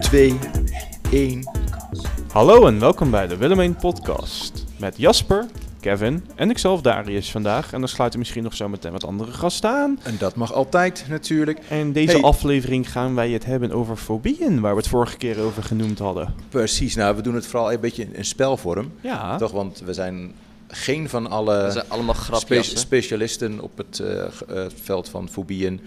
2, 1. Hallo en welkom bij de Willemijn Podcast. Met Jasper, Kevin en ikzelf Darius vandaag. En dan sluiten misschien nog zo meteen wat andere gasten aan. En dat mag altijd natuurlijk. En deze Hey. aflevering gaan wij het hebben over fobieën, waar we het vorige keer over genoemd hadden. Precies, nou we doen het vooral een beetje in- in spelvorm. Ja, Toch, want we zijn geen van Dat alle zijn allemaal Eh, spe- grapjes. hè? specialisten op het eh, ge- eh, veld van fobieën.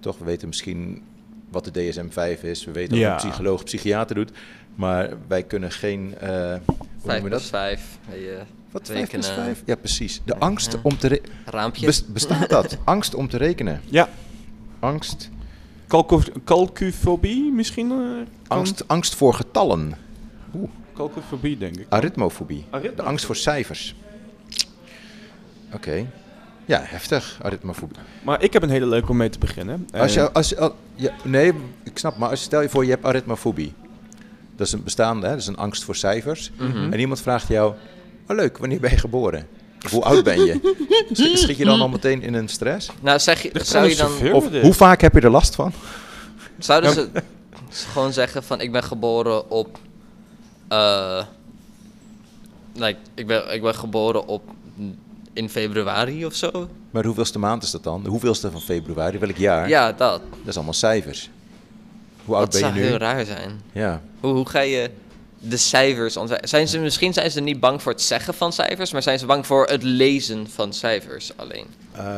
Toch, we weten misschien wat de DSM-5 is. We weten Ja. wat een psycholoog, psychiater doet. Maar wij kunnen geen, eh, hoe Vijf noemen we plus dat? vijf. Hey, eh, Wat, twee 5 plus keer, eh, 5? Ja, precies. De ja. angst om te... re- Raampje. Bes- bestaat dat? angst om te rekenen. ja. Angst, Calco- calcufobie misschien? eh, kan? angst, angst voor getallen. Calcufobie, denk ik. Aritmofobie. Aritmofobie. De angst voor cijfers. Oké. Ja, heftig, aritmofobie. Maar ik heb een hele leuke om mee te beginnen. Als Eh, je, als je, al- ja, nee, ik snap, maar als, stel je voor je hebt aritmofobie. Dat is een bestaande, hè? dat is een angst voor cijfers. En iemand vraagt jou, oh leuk, wanneer ben je geboren? Of hoe oud ben je? Sch- Schiet je dan al meteen in een stress? Nou, zeg je, Ligt zou aan je de dan... chauffeur, Of dit. hoe vaak heb je er last van? Zouden ze ze gewoon zeggen van, ik ben geboren op... eh like, ik, ben, ik ben geboren op... In februari of zo? Maar hoeveelste maand is dat dan? De hoeveelste van februari? Welk jaar? Ja, dat. Dat is allemaal cijfers. Hoe oud Dat ben je zou heel nu? raar zijn. Ja. Hoe, hoe ga je de cijfers ontwijken? Zijn ze, misschien zijn ze niet bang voor het zeggen van cijfers, maar zijn ze bang voor het lezen van cijfers alleen.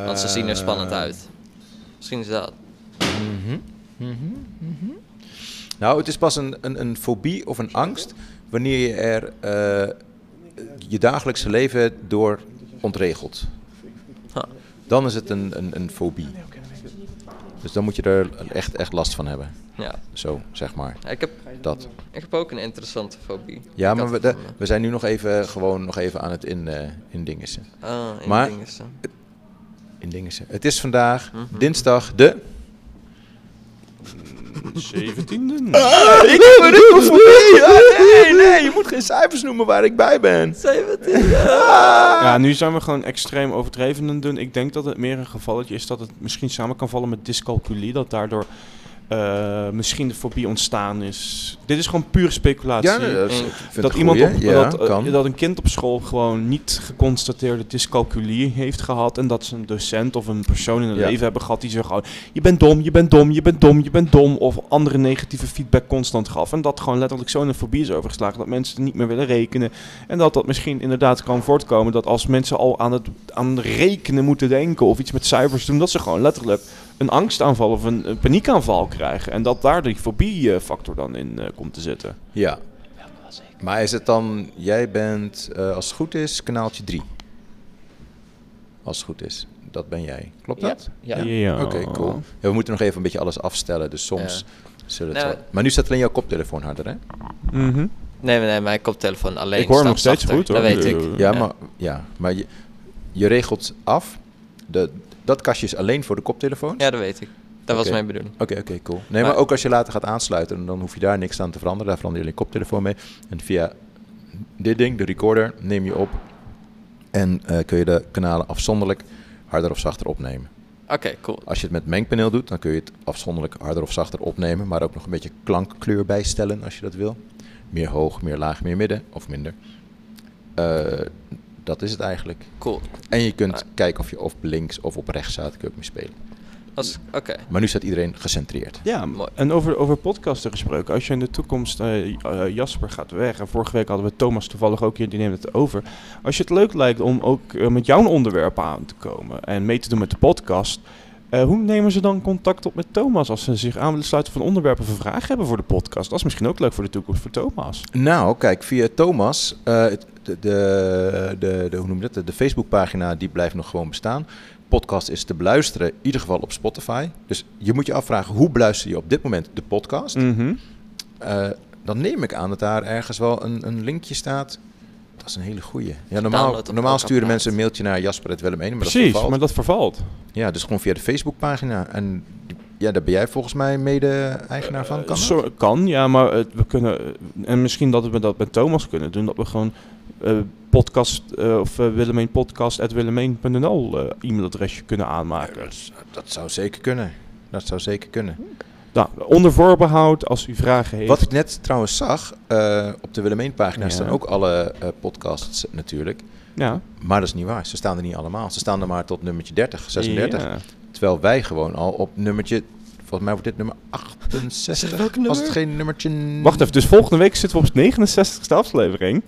Want ze zien er spannend Eh, uit. Misschien is dat. Nou, het is pas een, een, een fobie of een angst wanneer je er eh, je dagelijkse leven door ontregelt. Huh. Dan is het een, een, een fobie. Dus dan moet je er echt, echt last van hebben. Ja. Zo, zeg maar. Ja, Ik heb, Dat. ik heb ook een interessante fobie. Ja, Ik maar had we, het de- van me. we zijn nu nog even, gewoon nog even aan het in, eh indingissen. Ah, één maar- ding is dan. Indingissen. Het is vandaag dinsdag de... 17e. Ah, Ik heb een fobie! nee, nee, je moet geen cijfers noemen waar ik bij ben. Ah. Ja, nu zijn we gewoon extreem overdreven aan het doen. Ik denk dat het meer een gevalletje is dat het misschien samen kan vallen met dyscalculie. Dat daardoor eh, misschien de fobie ontstaan is. Dit is gewoon puur speculatie. Ja, nee, dat, is- Mm. ik vind dat, het iemand goeie. op, ja, dat, eh, kan. dat een kind op school gewoon niet geconstateerde dyscalculie heeft gehad. En dat ze een docent of een persoon in het Ja. leven hebben gehad die ze gewoon... Je bent dom, je bent dom, je bent dom, je bent dom. Of andere negatieve feedback constant gaf. En dat gewoon letterlijk zo in een fobie is overgeslagen. Dat mensen het niet meer willen rekenen. En dat dat misschien inderdaad kan voortkomen. Dat als mensen al aan het aan rekenen moeten denken of iets met cijfers doen. Dat ze gewoon letterlijk een angstaanval of een, een paniekaanval krijgen. En dat daar die fobie-factor dan in eh, komt te zitten. Ja. Maar is het dan, jij bent, eh, als het goed is, kanaaltje 3? Als het goed is, dat ben jij. Klopt Ja. dat? Ja. Ja. Oké, cool. Ja, we moeten nog even een beetje alles afstellen, dus soms zullen het Nou, wel- Maar nu staat alleen jouw koptelefoon harder, hè? Mhm. Nee, nee, mijn koptelefoon alleen. Ik hoor hem staat nog steeds zachter, goed, hoor. Dat weet ik. Eh, Ja, maar, ja, maar je, je regelt af, de, dat kastje is alleen voor de koptelefoon? Ja, dat weet ik. Dat was Oké. mijn bedoeling. Oké, oké, cool. Nee, maar Maar- ook als je later gaat aansluiten, dan hoef je daar niks aan te veranderen. Daar verander je alleen koptelefoon mee. En via dit ding, de recorder, neem je op. En eh, kun je de kanalen afzonderlijk harder of zachter opnemen. Oké, cool. Als je het met mengpaneel doet, dan kun je het afzonderlijk harder of zachter opnemen. Maar ook nog een beetje klankkleur bijstellen als je dat wil. Meer hoog, meer laag, meer midden of minder. Eh, dat is het eigenlijk. Cool. En je kunt Ah. kijken of je of op links of op rechts staat. Kun je ook mee spelen. Als- Oké. Maar nu staat iedereen gecentreerd. Ja, Mooi. en over, over podcasten gesproken. Als je in de toekomst eh, eh, Jasper gaat weg. En vorige week hadden we Thomas toevallig ook hier, die neemt het over. Als je het leuk lijkt om ook eh, met jouw onderwerp aan te komen en mee te doen met de podcast. eh, hoe nemen ze dan contact op met Thomas als ze zich aan willen sluiten van onderwerpen of een vraag hebben voor de podcast? Dat is misschien ook leuk voor de toekomst voor Thomas. Nou, kijk, via Thomas, eh, het- de, de, de, de- hoe noem je dat? De, de Facebookpagina, die blijft nog gewoon bestaan. Podcast is te beluisteren, in ieder geval op Spotify. Dus je moet je afvragen, hoe beluister je op dit moment de podcast? Mhm. Eh, dan neem ik aan dat daar ergens wel een, een linkje staat. Dat is een hele goeie. Ja, normaal Download op normaal elk sturen apparaat. mensen een mailtje naar Jasper het Willem 1, maar dat Precies, vervalt. maar dat vervalt. Ja, dus gewoon via de Facebookpagina. En die- ja, daar ben jij volgens mij mede-eigenaar van, kan dat? Eh, Zo- kan, ja, maar eh, we kunnen. eh, en misschien dat we dat met Thomas kunnen doen. Dat we gewoon eh, podcast eh, of eh, Willemijn podcast at willemijn.nl eh, e-mailadresje kunnen aanmaken. Dat zou zeker kunnen. Dat zou zeker kunnen. Nou, onder voorbehoud, als u vragen heeft. Wat ik net trouwens zag, eh, op de Willemeenpagina Ja. staan ook alle eh, podcasts natuurlijk. ja. Maar dat is niet waar. Ze staan er niet allemaal. Ze staan er maar tot nummertje 30, 36. Ja. Terwijl wij gewoon al op nummertje... Volgens mij wordt dit nummer 68. welk Als het nummer? geen nummertje... Wacht even, dus volgende week zitten we op 69ste aflevering.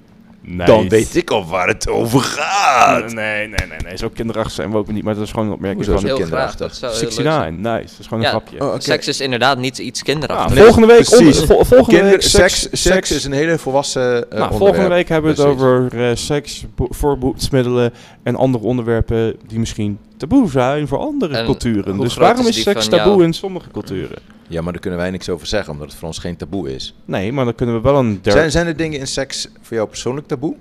Dan weet ik al waar het over gaat. Nee, nee, nee, nee. Zo kinderachtig zijn we ook niet, maar dat is gewoon een opmerking Hoezo van zo? Heel graag. kinderachtig. Dat zou heel leuk zijn. 69. Nice, dat is gewoon een Ja. grapje. eh, Oh, oké. Seks is inderdaad niet iets Nou, kinderachtig. nee, volgende week, precies. onder- vol- volgende Kinder- week seks, seks, is een hele volwassen eh, nou, onderwerp. volgende week hebben we het Precies. over eh, seks, bo- voorboedsmiddelen en andere onderwerpen die misschien taboe zijn voor andere En culturen. hoe Dus groot waarom is is die seks van taboe jou? in sommige culturen? Ja, maar daar kunnen wij niks over zeggen, omdat het voor ons geen taboe is. Nee, maar dan kunnen we wel een derde... Zijn, zijn er dingen in seks voor jou persoonlijk taboe?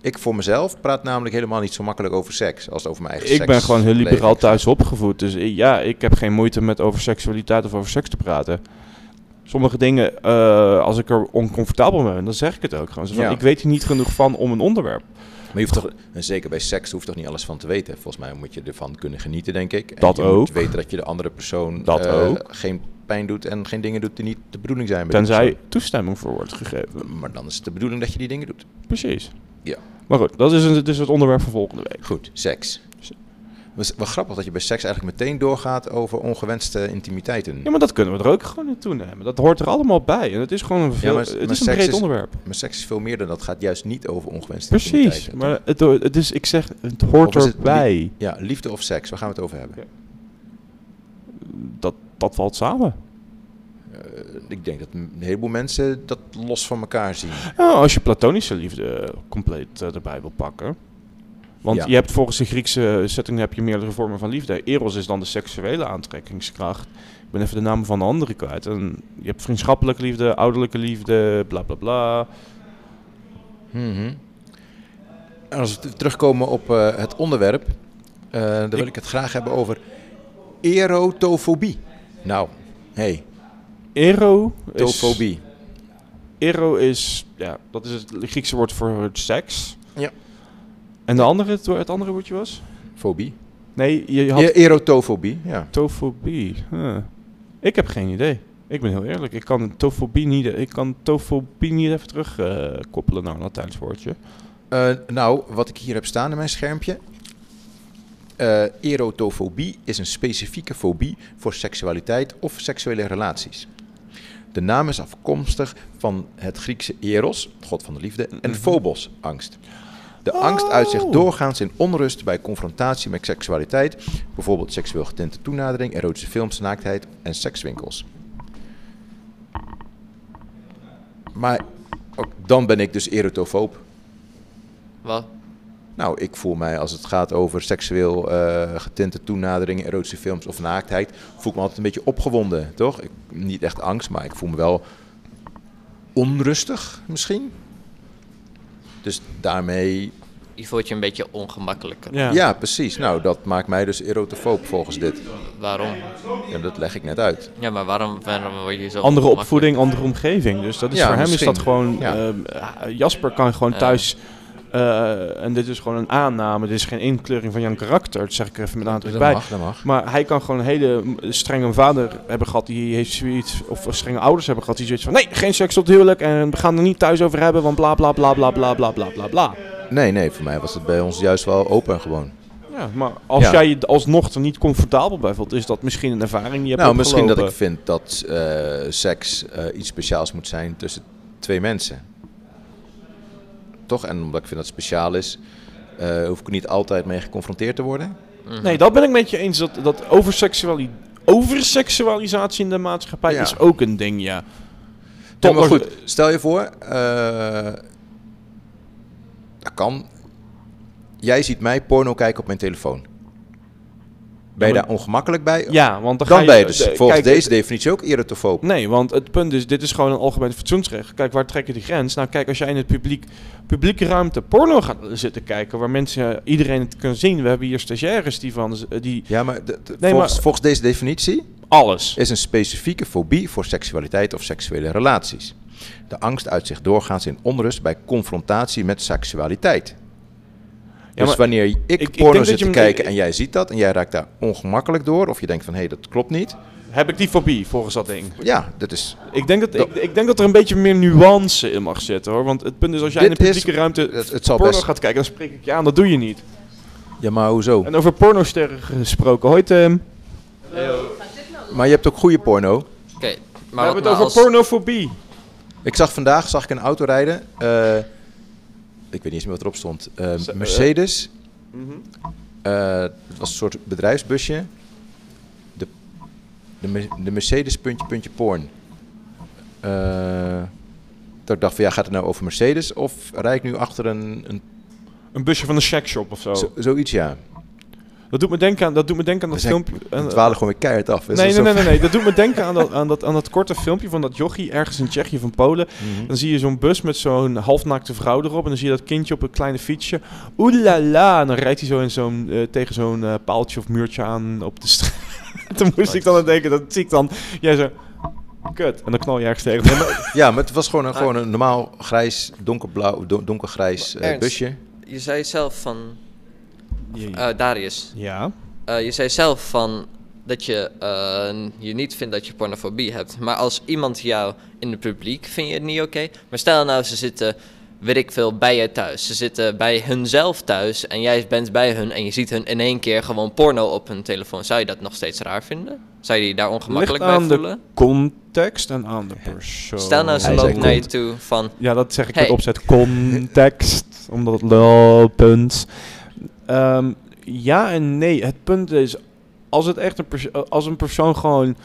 Ik voor mezelf praat namelijk helemaal niet zo makkelijk over seks als over mijn eigen Ik seks. ben gewoon heel liberaal leven. thuis opgevoed. Dus i- ja, ik heb geen moeite met over seksualiteit of over seks te praten. Sommige dingen, eh, als ik er oncomfortabel mee ben, dan zeg ik het ook gewoon. Zo van, Ja. Ik weet hier niet genoeg van om een onderwerp. Maar je hoeft toch, en zeker bij seks hoeft toch niet alles van te weten. Volgens mij moet je ervan kunnen genieten, denk ik. En Dat je ook. Moet weten dat je de andere persoon Dat eh, ook. geen pijn doet en geen dingen doet die niet de bedoeling zijn. bij die Tenzij toestemming voor wordt gegeven. persoon. Maar dan is het de bedoeling dat je die dingen doet. Precies. Ja. Maar goed, dat is, een, dus het onderwerp van volgende week. Goed, seks. Se- Het is wel grappig dat je bij seks eigenlijk meteen doorgaat over ongewenste intimiteiten. Ja, maar dat kunnen we er ook gewoon in toenemen. Dat hoort er allemaal bij. En het is gewoon een, veel, maar- het maar is een seks breed is- onderwerp. Maar seks is veel meer dan dat. Het gaat juist niet over ongewenste Precies. intimiteiten. Maar het, ho- het is, ik zeg, het hoort Of is het li- erbij. Ja, liefde of seks, waar gaan we het over hebben? Ja. Dat, dat valt samen. Eh, ik denk dat een heleboel mensen dat los van elkaar zien. Nou, als je platonische liefde eh, compleet eh, erbij wil pakken. Want Ja. je hebt volgens de Griekse setting heb je meerdere vormen van liefde. Eros is dan de seksuele aantrekkingskracht. Ik ben even de naam van de andere kwijt. En je hebt vriendschappelijke liefde, ouderlijke liefde, bla bla bla. Mhm. En als we t- terugkomen op eh, het onderwerp, eh, dan wil Ik- ik het graag hebben over erotofobie. Nou, hey, Ero is, tofobie. Ero is, ja, dat is het Griekse woord voor seks. Ja. En de andere, het, het andere woordje was? Fobie. Nee, je had E- erotofobie, ja. Tofobie. huh. Ik heb geen idee. Ik ben heel eerlijk. Ik kan tofobie niet, ik kan tofobie niet even terugkoppelen koppelen naar een Latijns woordje. Eh, nou, wat ik hier heb staan in mijn schermpje. Eh, erotofobie is een specifieke fobie voor seksualiteit of seksuele relaties. De naam is afkomstig van het Griekse eros, god van de liefde, en phobos, angst. De angst uit zich Oh. doorgaans in onrust bij confrontatie met seksualiteit, bijvoorbeeld seksueel getinte toenadering, erotische films, naaktheid en sekswinkels. Maar ook dan ben ik dus erotofoob. Ah. Wat? Nou, ik voel mij als het gaat over seksueel eh, getinte toenaderingen, erotische films of naaktheid, voel ik me altijd een beetje opgewonden, toch? Ik, niet echt angst, maar ik voel me wel onrustig misschien. Dus daarmee. Je voelt je een beetje ongemakkelijker. Ja. precies. Nou, dat maakt mij dus erotofoob volgens dit. Waarom? Ja, dat leg ik net uit. Ja, maar waarom, waarom word je zo Andere ongemakkelijk? opvoeding, andere omgeving. Dus dat is Ja, voor hem misschien. is dat gewoon... Ja. ehm, ah, Jasper kan gewoon Ja. thuis... eh, en dit is gewoon een aanname. Dit is geen inkleuring van jouw karakter. Dat zeg ik er even met Dus nadruk dat bij. mag, dat mag. Maar hij kan gewoon een hele mm, strenge vader hebben gehad. Die heeft zoiets, of strenge ouders hebben gehad. Die zoiets van: nee, geen seks tot huwelijk. En we gaan er niet thuis over hebben. Want bla bla bla bla bla bla bla bla bla. Nee, nee, voor mij was het bij ons juist wel open gewoon. Ja, maar als Ja. jij je alsnog er niet comfortabel bij voelt, is dat misschien een ervaring die je hebt nou, misschien dat ik opgelopen. vind dat eh, seks eh, iets speciaals moet zijn tussen twee mensen. Toch? En omdat ik vind dat het speciaal is, eh, hoef ik er niet altijd mee geconfronteerd te worden. Mhm. Nee, dat ben ik met je eens. Dat, dat overseksuali- overseksualisatie in de maatschappij Ja. is ook een ding, ja. Toch, maar als- goed, stel je voor, eh, dat kan. Jij ziet mij porno kijken op mijn telefoon. Ben je maar- daar ongemakkelijk bij? Ja, want dan, ga Dan je- ben je dus de- volgens kijk, deze definitie ook erotofoob. Nee, want het punt is, dit is gewoon een algemeen fatsoensrecht. Kijk, waar trek je de grens? Nou, kijk, als jij in het publiek, publieke ruimte porno gaat zitten kijken, waar mensen, iedereen het kan zien. We hebben hier stagiaires die van, die Ja, maar, de- de- Nee, volgens, maar- volgens deze definitie alles. is een specifieke fobie voor seksualiteit of seksuele relaties. De angst uit zich doorgaans in onrust bij confrontatie met seksualiteit. dus maar wanneer ik, ik denk porno dat zit je te me- kijken ik- en jij ziet dat en jij raakt daar ongemakkelijk door... of je denkt van, hé, dat klopt niet... Heb ik die fobie volgens dat ding? Ja, dat is. Ik denk, dat, ik, ik denk dat er een beetje meer nuance in mag zitten hoor. Want het punt is, als jij in de Dit is- publieke ruimte Het, het zal porno best. gaat kijken, dan spreek ik je aan. Dat doe je niet. Ja, maar hoezo? En over pornosterren gesproken. Hoi Tim. Maar je hebt ook goede porno. Oké, We maar hebben wat het nou over als... pornofobie. Ik zag vandaag zag ik een auto rijden. eh, ik weet niet eens meer wat erop stond. Eh, Z- eh. Mercedes. Mhm. Eh, het was een soort bedrijfsbusje. De, de, Me- de Mercedes puntje puntje porn. Eh, dat ik dacht van ja, gaat het nou over Mercedes of rijd ik nu achter een, een Een busje van een shackshop of zo. zo- zoiets ja. Dat doet me denken aan dat, doet me denken aan dat We zijn- filmpje. We aan- dwalen gewoon weer keihard af. eh, Nee, nee, nee, nee, nee. Dat doet me denken aan dat, aan, dat, aan dat korte filmpje van dat jochie ergens in Tsjechië van Polen. Mhm. Dan zie je zo'n bus met zo'n halfnaakte vrouw erop. En dan zie je dat kindje op een kleine fietsje. Oeh la la. En dan rijdt hij zo, in zo'n, eh, tegen zo'n eh, paaltje of muurtje aan op de straat. dan moest ik dan aan denken. Dat zie ik dan. Jij zo... Kut. En dan knal je ergens tegen. Ja, maar het was gewoon een, Ah. gewoon een normaal grijs, donkerblauw, don- donkergrijs eh, Ernst? busje. Je zei zelf van... Ja. eh, Darius, ja. eh, je zei zelf van dat je eh, je niet vindt dat je pornofobie hebt. Maar als iemand jou in het publiek vind je het niet oké. Maar stel nou, ze zitten, weet ik veel, bij je thuis. Ze zitten bij hunzelf thuis en jij bent bij hun en je ziet hun in één keer gewoon porno op hun telefoon. Zou je dat nog steeds raar vinden? Zou je je daar ongemakkelijk Ligt aan bij de voelen? Context en aan de persoon. Stel nou, ze Hij zei loopt naar je kont. toe van... Ja, dat zeg ik Hey. met opzet. Context, omdat het lopend. Ehm, ja en nee. Het punt is, als, het echt een, perso- als een persoon gewoon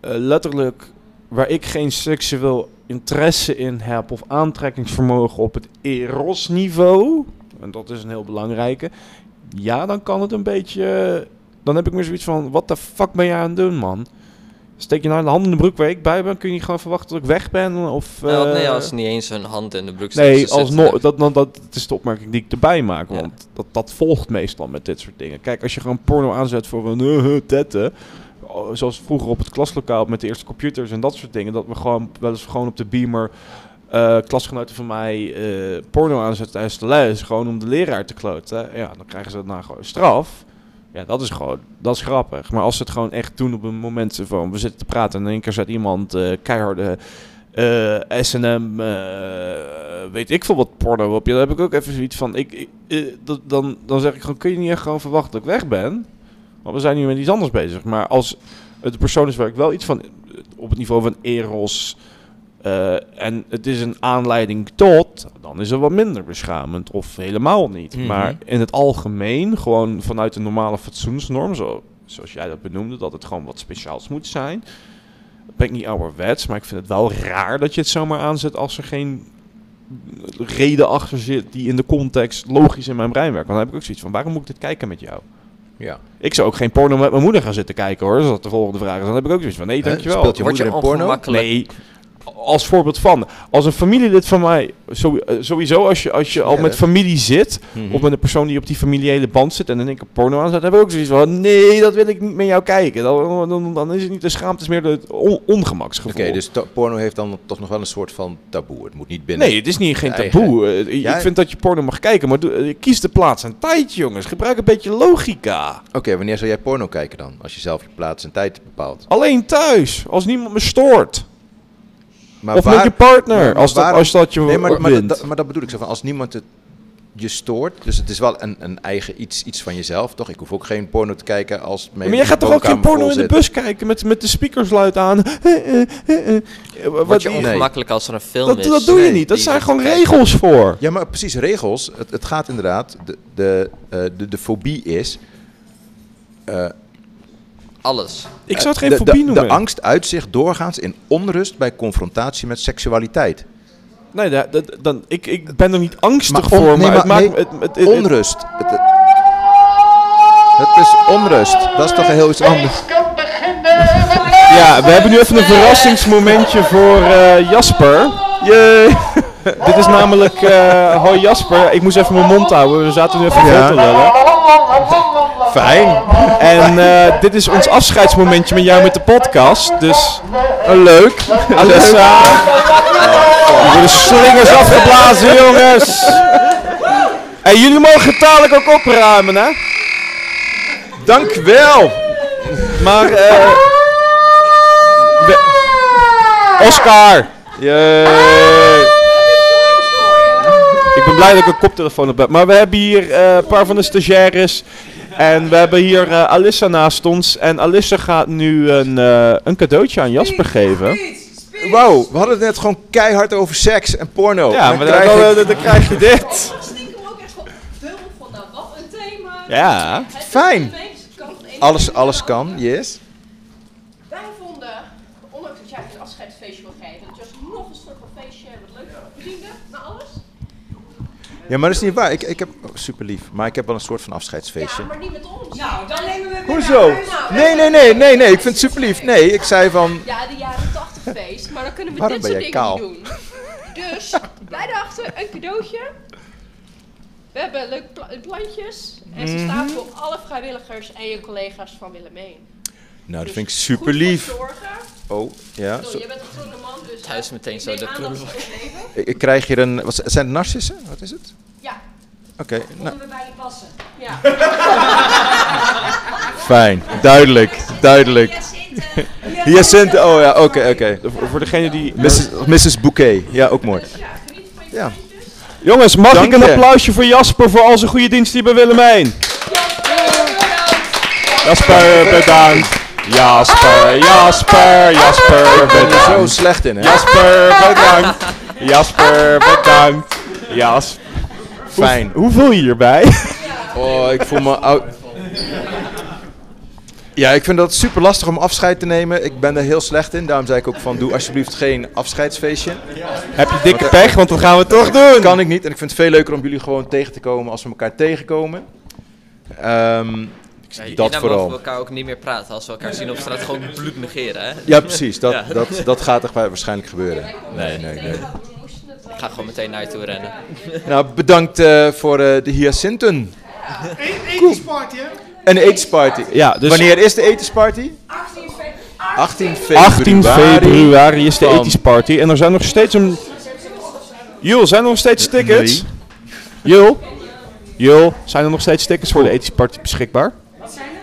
eh, letterlijk waar ik geen seksueel interesse in heb of aantrekkingsvermogen op het eros niveau, en dat is een heel belangrijke, ja, dan kan het een beetje. eh, Dan heb ik meer zoiets van: wat de fuck ben jij aan het doen, man? Steek je nou de hand in de broek waar ik bij ben? Kun je niet gewoon verwachten dat ik weg ben? Of, nou, eh, nee, als ze niet eens hun hand in de broek steken, Nee, ze zitten alsnog, er- dat, dat, dat is de opmerking die ik erbij maak. Ja. Want dat, dat volgt meestal met dit soort dingen. Kijk, als je gewoon porno aanzet voor een eh, eh, tetten. oh, Zoals vroeger op het klaslokaal met de eerste computers en dat soort dingen. Dat we gewoon wel eens gewoon op de beamer. eh, klasgenoten van mij eh, porno aanzetten tijdens de les. Gewoon om de leraar te kloten. Ja, dan krijgen ze daarna gewoon straf. Ja, dat is gewoon, dat is grappig. Maar als ze het gewoon echt doen op een moment van we zitten te praten en in één keer zet iemand eh, keiharde eh, S&M, eh, weet ik veel wat porno op je, dan heb ik ook even zoiets van, ik, ik- eh, dat, dan, dan zeg ik gewoon, kun je niet echt gewoon verwachten dat ik weg ben? Want we zijn nu met iets anders bezig. Maar als het een persoon is waar ik wel iets van, eh, op het niveau van eros, eh, en het is een aanleiding tot, dan is het wat minder beschamend of helemaal niet. Mhm. Maar in het algemeen, gewoon vanuit de normale fatsoensnorm, zo, zoals jij dat benoemde, dat het gewoon wat speciaals moet zijn ben ik niet ouderwets, maar ik vind het wel raar dat je het zomaar aanzet als er geen reden achter zit die in de context logisch in mijn brein werkt. Want dan heb ik ook zoiets van, waarom moet ik dit kijken met jou? Ja. Ik zou ook geen porno met mijn moeder gaan zitten kijken hoor, als dat de volgende vraag is. Dan heb ik ook zoiets van, nee Hè, dankjewel. speelt je Word je moeder in porno? ongemakkelijk? Nee, als voorbeeld van, als een familielid van mij, sowie- eh, sowieso als je, als je al Ja, met hè? familie zit, Mhm. of met een persoon die op die familiële band zit en in één keer porno aanzet, dan heb ik ook zoiets van, nee, dat wil ik niet met jou kijken. Dan, dan, dan is het niet de schaamte, het is meer het on- ongemaksgevoel. Oké, dus to- porno heeft dan toch nog wel een soort van taboe. Het moet niet binnen. Nee, het is niet geen Eigen- taboe. Eh, Ik Ja, vind dat je porno mag kijken, maar doe- eh, kies de plaats en tijd, jongens. Gebruik een beetje logica. Oké, wanneer zou jij porno kijken dan? Als je zelf je plaats en tijd bepaalt. Alleen thuis, als niemand me stoort. Maar of met je partner, Nee, maar als, dat, waarom- als dat je Nee, maar, maar, wint. dat, maar dat bedoel ik zo van, als niemand het je stoort, dus het is wel een, een eigen iets, iets van jezelf, toch? Ik hoef ook geen porno te kijken als mijn maar jij gaat toch ook geen woonkamer porno vol in de zit? bus kijken met, met de speakers luid aan? Eh, eh, eh, eh. Word Wat, je Nee. ongemakkelijk als er een film dat, is? dat doe je Nee, niet, dat die zijn zit gewoon te kijken. regels voor. Ja, maar precies, regels. Het, het gaat inderdaad, de, de, eh, de, de fobie is... eh, Alles. Ik zou het eh, geen de- fobie de, noemen. De angst uit zich doorgaans in onrust bij confrontatie met seksualiteit. Nee, da- da- dan, ik, ik ben er niet angstig Maar on- voor, nee, maar het maar maakt... nee, het- het- het- onrust. Het, het, het is onrust. Dat is toch heel iets anders. Ja, we hebben nu even een verrassingsmomentje voor eh, Jasper. Dit is namelijk, eh, hoi Jasper, ik moest even mijn mond houden, we zaten nu even Ja. ja. te lullen. Fijn. En eh, dit is ons afscheidsmomentje met jou met de podcast, dus Leuk. Alessa. Er eh, worden slingers afgeblazen jongens. En jullie mogen dadelijk ook opruimen hè. Dank wel. Maar eh, Oscar! Yay! Ik ben blij dat ik een koptelefoon op heb. Maar we hebben hier eh, een paar van de stagiaires. En we hebben hier eh, Alissa naast ons. En Alissa gaat nu een, eh, een cadeautje aan Jasper geven. Wow, we hadden het net gewoon keihard over seks en porno. Ja, En maar dan krijg dan, ik- dan- dan krijf je dit. Stiekem ook echt gewoon dubbel van, nou wat een thema. Ja. Het is Fijn. een beetje kant, één alles, keer alles de kan, andere. yes. Wij vonden, ondanks dat jij een afscheidsfeestje wil geven, dat je nog een soort van feestje wat leuk voor vrienden, na alles. Ja, maar dat is niet waar. Ik, ik heb oh, super lief, maar ik heb wel een soort van Ja, afscheidsfeestje. maar niet met ons. Nou, dan nemen we weer Hoezo? naar huis. Nee, nee, nee, nee, nee. Ik vind het super lief. Nee, ik zei van. Ja, de jaren 80 feest, maar dan kunnen we Waarom dit soort ben dingen jij niet doen. Dus, wij dachten, een cadeautje. We hebben leuke pla- plantjes. En ze staan voor alle vrijwilligers en je collega's van Willem heen. Nou, dat vind ik super lief. Goed voor zorgen. Oh, ja. Zo, zo- jij bent een groene man, dus... Thuis meteen zo de prullen. prullenbak. ik, ik krijg hier een. Wat, zijn het narcissen? Wat is het? Ja, Oké, nou, Konden we bij je passen. ja. fijn. Duidelijk, duidelijk. Jacinthe. Hyacinthe, oh ja, oké, oké. Voor voor degene die... Mrs, Mrs. Bouquet, ja, ook mooi. Dus ja, geniet van je Ja. plantjes. Jongens, mag Dank ik een je. applausje voor Jasper voor al zijn goede dienst hier bij Willemijn? Jasper, bedankt. Jasper, Jasper, Jasper, Ik ben er zo bedankt. slecht in, hè? Jasper, bedankt. Jasper, bedankt. Jasper. Fijn. Hoe voel je hierbij? Oh, ik voel me oud. Ja, ik vind dat super lastig om afscheid te nemen. Ik ben er heel slecht in. Daarom zei ik ook van doe alsjeblieft geen afscheidsfeestje. Heb je dikke pech, want dat gaan we toch doen. Kan ik niet. En ik vind het veel leuker om jullie gewoon tegen te komen als we elkaar tegenkomen. Ehm, Ja, hierna dat mogen we vooral. elkaar ook niet meer praten. Als we elkaar zien op straat, gewoon bloed negeren, hè? Ja, precies. Dat, Ja. dat, dat gaat echt waarschijnlijk gebeuren. Nee. nee, nee. We moesten het wel. Ik ga gewoon meteen naar je toe rennen. Nou, bedankt eh, voor eh, de hyacinten. Etensparty, hè? En de etensparty. Ja, dus Wanneer is de etensparty? 18 februari. 18 februari. 18 februari is de van ethisch party en er zijn nog steeds een... Jul, zijn er nog steeds tickets? Drie. Jul? Jul, zijn er nog steeds tickets voor de ethisch party beschikbaar?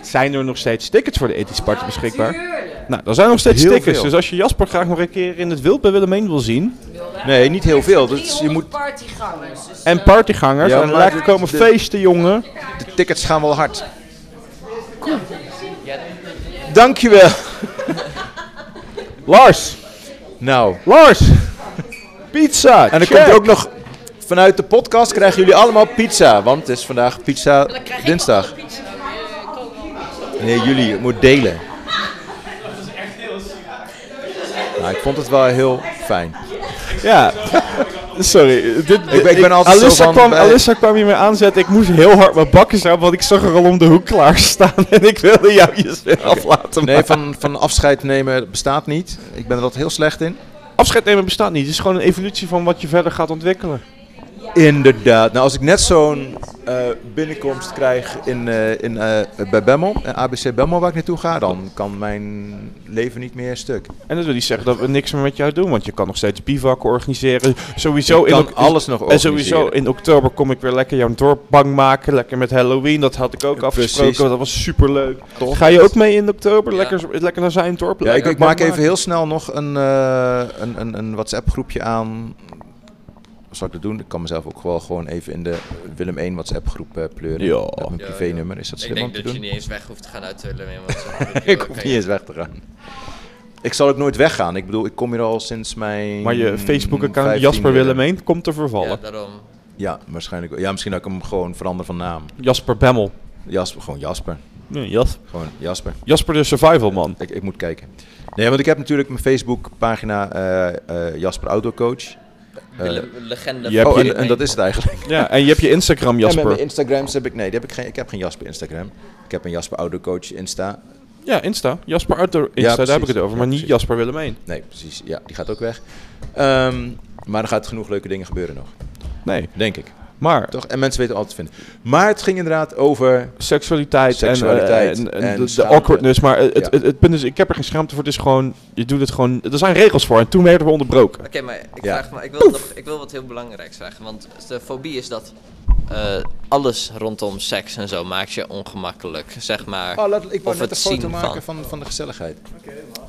Zijn er nog steeds tickets voor de ethisch party beschikbaar? Tuurlijk. Nou, er zijn nog steeds Heel tickets. veel. Dus als je Jasper graag nog een keer in het wild bij Willemijn wil zien. Nee, niet heel veel. Dus je moet, 300 partygangers. Dus En partygangers. Ja, en maar lekker dit- komen dit- feesten, jongen. de tickets gaan wel hard. Cool. Dankjewel. Lars! Nou, Lars! Pizza! en er check. komt ook nog... Vanuit de podcast krijgen jullie allemaal pizza. Want het is vandaag pizza dinsdag. Oh, eh, Nee, jullie het moet delen. Dat is echt heel Nou, ik vond het wel heel fijn. Ja. Sorry. Dit, ik ben altijd zo Alissa van kwam, bij- Alissa kwam hier mee aanzetten. Ik moest heel hard mijn bakken staan, want ik zag er al om de hoek klaarstaan. En ik wilde jou jezelf laten Nee, maken. van, van afscheid nemen dat bestaat niet. Ik ben er altijd heel slecht in. Afscheid nemen bestaat niet. Het is gewoon een evolutie van wat je verder gaat ontwikkelen. Inderdaad. Nou, als ik net zo'n eh, binnenkomst krijg in, eh, in, eh, bij Bemmel, eh, ABC Bemmel waar ik naartoe ga, dan kan mijn leven niet meer stuk. En dat wil niet zeggen dat we niks meer met jou doen. Want je kan nog steeds bivakken organiseren. Sowieso Ik in kan ok- alles nog En sowieso organiseren. in oktober kom ik weer lekker jouw dorp bang maken. Lekker met Halloween. Dat had ik ook afgesproken. Precies. Dat was superleuk. Toch? Ga je ook mee in oktober? Ja. Lekker, lekker naar zijn dorp. Ja, ik, ik maak even heel snel nog een, eh, een, een, een WhatsApp groepje aan. Wat zal ik dat doen? Ik kan mezelf ook wel gewoon even in de Willem 1 WhatsApp groep eh, pleuren. Ja. Met mijn Ja, privénummer. Is dat Ik slim om denk te dat je doen? niet eens weg hoeft te gaan uit Willem. ik hoef niet eens weg te gaan. Ik zal ook nooit weggaan. Ik bedoel, ik kom hier al sinds mijn... Maar je Facebook-account 15e. Jasper Willemijn komt te vervallen. Ja, daarom. Ja, waarschijnlijk. wel. Ja, misschien dat ik hem gewoon verander van naam. Jasper Bemmel. Jasper, gewoon Jasper. Gewoon Jasper. Jasper de Oh, Survival Man. Ik, ik moet kijken. Nee, want ik heb natuurlijk mijn Facebookpagina eh eh Jasper Autocoach. Eh, Willem, legende. je hebt van Oh, en, je- en dat is het eigenlijk. Ja, en je hebt je Instagram, En met Jasper. mijn Instagrams heb ik... Nee, die heb ik, geen, ik heb geen Jasper Instagram. Ik heb een Jasper Autocoach Insta. Ja, Insta. Jasper Outdoor Insta, daar heb ik precies. het over. Maar Ja, niet precies. Jasper Willemijn. Nee, precies. Ja, die gaat ook weg. Ehm, maar er gaat genoeg leuke dingen gebeuren nog. Nee. Denk ik. Maar Toch? En mensen weten altijd te vinden. Maar het ging inderdaad over... seksualiteit, Seksualiteit en, eh, en, en en de- de, schaamte. awkwardness. Maar het, Ja. het, het, punt is, ik heb er geen schaamte voor. Het is gewoon, je doet het gewoon. Er zijn regels voor. En toen werden we onderbroken. Oké, maar ik, Ja. vraag me, ik, wil nog, ik wil wat heel belangrijks vragen. Want de fobie is dat eh, alles rondom seks en zo maakt je ongemakkelijk, zeg maar. Oh, laat, ik wou net Of een het foto zien maken van. van, van de gezelligheid.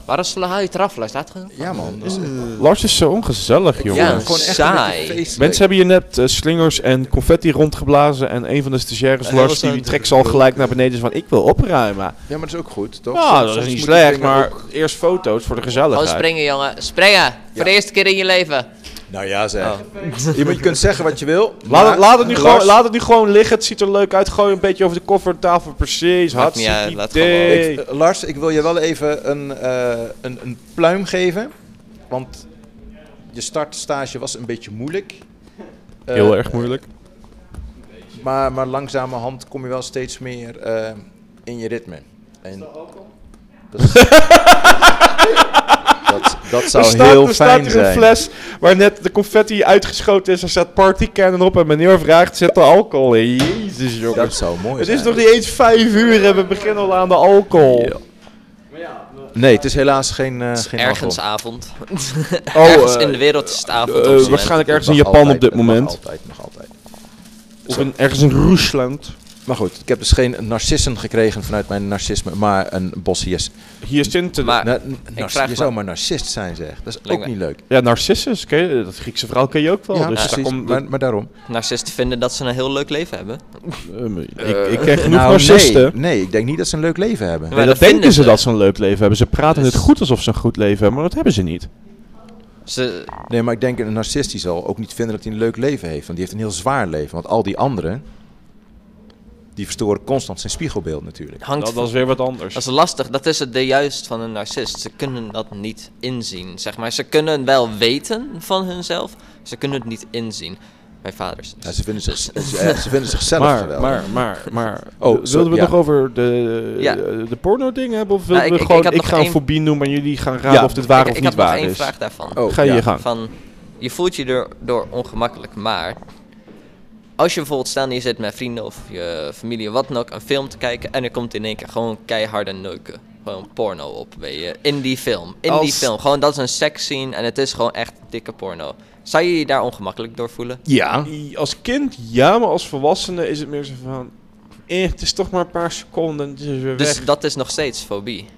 Waarom sla je het eraf? Luister, staat gewoon. Ja, man. Dus, eh, Lars is zo ongezellig, jongen. Ja, gewoon echt een saai. beetje feestelijk. Mensen hebben hier net eh, slingers en confetti rondgeblazen. En een van de stagiaires, En hij Lars, was die, aan die het trekt ze al gelijk naar beneden. Van, ik wil opruimen. Ja, maar dat is ook goed, toch? Ja, Soms- dat soms is niet moet slecht, dingen maar ook- eerst foto's voor de Gewoon gezelligheid. Oh, springen, jongen. Springen! Voor de eerste keer in je leven. Nou ja, zeg. Je, moet- je kunt zeggen wat je wil. Laat het, maar- laat, het nu Lars- gewoon, laat het nu gewoon liggen. Het ziet er leuk uit. Gooi een beetje over de koffertafel. Precies. Maakt niet uit, Hartstikke laat idee. Ik- eh, Lars, ik wil je wel even een, eh, een, een pluim geven. Want je startstage was een beetje moeilijk. Eh, Heel erg moeilijk. Maar, maar langzamerhand kom je wel steeds meer eh, in je ritme. En dat, is- dat, dat zou er staat, heel fijn er staat hier zijn. een fles waar net de confetti uitgeschoten is. Er staat partycannon op en meneer vraagt, zet er alcohol in. Jezus, jongen. Dat zou mooi het zijn. is nog niet eens vijf uur en we beginnen al aan de alcohol. Nee, het is helaas geen, eh, geen alcohol. Ergens avond. Oh, ergens eh, in de wereld is het avond. op eh, dit moment. waarschijnlijk ergens in Nog Japan altijd, op dit nog moment. altijd, nog altijd. Of in, ergens in Rusland. Maar goed, ik heb dus geen narcissen gekregen vanuit mijn narcisme, maar een bossies. Hier zit een... Maar- Na- n- narc- vraag je me- zou maar narcist zijn, zeg. Dat is Lijkt ook me- Oh, niet leuk. Ja, Narcissus. ken je- dat Griekse verhaal ken je ook wel. ja, dus daar precies. komt- maar, maar daarom. Narcisten vinden dat ze een heel leuk leven hebben. eh, ik, ik ken genoeg narcisten. Nou, nee, nee, ik denk niet dat ze een leuk leven hebben. Ja. Nee, Maar dat dat denken vinden ze ze. dat ze een leuk leven hebben. Ze praten Dus- het goed alsof ze een goed leven hebben, maar dat hebben ze niet. Ze, Nee, maar ik denk een narcist die zal ook niet vinden dat hij een leuk leven heeft. Want die heeft een heel zwaar leven. Want al die anderen, die verstoren constant zijn spiegelbeeld natuurlijk. hangt Dat, is weer wat anders. Dat is lastig. Dat is het de juist van een narcist. Ze kunnen dat niet inzien, zeg maar. Ze kunnen wel weten van hunzelf. Ze kunnen het niet inzien. Mijn vader is... Ja, ze, vinden zich, ze, ze vinden zichzelf maar, geweldig. maar, maar, maar. Oh, Oh, sorry, wilden we ja. het nog over de, Ja. de porno dingen hebben? Of Nou, wilden we ik- ik- gewoon, ik ik, had nog ga een één- fobie noemen en jullie gaan raden Ja, of dit waar of ik niet had nog waar één is? vraag daarvan. Oh, Ga je ja. je gang. Van, je voelt je er- door ongemakkelijk, maar... Als je bijvoorbeeld staan je zit met vrienden of je familie, wat dan ook, een film te kijken... en er komt in één keer gewoon keiharde neuken. Gewoon porno op, weet je. In die film. In die Als- film. Gewoon, dat is een seksscene en het is gewoon echt dikke porno. Zou je je daar ongemakkelijk door voelen? Ja. I- Als kind ja, maar als volwassene is het meer zo van. Eh, het is toch maar een paar seconden en het is weer Dus weg. dat is nog steeds fobie.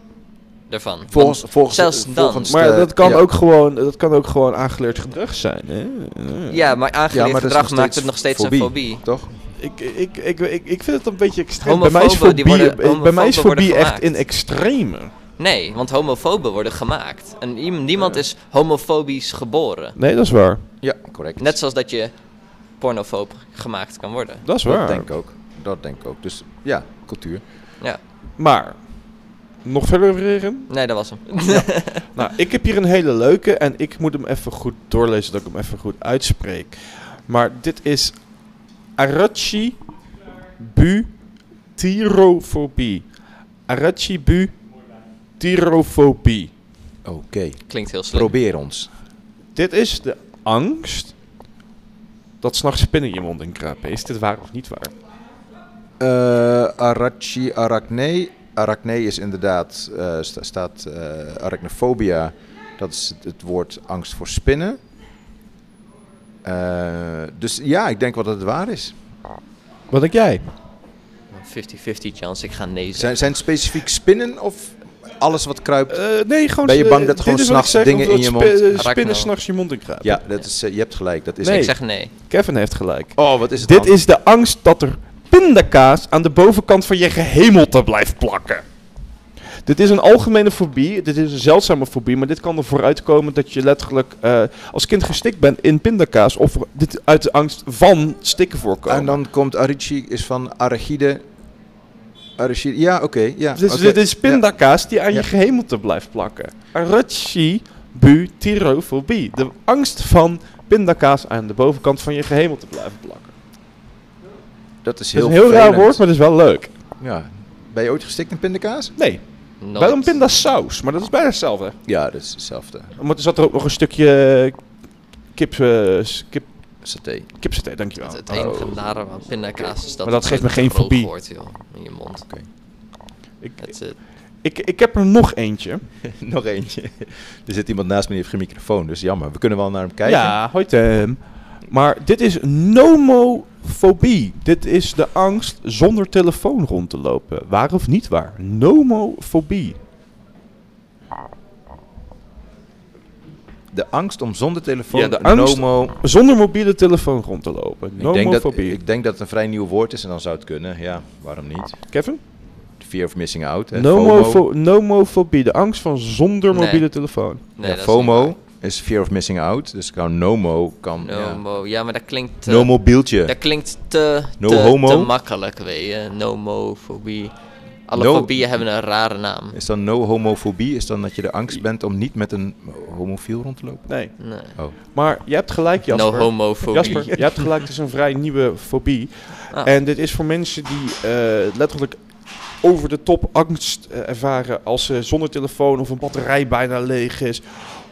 Daarvan. Volgens, Want volgens, zelfs dan. volgens maar de- dat, kan ja. ook gewoon, dat kan ook gewoon aangeleerd gedrag zijn. Hè? Eh. ja, maar aangeleerd dat is gedrag nog maakt steeds het nog steeds fobie, een fobie. Toch? Ik, ik, ik, ik, ik vind het een beetje extreem. Bij mij is Homofoben, fobie, die worden- eh, bij mij is homofoben fobie worden echt in extreme. Nee, want homofoben worden gemaakt. En iem- niemand is homofobisch geboren. Nee, dat is waar. Ja, correct. Net zoals dat je pornofoob gemaakt kan worden. Dat is dat waar. denk ik ook. Dat denk ik ook. Dus ja, cultuur. Ja, maar. Maar, nog verder verregen? Nee, dat was hem. Nou, ik heb hier een hele leuke en ik moet hem even goed doorlezen, dat ik hem even goed uitspreek. Maar dit is Arachi Bu Tirofobie. Arachi Bu Tirofobie. Oké, Klinkt heel slim. probeer ons. Dit is de angst dat s'nachts spinnen in je mond inkruipen. Is dit waar of niet waar? Eh arachi, arachne. Arachne is inderdaad, eh, sta- staat eh arachnofobia. Dat is het, het woord angst voor spinnen. Eh, dus ja, ik denk wel dat het waar is. Wat denk jij? 50-50 chance, ik ga nee zeggen. Zijn, zijn het specifiek spinnen of alles wat kruipt? Eh, nee, gewoon... Ben je eh, bang dat dit gewoon is wat ik s'nachts zeg, dingen omdat in je spi- mond- eh, Arachno. Spinnen s'nachts je mond inkruipen. Ja, dat is, eh, je hebt gelijk. Dat is Nee. Ik zeg nee. Kevin heeft gelijk. Oh, wat is het Dit dan? is de angst dat er pindakaas aan de bovenkant van je gehemelte blijft plakken. Dit is een algemene fobie, dit is een zeldzame fobie, maar dit kan ervoor uitkomen dat je letterlijk eh, als kind gestikt bent in pindakaas of dit uit de angst van stikken voorkomen. En dan komt arachi, is van arachide. Arachide, ja, oké. ja, dus oké. dit is pindakaas die aan Ja. je gehemelte blijft plakken. Arachi butyrofobie, de angst van pindakaas aan de bovenkant van je gehemelte blijven plakken. Ja, dat is Dat is heel, een heel raar vervelend. woord, maar dat is wel leuk. Ja. Ben je ooit gestikt in pindakaas? Nee, Nooit. wel een pindasaus, maar dat is bijna hetzelfde. Ja, dat is hetzelfde. Maar er zat er ook nog een stukje kip, eh, s- kip, Saté. kipsaté, dankjewel. Het, het enige nare aan pindakaas is dat Oh. Maar dat het geeft zo me geen droog fobie. wordt, joh, in je mond. Ik, Het, eh, ik, ik heb er nog eentje. Nog eentje. Er zit iemand naast me die heeft geen microfoon, dus jammer. We kunnen wel naar hem kijken. Ja, hoi Tim. Ehm, Maar dit is nomofobie. Dit is de angst zonder telefoon rond te lopen. Waar of niet waar? Nomofobie. De angst om zonder telefoon, Ja, de angst- nomo... Zonder mobiele telefoon rond te lopen. Ik denk, dat, Nomofobie. ik denk dat het een vrij nieuw woord is en dan zou het kunnen. Ja, waarom niet? Kevin? Fear of missing out. Hè? FOMO. Nomofo nomofobie. De angst van zonder Nee. mobiele telefoon. Nee, ja, dat is niet FOMO is fear of missing out. Dus kan nomo kan... waar. No ja. mo. Ja, maar dat klinkt te, No mobieltje. dat klinkt te, No te, homo? te makkelijk, weet je. Nomofobie. Alle No- fobieën hebben een rare naam. Is dan no homofobie? Is dan dat je de angst bent om niet met een homofiel rond te lopen? Nee. Nee. Oh. Maar je hebt gelijk, Jasper. No homofobie. Jasper, je hebt gelijk, het is een vrij nieuwe fobie. Ah. En dit is voor mensen die eh, letterlijk over de top angst eh, ervaren als ze zonder telefoon of een batterij bijna leeg is.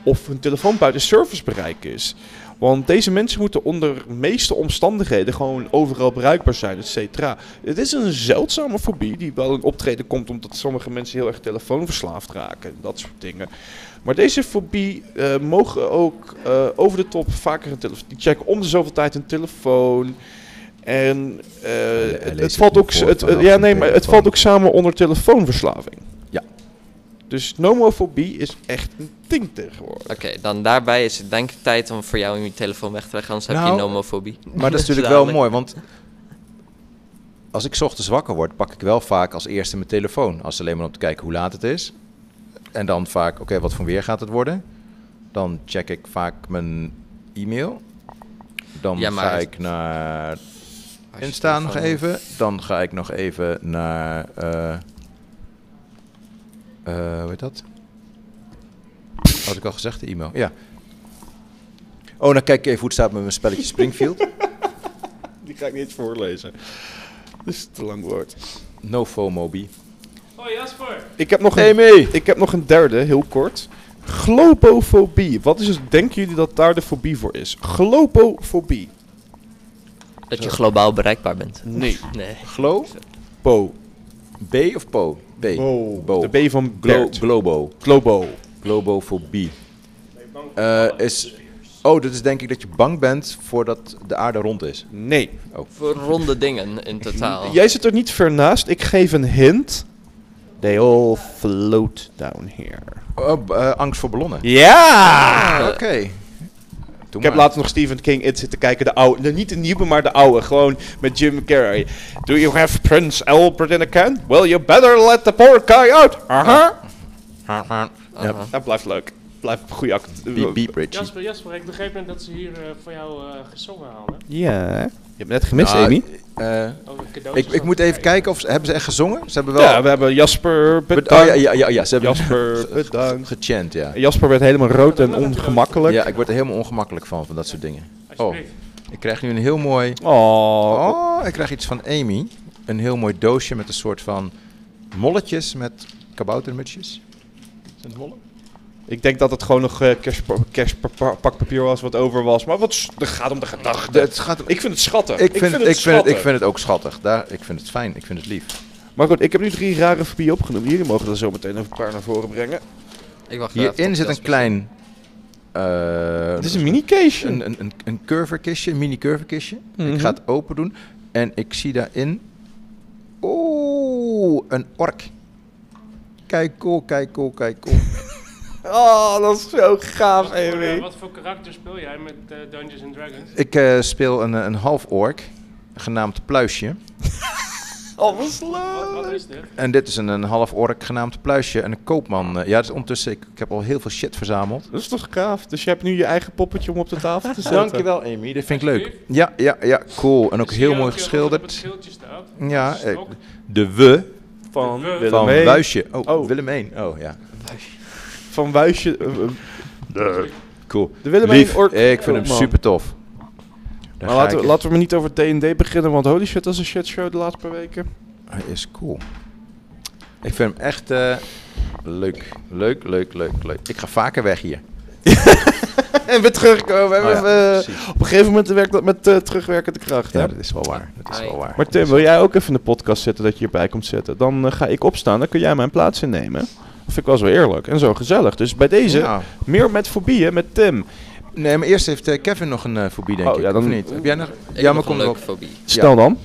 Of hun telefoon buiten servicebereik is. Want deze mensen moeten onder meeste omstandigheden gewoon overal bereikbaar zijn, et cetera. Het is een zeldzame fobie die wel in optreden komt omdat sommige mensen heel erg telefoonverslaafd raken. en Dat soort dingen. Maar deze fobie eh, mogen ook eh, over de top vaker een telefoon. Die checken om de zoveel tijd een telefoon. En eh, leest het, het valt niet ook, voor het, vanaf ja, een nee, maar het telefoon. valt ook samen onder telefoonverslaving. Ja. Dus nomofobie is echt een ding tegenwoordig. Oké, dan daarbij is het denk ik tijd om voor jou om je telefoon weg te leggen, anders heb Nou, je nomofobie. Maar dat is natuurlijk wel mooi, want als ik 's ochtends wakker word, pak ik wel vaak als eerste mijn telefoon. Als alleen maar om te kijken hoe laat het is. En dan vaak, oké, wat voor weer gaat het worden? Dan check ik vaak mijn e-mail. Dan Ja, maar ga het- ik naar Als je Insta nog telefoon- even. Dan ga ik nog even naar, eh, eh, hoe heet dat? Had ik al gezegd, de e-mail. Ja. Oh, dan kijk ik even hoe het staat met mijn spelletje Springfield. Die ga ik niet eens voorlezen. Dat is te lang woord. No FOMOBie. Oh Jasper. Ik heb nog een, ik heb nog een derde, heel kort. Globofobie. Wat is het? Denken jullie dat daar de fobie voor is? Globofobie. Dat je globaal bereikbaar bent. Nee. Nee. Glo? Po. B of Po? B. Bo. De B van Glo- Bert. globo. Globo. Globofobie. Eh, is, oh, dat is denk ik dat je bang bent voordat de aarde rond is. Nee. Voor ronde dingen in totaal. Jij zit er niet ver naast. Ik geef een hint. They all float down here. Oh, b- eh, angst voor ballonnen. Ja! Ah, Oké. Ik heb laatst nog Stephen King It zitten kijken. De oude, nou, niet de nieuwe, maar de oude. Gewoon met Jim Carrey. Do you have Prince Albert in a can? Well, you better let the poor guy out. Aha. Uh-huh. Aha. Dat blijft leuk. Blijft goede act. Beep, beep, Richie. Jasper, Jasper, ik begreep net dat ze hier eh, voor jou eh, gezongen hadden. Ja. Je hebt net gemist, Nou, Amy. eh, Over cadeautjes. ik, ik moet even kijken of ze, hebben ze echt gezongen? Ze hebben wel... Ja, we hebben Jasper bedankt. Bed- oh, ja, ja, ja, ja, ze hebben Jasper bedankt. gechant, ja. Jasper werd helemaal rood en ongemakkelijk. Ja, ik word er helemaal ongemakkelijk van, van dat soort dingen. Oh, Alsjeblieft. ik krijg nu een heel mooi... Oh. Oh, ik krijg iets van Amy. Een heel mooi doosje met een soort van molletjes met kaboutermutsjes. Zijn het mollen? Ik denk dat het gewoon nog eh, kerspa- kerspa- pak papier was wat over was. Maar wat s- het gaat om de gedachte. Het gaat, ik, Ik vind het schattig. vind, ik, vind het, ik, vind het, schattig. ook schattig. Daar, ik vind het fijn, ik vind het lief. Maar goed, ik heb nu drie rare fobieën opgenomen. Jullie mogen er zo meteen een paar naar voren brengen. Ik wacht wel even Hierin tot zit een Jasper. klein... eh, Het is een mini-case. Een, een, een, een curverkistje, een mini curverkistje. Mhm. Ik ga het open doen en ik zie daarin... Oeh, een ork. Kijk, cool, kijk, cool, kijk, cool. Oh, dat is zo gaaf, Jasper, eh, Amy. wat voor karakter speel jij met eh, Dungeons and Dragons? Ik eh, speel een, eh, een half ork, genaamd Pluisje. Oh, wat is Wat, wat leuk. is dit? En dit is een, een half ork genaamd Pluisje en een koopman. eh, ja, dat is ondertussen, ik, ik heb al heel veel shit verzameld. Dat is toch gaaf? Dus je hebt nu je eigen poppetje om op de tafel te zetten. Dankjewel Amy, dat vind ik leuk. Ja, ja, ja, cool. En ook Zie heel je mooi ook, eh, wat er op het geschilderd. schildje staat? Ja, Een eh, stok. de we Van Van van Willemijn. Buisje. Oh, Oh. Willem 1. Oh ja, Van Wuisje. eh, eh, cool. De Willemijn Lief, Ork- ik vind hem Koopman. super tof. Daar Maar ga laten ik we, in. laten we maar niet over D&D beginnen, want holy shit, dat is een shitshow de laatste paar weken. Hij is cool. Ik vind hem echt eh, leuk. Leuk, leuk, leuk, leuk. Ik ga vaker weg hier. En weer terugkomen. En Oh ja, we- we- precies. op een gegeven moment werkt dat met eh, terugwerkende kracht. hè? Ja, dat is wel waar. Dat is wel waar. Maar Tim, wil jij ook even in de podcast zitten dat je hierbij komt zitten? Dan eh, ga ik opstaan, dan kun jij mijn plaats innemen. Dat vind ik wel zo eerlijk en zo gezellig. Dus bij deze, Ja. meer met fobieën met Tim. Nee, maar eerst heeft eh, Kevin nog een eh, fobie, denk Oh, ik. ja, dan- Of niet? Heb jij nog? Ik ja, heb maar nog kom een erop. leuke fobie. Stel dan.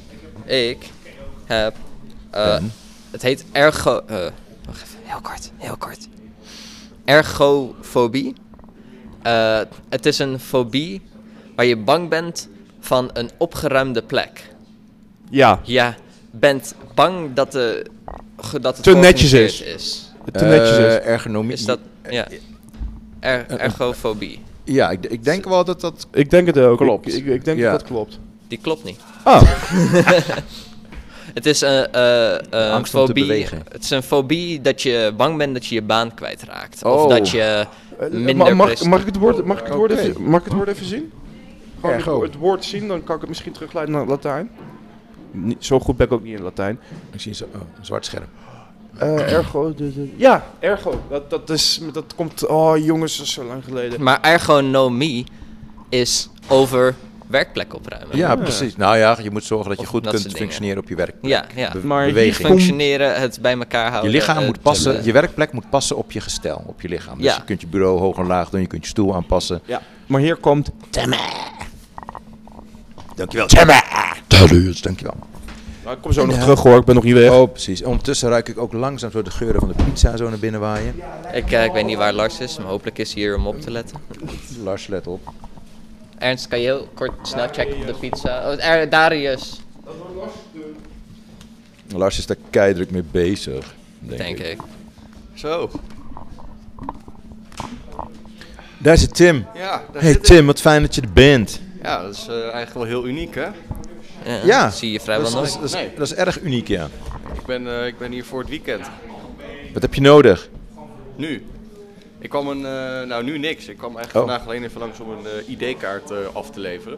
Ik heb... eh, Het heet ergo... eh, wacht even, heel kort, heel kort. Ergofobie. Eh, het is een fobie waar je bang bent van een opgeruimde plek. Ja, Ja, bent bang dat, de, ge- dat het Te netjes georganiseerd is. het te netjes is. Eh, ergonomie. Is dat... Ja. eh, Er, ergofobie. Ja, ik, ik denk wel dat dat... Ik denk het ook. Klopt. Ik, ik, ik denk Ja. dat dat klopt. Die klopt niet. Ah, Het is een, eh, eh, angst om te fobie. bewegen. Het is een fobie dat je bang bent dat je je baan kwijtraakt. Of Oh. dat je minder ma- mag, presteert. mag ik het woord, mag ik het woord, Oké. even, mag ik het woord even zien? Gewoon Ergo. het, het woord zien, dan kan ik het misschien terugleiden naar het Latijn. Niet, zo goed ben ik ook niet in Latijn. Ik zie zo, oh, een zwart scherm. Eh, ergo, de- de- ja, ergo. Dat, dat, is, dat komt, oh jongens, dat is zo lang geleden. Maar ergonomie is over werkplek opruimen. Ja, precies. Nou ja, je moet zorgen dat je Of goed dat kunt soort dingen. functioneren op je werk. Ja, ja. Be- Maar hier beweging. fun- Functioneren, het bij elkaar Je houden. lichaam eh, moet passen, eh, je werkplek moet passen op je gestel, op je lichaam. Dus Ja. je kunt je bureau hoog en laag doen, je kunt je stoel aanpassen. Ja, maar hier komt Dankjewel. eh, Temmers, dankjewel. Nou, ik kom zo nog Ja. terug hoor, ik ben nog niet weg. Oh, precies. Ondertussen ruik ik ook langzaam zo de geuren van de pizza zo naar binnen waaien. Ik, eh, ik weet niet waar Lars is, maar hopelijk is hij hier om op te letten. Lars, let op. Ernst, kan je heel kort snel checken op de pizza? Oh, er- Darius, Lars is daar keidruk mee bezig, denk, denk ik. ik. Zo. Daar zit Tim. Ja, daar Hey zit ik. Tim, wat fijn dat je er bent. Ja, dat is eh, eigenlijk wel heel uniek, hè? Ja, Ja. dat Zie je vrijwel Dat is, nooit. dat is- Nee. dat is erg uniek, ja. Ik ben, eh, ik ben hier voor het weekend. Wat heb je nodig? Nu. Ik kwam een, eh, nou nu niks. Ik kwam eigenlijk Oh. vandaag alleen even langs om een eh, ID-kaart eh, af te leveren.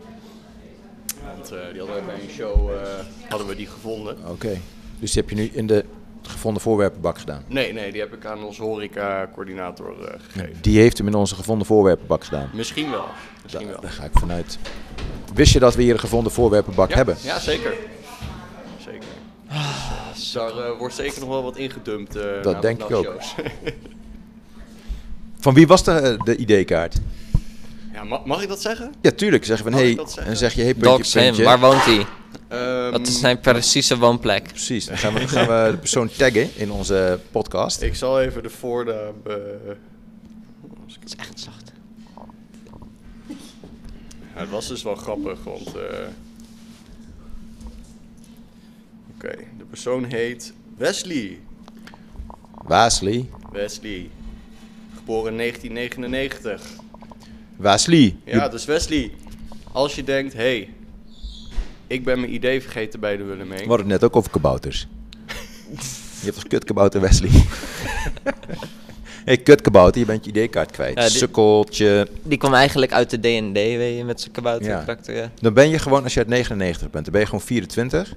Want eh, die hadden we bij een show, eh, hadden we die gevonden. Oké. Dus die heb je nu in de gevonden voorwerpenbak gedaan. Nee, nee, die heb ik aan onze horeca-coördinator eh, gegeven. Die heeft hem in onze gevonden voorwerpenbak gedaan. Misschien wel. Misschien wel. Daar ga ik vanuit. Wist je dat we hier een gevonden voorwerpenbak Ja, hebben? Ah, ja zeker. Zeker. Dus, eh, daar eh, wordt zeker nog wel wat ingedumpt. eh, na de denk ik ook. nachtshows. Van wie was de, de ID-kaart? ja, ma- mag ik dat zeggen? Ja, tuurlijk. Zeggen van, Mag Oh, ik hey, dat zeggen? en zeg je, hey, puntje, Dogs him, puntje. waar woont hij? Ehm, Wat is zijn precieze woonplek? Precies. Dan gaan we, gaan we de persoon taggen in onze podcast. Ik zal even de voornaam. eh, Het is echt zacht. ja, het was dus wel grappig, want. eh, Oké, de persoon heet Wesley. Wesley. Wesley. Geboren in 1999. Wesley. Ja, dus Wesley. Als je denkt, hé, hey, ik ben mijn idee vergeten bij de We Willemeen. hadden het net ook over kabouters. je hebt als kutkabouter Wesley. hey, kutkabouter, je bent je ID-kaart kwijt. Ja, die- Sukkeltje. Die kwam eigenlijk uit de D&D, weet je, met zijn kabouterkarakter. Ja. Dan ben je gewoon, als je uit 99 bent, dan ben je gewoon 24.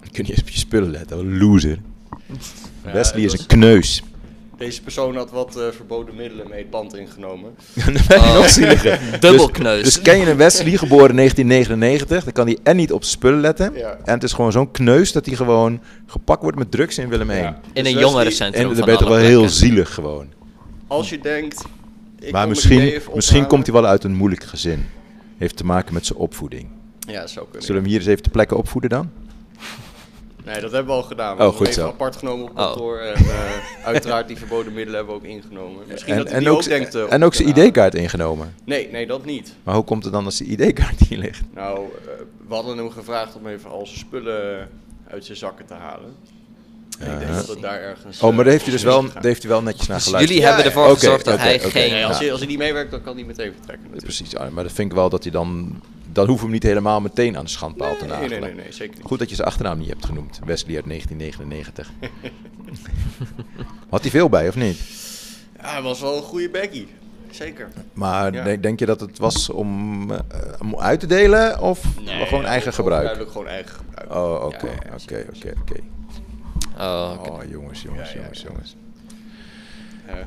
Dan kun je eens op je spullen letten. Wat een loser. Ja, Wesley is het een was- kneus. Deze persoon had wat eh, verboden middelen mee het pand ingenomen. Dan ben je nog zieliger. Oh. Dubbel Dus- kneus. Dus ken je een Wesley, geboren in 1999, dan kan hij en niet op zijn spullen letten. Ja. En het is gewoon zo'n kneus dat hij gewoon gepakt wordt met drugs in Willem heen. Ja. In Dus een Wesley- En jongerencentrum dan van ben je toch alle wel heel plekken. zielig gewoon. Als je denkt. Ik maar misschien, misschien komt hij wel uit een moeilijk gezin. Heeft te maken met zijn opvoeding. wel. Ja, zou kunnen. Zullen we hem hier eens even ter plekke opvoeden dan? Nee, dat hebben we al gedaan. We Oh, hebben goed hem even zo. apart genomen op Oh. kantoor. En eh, uiteraard die verboden middelen hebben we ook ingenomen. Misschien En, dat hij en die ook, ook, denkt... eh, op en ook te zijn halen. ID-kaart ingenomen. Nee, nee, dat niet. Maar hoe komt het dan als zijn ID-kaart hier ligt? Nou, eh, we hadden hem gevraagd om even al zijn spullen uit zijn zakken te halen. En ik denk dat het daar ergens... Uh-huh. Oh, maar daar eh, heeft hij dus is wel, daar misgegaan. heeft hij wel netjes naar Dus geluisterd. jullie hebben Ja, ervoor ja. Oké, gezorgd dat oké, hij oké. nou. geen... Nee, als, Ja. hij, als hij niet meewerkt, dan kan hij meteen vertrekken natuurlijk. Precies, ah, maar dat vind ik wel dat hij dan... Dan hoeven we hem niet helemaal meteen aan de schandpaal te Nee, nee, nagelen. nee, nee, nee, zeker niet. Goed dat je zijn achternaam niet hebt genoemd. Wesley uit 1999. Had hij veel bij, of niet? Ja, hij was wel een goede baggy. Zeker. Maar Ja. de- denk je dat het was om, eh, om uit te delen of gewoon eigen gebruik? Duidelijk gewoon eigen gebruik. Oh, oké, Ja, ja, oké, oké, oké. Oh, oké. Oh, jongens, jongens, Ja, ja, jongens, ja. jongens. Ja.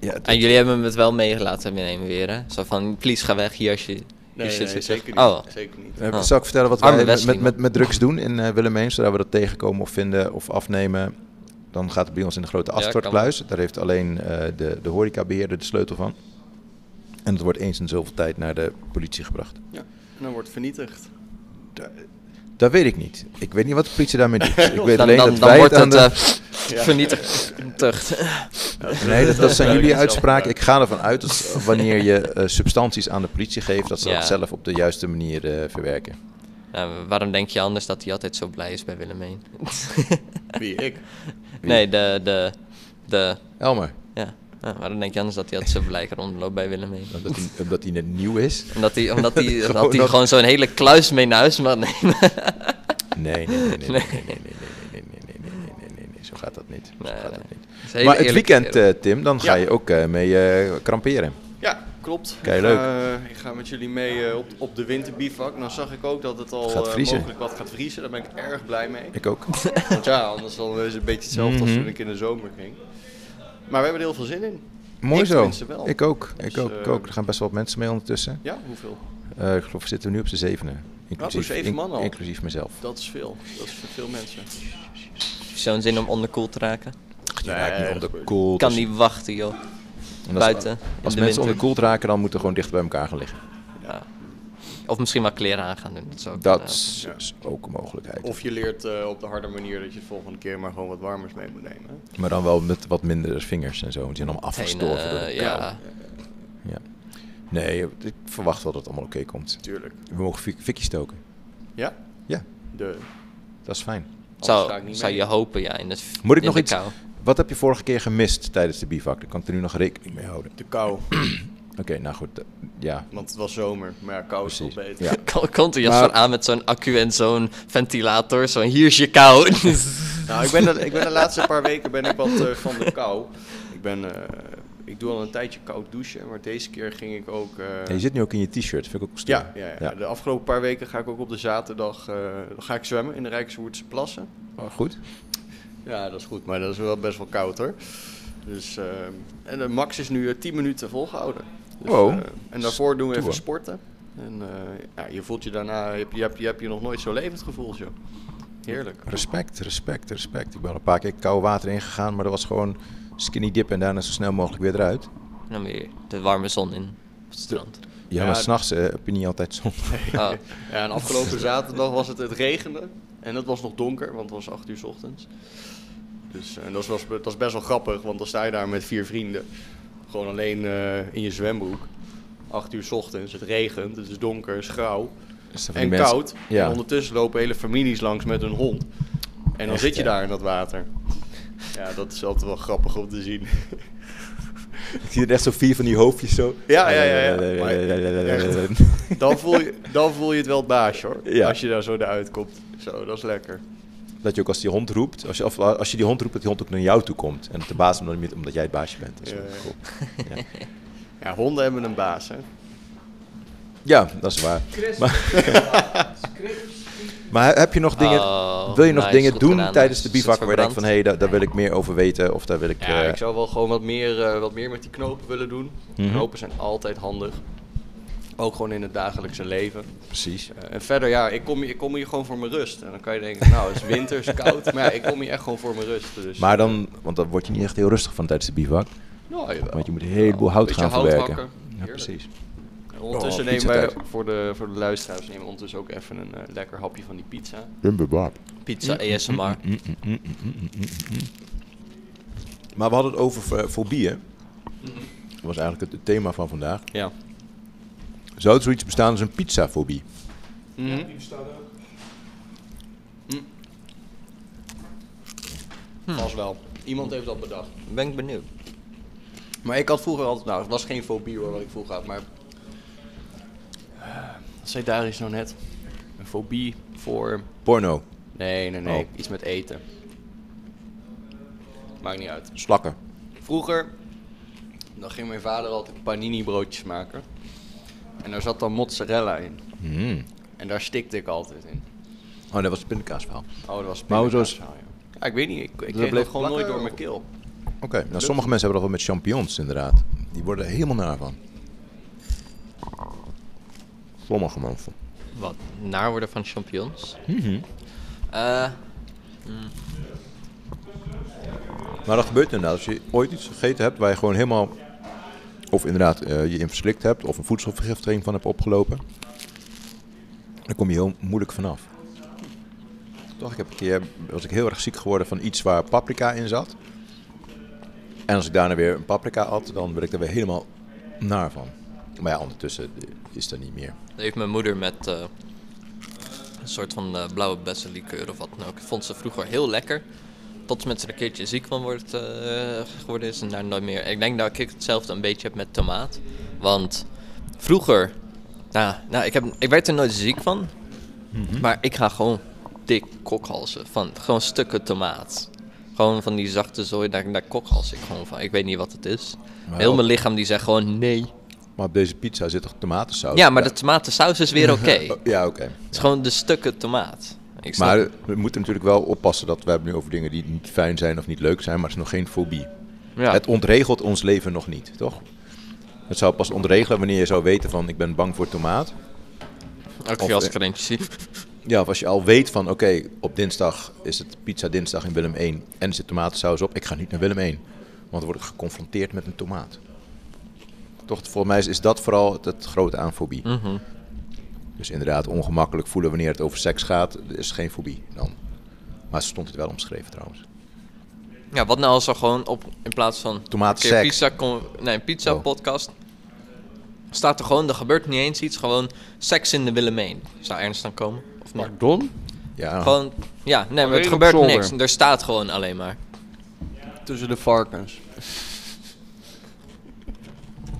Ja, het- En jullie hebben hem het wel mee laten nemen weer, hè? Zo van, please, ga weg hier als je... Nee, je nee, zit zeker niet. Oh, Zeker niet. eh, Oh. Zal ik vertellen wat Arme wij met, Wesley, met, man. met, met drugs doen in eh Willemijn? Zodra we dat tegenkomen of vinden of afnemen, dan gaat het bij ons in de grote Ja, kan. afstortkluis. Daar heeft alleen eh, de, de horecabeheerder de sleutel van. En En het wordt eens in zoveel tijd naar de politie gebracht. Ja. En dan wordt vernietigd. Da- Dat weet ik niet. Ik weet niet wat de politie daarmee doet. Ik weet Dan, alleen dan, dat dan wij wordt het aan het de... eh vernietigd. Nee, dat, dat zijn jullie Ja, dat is wel- uitspraken. Ik ga ervan uit dat wanneer je eh, substanties aan de politie geeft, dat ze Ja. dat zelf op de juiste manier eh, verwerken. Nou, waarom denk je anders dat hij altijd zo blij is bij Willemijn? Wie ik. nee, de, de, de, Elmer, ja. Nou, waarom denk je anders dat hij altijd zo blij kan rondlopen bij Willemijn? omdat hij, omdat hij net nieuw is. Omdat hij, omdat hij, Gewoon had hij dat- gewoon zo'n hele kluis mee naar huis mag nemen. Nee, nee, nee, nee, nee, nee, nee, nee, nee, nee, nee, nee, nee, nee, nee, nee, nee, zo gaat dat niet. Zo Nee, gaat nee. dat niet. Dat is een hele Maar het eerlijke weekend, kerel. eh, Tim, dan ga Ja. je ook eh, mee eh, kramperen. Ja, klopt. Kei Ik leuk. ga, eh, ik ga met jullie mee eh, op, op de winterbivak. Nou zag ik ook dat het al Gaat eh, vriezen. mogelijk wat gaat vriezen. Daar ben ik erg blij mee. Ik ook. Want ja, anders dan is het een beetje hetzelfde als Mhm. toen ik in de zomer ging. Maar we hebben er heel veel zin in. Mooi Ik zo. tenminste wel. Ik ook. Ik Dus, ook. Ik eh, ook. Er gaan best wel wat mensen mee ondertussen. Ja, hoeveel? Eh, ik geloof, we zitten nu op z'n zevenen. Inclusief, Oh, zeven in- man al. inclusief mezelf. Dat is veel. Dat is voor veel mensen. eh, Zo'n zin om onderkoeld te raken. Je Nee, raakt Dus niet dat onderkoeld. Kan Dus- niet wachten, joh. en als- Buiten. in Als de mensen winter. onderkoeld raken, dan moeten we gewoon dicht bij elkaar gaan liggen. Ja. Of misschien wel kleren aan gaan doen. Dat is ook, Dat eh, is ja. is ook een mogelijkheid. Of je leert eh, op de harde manier dat je de volgende keer maar gewoon wat warmers mee moet nemen. hè? maar dan wel met wat minder vingers en zo. Want die zijn allemaal meteen, afgestorven door de eh, kou. ja. Ja. Nee, ik verwacht wel dat het allemaal oké komt. Tuurlijk. We mogen fik- fikkie stoken. Ja? Ja. De, Dat is fijn. ga ik Zou, niet zou mee. je hopen, ja. In de, Moet ik in nog de iets- kou. Wat heb je vorige keer gemist tijdens de bivak? Daar kan ik er nu nog rekening mee houden. de kou. Oké, nou goed. eh, Ja, Want het was zomer. Maar ja, kou is toch precies. beter. Ja. Ko- Komt de Jasper Maar- aan met zo'n accu en zo'n ventilator? Zo'n hier is je kou. Nou, ik ben, de, ik ben de laatste paar weken ben ik wat eh, van de kou. Ik, ben, eh, ik doe al een tijdje koud douchen, maar deze keer ging ik ook... eh, Ja, je zit nu ook in je t-shirt. Vind ik ook stoer. ja, ja, ja. de afgelopen paar weken ga ik ook op de zaterdag eh, dan ga ik zwemmen in de Rijkswoerdse plassen. Oh, goed. Ja, dat is goed, maar dat is wel best wel koud hoor. Dus, eh, en de max is nu eh, 10 minuten volgehouden. Dus, Wow. eh, en daarvoor doen we even Stoer. sporten. En eh, ja, je voelt je daarna, je hebt je, hebt, je, hebt je nog nooit zo levend gevoeld joh. Heerlijk. Respect, respect, respect. Ik ben al een paar keer koud water ingegaan, maar dat was gewoon skinny dip en daarna zo snel mogelijk weer eruit. Dan weer de warme zon in op het strand. Ja, Ja, maar d- s'nachts eh heb je niet altijd zon. Oh, Ja, en afgelopen zaterdag was het het regende. En het was nog donker, want het was 8 uur 's ochtends. Dus eh, en dat, was, dat is best wel grappig, want dan sta je daar met vier vrienden. Gewoon alleen eh, in je zwembroek. 8 uur 's ochtends, het regent, het is donker, het is grauw Dus dan van en die mensen- koud. Ja. En ondertussen lopen hele families langs met hun hond. En dan Echt, zit je hè? daar in dat water. Ja, dat is altijd wel grappig om te zien. Ik zie er echt zo vier van die hoofdjes zo. Ja, ja, ja, ja. Maar echt. Dan voel je, dan voel je het wel het baas hoor, Ja. als je daar zo naar uitkomt. Zo, dat is lekker. Dat je ook als die hond roept, als je, of als je die hond roept, dat die hond ook naar jou toe komt. En dat de baas hem dan niet, omdat jij het baasje bent. Dat is wel Ja, ja. cool. Ja, honden hebben een baas, hè? Ja, dat is waar. Maar, maar heb je nog dingen, Oh, wil je nog nice, dingen goed doen gedaan. tijdens de Is het bivak waar je denkt van, hé, verbrand? daar, daar wil ik meer over weten. Of daar wil ik... Ja, eh, ik zou wel gewoon wat meer, eh, wat meer met die knopen willen doen. Mhm. Knopen zijn altijd handig. Ook gewoon in het dagelijkse leven. Precies. Eh, en verder, ja, ik kom, hier- ik kom hier gewoon voor mijn rust. En dan kan je denken, nou, het is winter, het is koud. Maar ja, ik kom hier echt gewoon voor mijn rust. Dus, Maar dan, want dan word je niet echt heel rustig van tijdens de bivak. ja, jawel. Want je moet een heleboel hout Beetje gaan hout verwerken. hakken. Ja, Heerlijk. precies. En Ondertussen Oh, nemen wij, pizzatijd. voor de, voor de luisteraars, nemen we ondertussen ook even een eh, lekker hapje van die pizza. pizza mm, ASMR. Maar we hadden het over eh, fobieën. Dat was eigenlijk het, het thema van vandaag. Ja. Zou er zoiets bestaan als een pizzafobie? Hm. Vast wel. Iemand heeft dat bedacht. Ben ik benieuwd. Maar ik had vroeger altijd, nou, het was geen fobie hoor, wat ik vroeger had, maar. Eh, Wat zei Darius nou net? Een fobie voor. Porno, Nee, nee, nee. Oh. Iets met eten. Maakt niet uit. slakken. Vroeger, dan ging mijn vader altijd panini broodjes maken. En daar zat dan mozzarella in. En daar stikte ik altijd in. Oh, dat was het pindakaasverhaal. Oh, dat was Maar hoezo pindakaas, is- Dus nou, ja. Ja, ik weet niet. Ik, ik bleef kreeg dat gewoon plakken, nooit door mijn of- keel. Oké, nou sommige mensen hebben dat wel met champignons inderdaad. Die worden er helemaal naar van. Sommige mensen. Wat? Naar worden van champignons? Eh, Maar dat gebeurt inderdaad. Als je ooit iets gegeten hebt waar je gewoon helemaal of inderdaad eh, je in verslikt hebt of een voedselvergiftiging van hebt opgelopen, dan kom je heel moeilijk vanaf. Toch, ik heb een keer, was ik heel erg ziek geworden van iets waar paprika in zat. En als ik daarna weer een paprika at, dan werd ik er weer helemaal naar van. Maar ja, ondertussen eh, is dat niet meer. Dat heeft mijn moeder met eh, een soort van eh, blauwe bessenlikeur of wat dan ook. Ik vond ze vroeger heel lekker. Tot ze met z'n een keertje ziek van wordt, eh, geworden is en daar nooit meer. Ik denk dat ik hetzelfde een beetje heb met tomaat. Want vroeger, nou, nou ik, heb, ik werd er nooit ziek van. Maar ik ga gewoon dik kokhalzen van gewoon stukken tomaat. Gewoon van die zachte zooi, daar, daar kokhals ik gewoon van. Ik weet niet wat het is. Heel mijn lichaam die zegt gewoon nee. Maar op deze pizza zit toch tomatensaus? Ja, maar de tomatensaus is weer oké. Oh, Ja, oké. Het is gewoon de stukken tomaat. Ik snap Maar het. we moeten natuurlijk wel oppassen dat we hebben nu over dingen die niet fijn zijn of niet leuk zijn, maar het is nog geen fobie. ja. Het ontregelt ons leven nog niet, toch? Het zou pas ontregelen wanneer je zou weten van ik ben bang voor tomaat. ook of- als ik er eentje zie. Ja, of als je al weet van oké, op dinsdag is het pizza dinsdag in Willem 1 en er zit tomatensaus op, ik ga niet naar Willem 1. Want dan word ik geconfronteerd met een tomaat. Toch, volgens mij is, is dat vooral het, het grote aan fobie. Mhm. Dus inderdaad, ongemakkelijk voelen wanneer het over seks gaat, is geen fobie dan. Maar stond het wel omschreven trouwens. Ja, wat nou als er gewoon op, in plaats van... Tomatenseks. een keer pizza, con- nee, een pizza Oh. podcast. Staat er gewoon, er gebeurt niet eens iets, gewoon seks in de Willemijn. Zou Ernst dan komen? Of niet? Pardon? Ja, Gewoon, ja, nee, maar het Alleen op gebeurt zolder. niks. Er staat gewoon alleen maar. Tussen de varkens.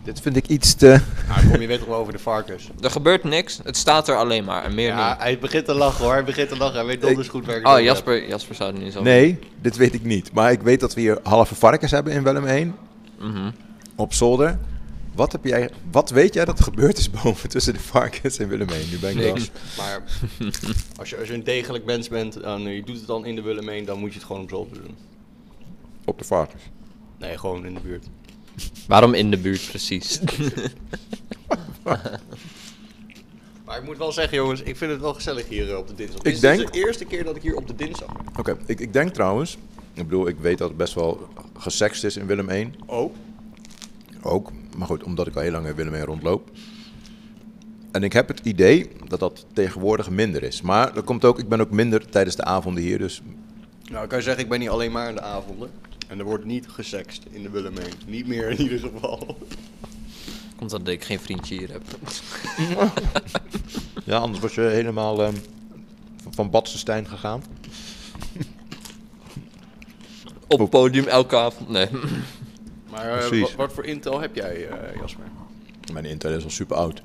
dit vind ik iets te... Ah, kom, je weet toch wel over de varkens? Er gebeurt niks, het staat er alleen maar en meer Ja, hij begint te lachen hoor. Hij begint te lachen. Hij weet donders goed waar ik niet. Oh, het over heb. Jasper, Jasper zou er niet zo... Nee, dit weet ik niet. Maar ik weet dat we hier halve varkens hebben in Willem 1. Mhm. Op zolder. Wat, heb jij, wat weet jij dat er gebeurd is boven tussen de varkens en Willem 1? Nu ben ik wel... Maar als je, als je een degelijk mens bent en je doet het dan in de Willemijn, dan moet je het gewoon op zolder doen. Op de varkens. Nee, gewoon in de buurt. Waarom in de buurt precies? Maar ik moet wel zeggen jongens, ik vind het wel gezellig hier eh, op de dinsdag. Ik Dit is denk- de eerste keer dat ik hier op de dinsdag ben. Oké, ik, ik denk trouwens... Ik bedoel, ik weet dat het best wel gesext is in Willem 1. Oh. Ook. Maar goed, omdat ik al heel lang in Willem 1 rondloop. En ik heb het idee dat dat tegenwoordig minder is. Maar dat komt ook, ik ben ook minder tijdens de avonden hier. Dus Nou, ik kan je zeggen, ik ben niet alleen maar in de avonden. En er wordt niet gesext in de Willemijn. Niet meer in ieder geval. Komt dat ik geen vriendje hier heb. ja, anders was je helemaal ehm, van- van Badsenstein gegaan. Op het podium elke avond, nee. Maar eh, Precies. wa- wat voor intel heb jij, eh, Jasper? Mijn internet is al super oud.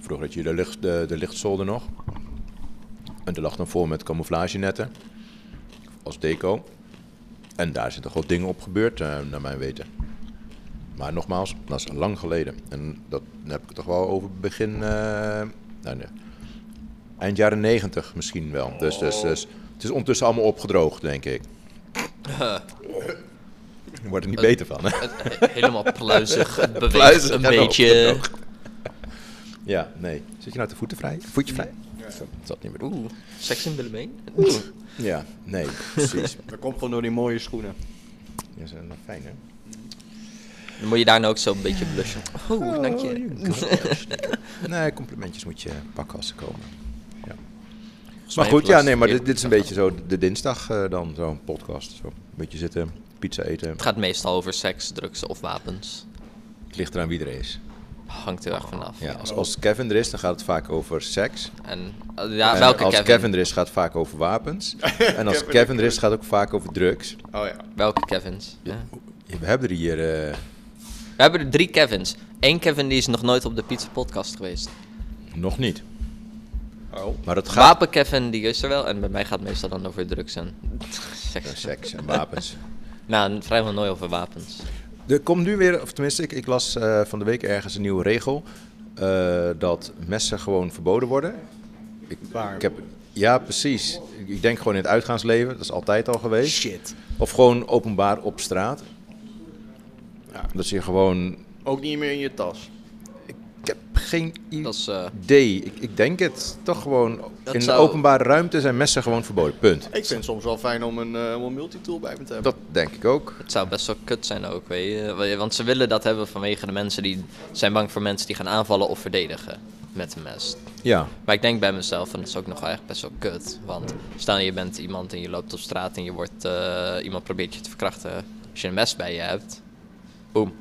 Vroeger had je de, licht, de, de lichtzolder nog. En die lag dan vol met camouflagenetten. Als deco. En daar zijn toch wel dingen op gebeurd, eh, naar mijn weten. Maar nogmaals, dat is lang geleden. En dat dan heb ik het toch wel over begin... eh, nou, nee. Eind jaren negentig misschien wel. Dus, dus, dus het is ondertussen allemaal opgedroogd, denk ik. Je wordt er niet beter van, hè? Het- Eh, helemaal pluizig. Het beweegt Pluizig nou, een en beetje. Ja, nee. Zit je nou te voeten vrij? Voetje vrij? Zo, Dat zat niet meer doen. Oeh, seks in Willemijn? Ja, nee, precies. Dat komt gewoon door die mooie schoenen. Ja, ze zijn wel fijn, hè? Dan moet je daarna ook zo een beetje blushen. Oeh, dank je. Oh, Nee, complimentjes moet je pakken als ze komen. Ja. mij Maar goed, heeft ja, Lars nee, maar weer- dit, dit is een beetje zo de dinsdag eh, dan, zo'n podcast. Zo. Een beetje zitten, pizza eten. Het gaat meestal over seks, drugs of wapens. Het ligt eraan wie er is. Hangt er erg vanaf. Ja, als, als Kevin er is, dan gaat het vaak over seks. En eh, ja, En welke als Kevin? Kevin? er is, gaat het vaak over wapens. en als Kevin- Kevin er is, gaat het ook vaak over drugs. Oh ja. Welke Kevins? Ja. We hebben er hier... eh, We hebben er drie Kevins. Eén Kevin die is nog nooit op de Pizza Podcast geweest. Nog niet. Oh. Maar dat gaat... Wapen Kevin die is er wel. En bij mij gaat het meestal dan over drugs en Ja, seks. Seks en wapens. Nou, vrijwel nooit over wapens. Er komt nu weer, of tenminste, ik, ik las eh, van de week ergens een nieuwe regel. eh, dat messen gewoon verboden worden. Ik, Waar? ik heb, ja, precies. Ik, ik denk gewoon in het uitgaansleven, dat is altijd al geweest. Of gewoon openbaar op straat. Ja. Dat je gewoon. Ook niet meer in je tas. Ik heb geen Dat is, eh, idee. Ik, ik denk het toch gewoon. Dat in zou- de openbare ruimte zijn messen gewoon verboden. Punt. Ik vind het soms wel fijn om een, eh, om een multitool bij me te hebben. Dat denk ik ook. het zou best wel kut zijn ook, weet je. Wa- Want ze willen dat hebben vanwege de mensen die zijn bang voor mensen die gaan aanvallen of verdedigen met een mes. Ja. Maar ik denk bij mezelf, en dat is ook nog eigenlijk best wel kut. Want stel je bent iemand en je loopt op straat en je wordt, eh, iemand probeert je te verkrachten. Als je een mes bij je hebt, boem,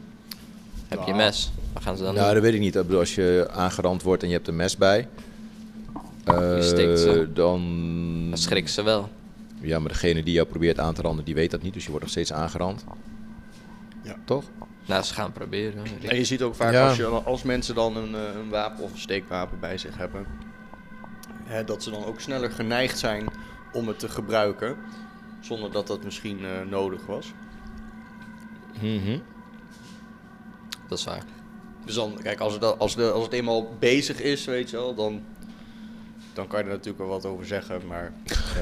heb je een mes. Wat gaan ze dan Ah. Nou, doen? dat weet ik niet. Ik bedoel, als je aangerand wordt en je hebt een mes bij. eh, Je steekt ze. Dan. Dan schrikken ze wel. Ja, maar degene die jou probeert aan te randen, die weet dat niet. Dus je wordt nog steeds aangerand. Ja. Toch? Nou, ze gaan proberen. En je ziet ook vaak Ja. als, je, als mensen dan een, eh, een wapen of een steekwapen bij zich hebben, hè, dat ze dan ook sneller geneigd zijn om het te gebruiken, zonder dat dat misschien eh, nodig was. Mhm. Dat is waar. Dus dan, kijk, als het, al- als de, als het eenmaal bezig is, weet je wel, dan, dan kan je er natuurlijk wel wat over zeggen, maar...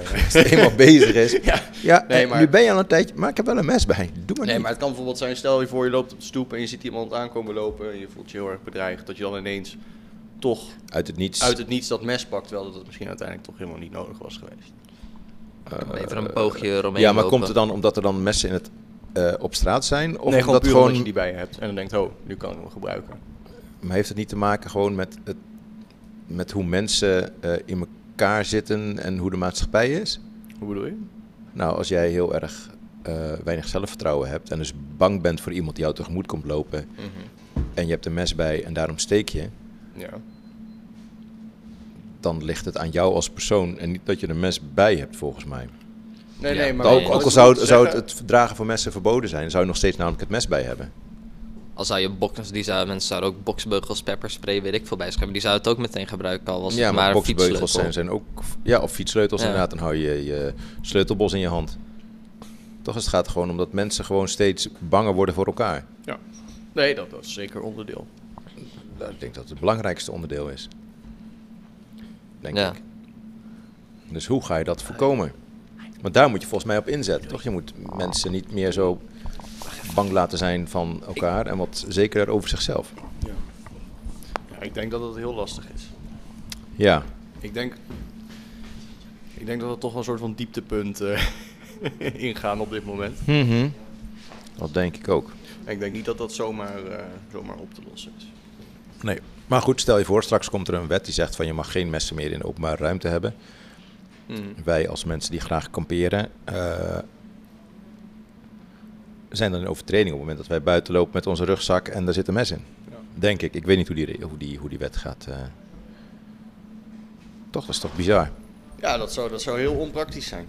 eh, Als het eenmaal bezig is. ja. Ja, Nee, eh, maar- nu ben je al een tijdje, maar ik heb wel een mes bij. Doe maar Nee, niet. maar het kan bijvoorbeeld zijn, stel je voor je loopt op de stoep en je ziet iemand aankomen lopen en je voelt je heel erg bedreigd, dat je dan ineens toch Uit het niets. uit het niets dat mes pakt, terwijl dat het misschien uiteindelijk toch helemaal niet nodig was geweest. Even een poogje eromheen Eh, ja, maar lopen. komt het dan omdat er dan messen in het, eh, op straat zijn? Of nee, gewoon omdat puur gewoon, omdat je die bij je hebt. En dan denkt, oh, nu kan ik hem gebruiken. Maar heeft het niet te maken gewoon met, het, met hoe mensen eh, in elkaar zitten en hoe de maatschappij is? Hoe bedoel je? Nou, als jij heel erg eh, weinig zelfvertrouwen hebt en dus bang bent voor iemand die jou tegemoet komt lopen Mhm. en je hebt een mes bij en daarom steek je, Ja. dan ligt het aan jou als persoon en niet dat je een mes bij hebt volgens mij. Nee, Ja. nee, maar... ook, nee, ook al wat zou, ik het- zou het, zeggen- het verdragen van messen verboden zijn, zou je nog steeds namelijk het mes bij hebben. Al zou je boksers, die zouden, mensen zouden ook boksbeugels, pepperspray, weet ik veel bijschrijven. Die zouden het ook meteen gebruiken, al was ja, het maar, maar een boksbeugels zijn, fietsleutel. zijn ook... Ja, of fietssleutels Ja. inderdaad. Dan hou je je sleutelbos in je hand. Toch, het gaat gewoon om dat mensen gewoon steeds banger worden voor elkaar. Ja. Nee, dat, dat is zeker onderdeel. Nou, ik denk dat het het belangrijkste onderdeel is. Denk Ja. ik. Dus hoe ga je dat voorkomen? Want daar moet je volgens mij op inzetten, toch? Je moet mensen niet meer zo bang laten zijn van elkaar en wat zekerder over zichzelf. Ja, ik denk dat dat heel lastig is. Ja, Ik denk... Ik denk dat we toch wel een soort van dieptepunt eh, ingaan op dit moment. dat denk ik ook. En ik denk niet dat dat zomaar, eh, zomaar op te lossen is. Nee. Maar goed, stel je voor, straks komt er een wet die zegt van je mag geen messen meer in de openbare ruimte hebben. Wij als mensen die graag kamperen, eh, zijn dan in overtreding op het moment dat wij buiten lopen met onze rugzak en daar zit een mes in. Denk ik. Ik weet niet hoe die, re- hoe die, hoe die wet gaat. eh. Toch, dat is toch bizar. Ja, dat zou, dat zou heel onpraktisch zijn.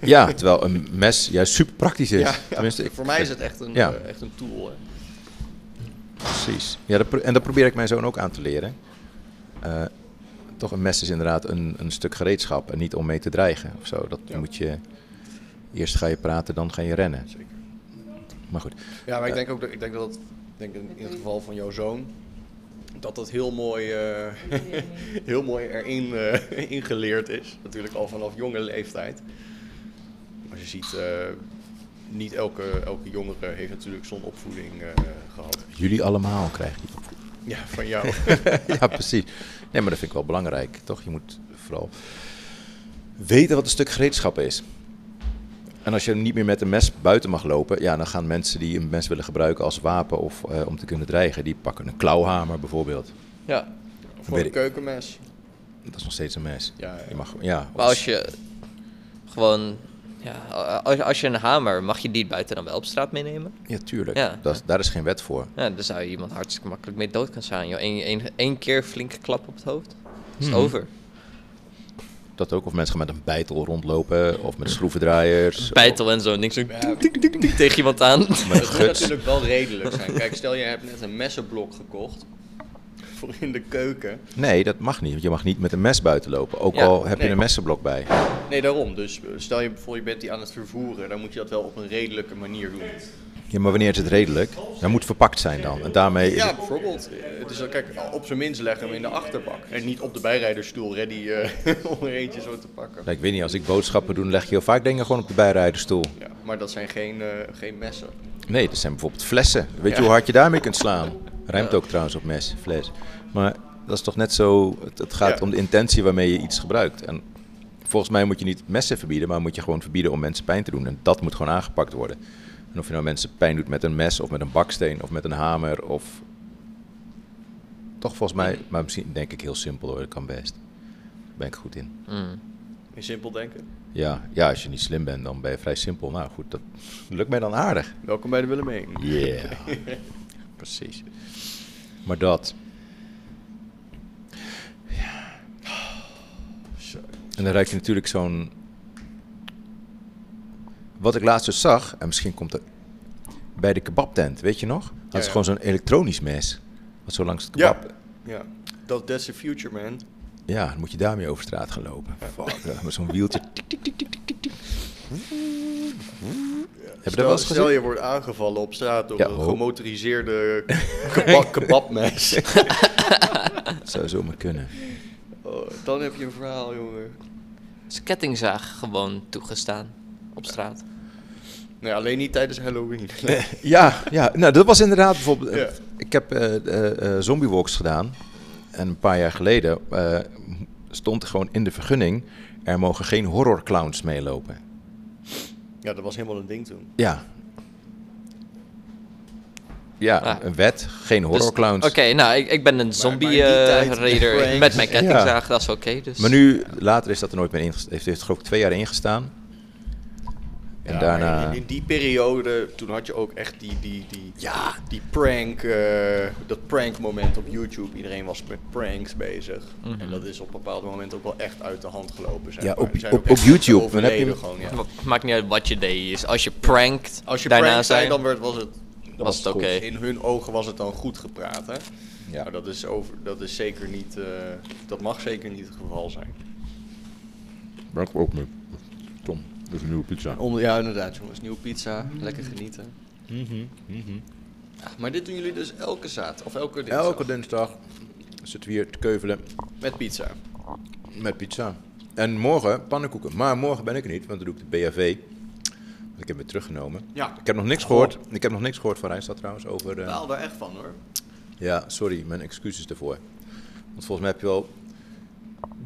ja, terwijl een mes juist super praktisch is. Ja, Tenminste, ik- voor mij is het echt een, Ja. eh, echt een tool. Hè. Precies. Ja, dat pro- en dat probeer ik mijn zoon ook aan te leren. Eh, toch, een mes is inderdaad een, een stuk gereedschap en niet om mee te dreigen of zo. Dat moet je... Eerst ga je praten, dan ga je rennen. Zeker. Maar goed. Ja, maar ik denk ook dat, ik denk dat, ik denk in, in het geval van jouw zoon, dat dat heel mooi, eh, heel mooi erin eh, ingeleerd is. Natuurlijk al vanaf jonge leeftijd. Als je ziet, eh, niet elke, elke jongere heeft natuurlijk zo'n opvoeding eh, gehad. Jullie allemaal krijgen die opvoeding. Ja, van jou. ja, precies. Nee, maar dat vind ik wel belangrijk, toch? Je moet vooral weten wat een stuk gereedschap is. En als je niet meer met een mes buiten mag lopen, ja, dan gaan mensen die een mes willen gebruiken als wapen of eh, om te kunnen dreigen, die pakken een klauwhamer bijvoorbeeld. Ja, Voor Weet een ik. keukenmes. Dat is nog steeds een mes. Ja, ja. Je mag, ja, maar als je gewoon... Ja, als, als je een hamer, mag je die buiten dan wel op straat meenemen? ja tuurlijk. Ja. Dat, daar is geen wet voor. Ja, daar zou je iemand hartstikke makkelijk mee dood kunnen slaan. joh. Eén één- één keer flinke klap op het hoofd. Is Hmm. het over. Dat ook. Of mensen gaan met een bijtel rondlopen of met schroevendraaiers. Bijtel en zo, niks. zo toek, toek, toek, toek tegen iemand aan. Met Het moet guts. natuurlijk wel redelijk zijn. Kijk, stel je hebt net een messenblok gekocht voor in de keuken. Nee, dat mag niet. Want je mag niet met een mes buiten lopen. Ook Ja, al heb nee. je een messenblok bij. Nee, daarom. Dus eh, stel je voor je bent die aan het vervoeren, dan moet je dat wel op een redelijke manier doen. Ja, maar wanneer is het redelijk? Dat moet verpakt zijn dan. En daarmee is Ja, het- bijvoorbeeld. Eh, Het is, dan- kijk, op zijn minst leggen we hem in de achterbak. En niet op de bijrijdersstoel ready eh, om er eentje zo te pakken. Nou, ik weet niet, als ik boodschappen doe, dan leg je heel vaak dingen gewoon op de bijrijderstoel. Ja, maar dat zijn geen, eh, geen messen. Nee, dat zijn bijvoorbeeld flessen. Weet je hoe hard je daarmee kunt slaan? Rijmt ook trouwens op mes, fles. Maar dat is toch net zo, het, het gaat Ja. om de intentie waarmee je iets gebruikt. En volgens mij moet je niet messen verbieden, maar moet je gewoon verbieden om mensen pijn te doen. En dat moet gewoon aangepakt worden. En of je nou mensen pijn doet met een mes of met een baksteen of met een hamer of... Toch volgens mij, maar misschien denk ik heel simpel hoor, dat kan best. Daar ben ik goed in. Mm. In simpel denken. Ja, ja, als je niet slim bent, dan ben je vrij simpel. Nou goed, dat lukt mij dan aardig. Welkom bij de Willemijn. Yeah. Precies. Maar dat. Zo. En dan ruik je natuurlijk zo'n... Wat ik laatst dus zag, en misschien komt het bij de kebabtent, weet je nog? Dat is Ja, ja. gewoon zo'n elektronisch mes. Wat zo langs het Ja. kebab... Ja. Dat, that's the future, man. Ja, dan moet je daarmee over straat gaan lopen. Fuck, ja, met zo'n wieltje. Tik, tik, tik, tik, tik, tik, tik. Heb je dat Stel, wel eens stel gezien? je wordt aangevallen op straat door Ja, een ho. gemotoriseerde keba- kebabmes. Dat zou zomaar kunnen. Oh, dan heb je een verhaal, jongen. Is kettingzaag gewoon toegestaan op straat? Nee, alleen niet tijdens Halloween. Ja, ja, nou dat was inderdaad bijvoorbeeld. Ja. Ik heb eh eh, eh, zombie walks gedaan. En een paar jaar geleden eh, stond er gewoon in de vergunning. Er mogen geen horrorclowns meelopen. Ja, dat was helemaal een ding toen. Ja. Ja, Ah. een wet, geen Dus- horrorclowns. Oké, nou, ik, ik ben een maar in die tijd, zombie-raider Frank. met mijn kettingzaag, dat is oké. dus. Maar nu, later is dat er nooit meer in. Heeft, heeft er geloof ik twee jaar ingestaan. En Ja, daarna. maar In, in die periode, toen had je ook echt die, die, die, Ja. die prank, eh, dat prankmoment op YouTube. Iedereen was met pranks bezig. En dat is op een bepaald moment ook wel echt uit de hand gelopen. Zeg Mhm. Ja, maar. op- Er zijn op- ook echt op YouTube. mensen Dan heb je- overleden gewoon, ja. Het Maakt niet uit wat je deed. Dus als je prankt, Als je daarna prank zei, zijn, dan werd, was het... was het oké. In hun ogen was het dan goed gepraat, hè? Ja. Maar dat is, over, dat is zeker niet... eh, dat mag zeker niet het geval zijn. Brak ook mee. Tom, dat is een nieuwe pizza. Onder, ja, inderdaad, jongens. Nieuwe pizza. Lekker genieten. Maar dit doen jullie dus elke zaterdag, of elke dinsdag, Elke dinsdag zitten we hier te keuvelen. met pizza. Met pizza. En morgen pannenkoeken. Maar morgen ben ik er niet, want dan doe ik de BHV. Want Ik heb het teruggenomen. Ja. Ik heb nog niks gehoord. Ik heb nog niks gehoord van Rijnstad trouwens over. Ik eh, baal daar echt van, hoor. ja, sorry, mijn excuses daarvoor. Want volgens mij heb je wel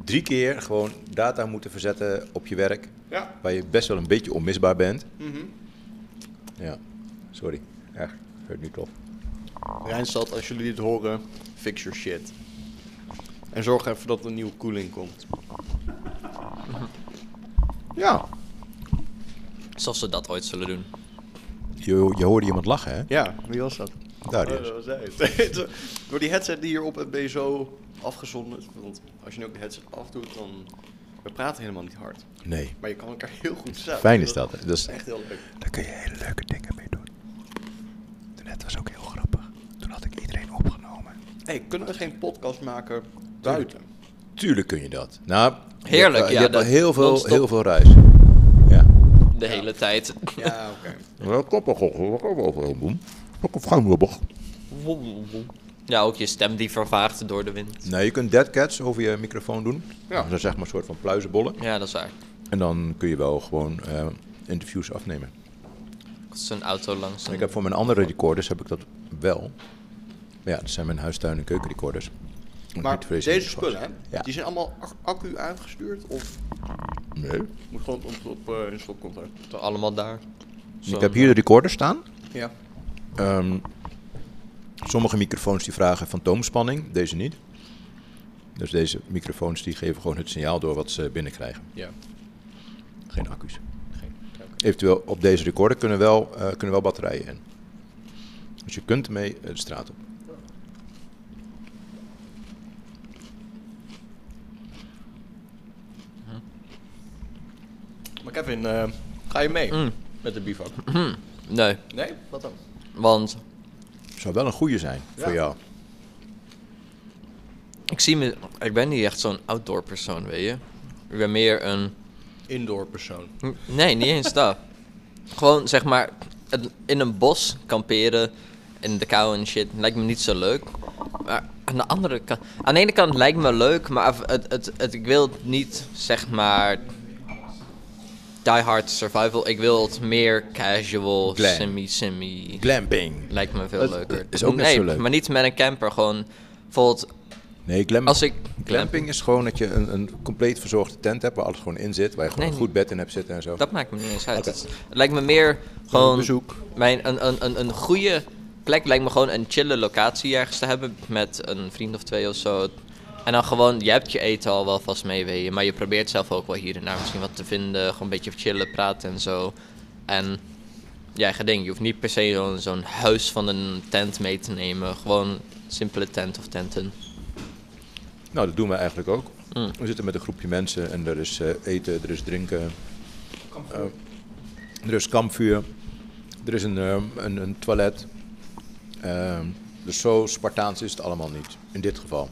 drie keer gewoon data moeten verzetten op je werk. Ja. Waar je best wel een beetje onmisbaar bent. Mhm. Ja, sorry. Echt, hurt nu toch. Rijnstad, als jullie dit horen, fix your shit. En zorg even dat er een nieuwe koeling komt. Ja. zoals ze dat ooit zullen doen. Je, je hoorde iemand lachen, hè? Ja, wie was dat? Oh, Darius. dat was hij. Door die headset die hierop hebt, ben je zo afgezonderd. Want als je nu ook de headset afdoet, dan... We praten helemaal niet hard. Nee. Maar je kan elkaar heel goed verstaan. Fijn is dat. hè? Dat Dus is echt heel leuk. Daar kun je hele leuke dingen mee doen. Net was ook heel grappig. Toen had ik iedereen opgenomen. hey, kunnen we geen podcast maken buiten? Tuurlijk kun je dat. Nou, je Heerlijk, hebt, eh, ja, Je hebt wel dat- heel veel, non-stop. heel veel ruis. Ja. De hele tijd. Ja, Ah, oké. Dat klopt wel. Dat kan wel veel doen. Ook een Ja, ook je stem die vervaagt door de wind. Nee, Nou, je kunt deadcats over je microfoon doen. Ja. Ja. Dat is zeg maar een soort van pluizenbollen. Ja, dat is waar. En dan kun je wel gewoon eh, interviews afnemen. Zo'n auto langs. Ik heb voor mijn andere recorders heb ik dat wel. Maar ja, dat zijn mijn huistuin- en keukenrecorders. Moet Maar niet vrezen deze dat het vast- spullen, hè, Ja. die zijn allemaal ac- accu aangestuurd of Nee. moet gewoon op, op eh, een stopcontact? Allemaal daar. Ik heb hier de recorder staan. Ja. Ehm, sommige microfoons die vragen fantoomspanning, deze niet. Dus deze microfoons die geven gewoon het signaal door wat ze binnenkrijgen. Ja. Geen accu's. Geen, oké. Eventueel op deze recorder kunnen wel, eh, kunnen wel batterijen in. Dus je kunt mee eh, de straat op. Maar Kevin, eh, ga je mee Mm. met de bivak? Nee, Nee? Wat dan? want Zou wel een goede zijn voor Ja. jou. ik zie me... Ik ben niet echt zo'n outdoor persoon, weet je. Ik ben meer een... Indoor persoon. N- Nee, niet eens dat. Gewoon zeg maar het- in een bos kamperen in de kou en shit lijkt me niet zo leuk. Maar aan de andere kant, aan de ene kant lijkt me leuk, maar af- het, het, het, ik wil het niet zeg maar die hard survival. Ik wil het meer casual, Glam. semi semi. Glamping. Lijkt me veel Het- leuker. is ook net nee, zo leuk. Maar niet met een camper, gewoon bijvoorbeeld Nee, glam, Als ik... glamping is gewoon dat je een, een compleet verzorgde tent hebt waar alles gewoon in zit. Waar je gewoon Nee, een goed bed in hebt zitten en zo. Dat maakt me niet eens uit. Oké. Het lijkt me meer Gewoon gewoon... bezoek. Mijn, een, een, een, een goede plek lijkt me gewoon een chille locatie ergens te hebben met een vriend of twee of zo. En dan gewoon, je hebt je eten al wel vast mee, weet je, maar je probeert zelf ook wel hier en daar misschien wat te vinden. Gewoon een beetje chillen, praten en zo. En je eigen ding, je hoeft niet per se zo'n zo'n huis van een tent mee te nemen. Gewoon een simpele tent of tenten. Nou, dat doen we eigenlijk ook. Mm. We zitten met een groepje mensen en er is eh, eten, er is drinken. Eh, er is kampvuur. Er is een, ehm, een, een toilet. Ehm, dus zo Spartaans is het allemaal niet. In dit geval.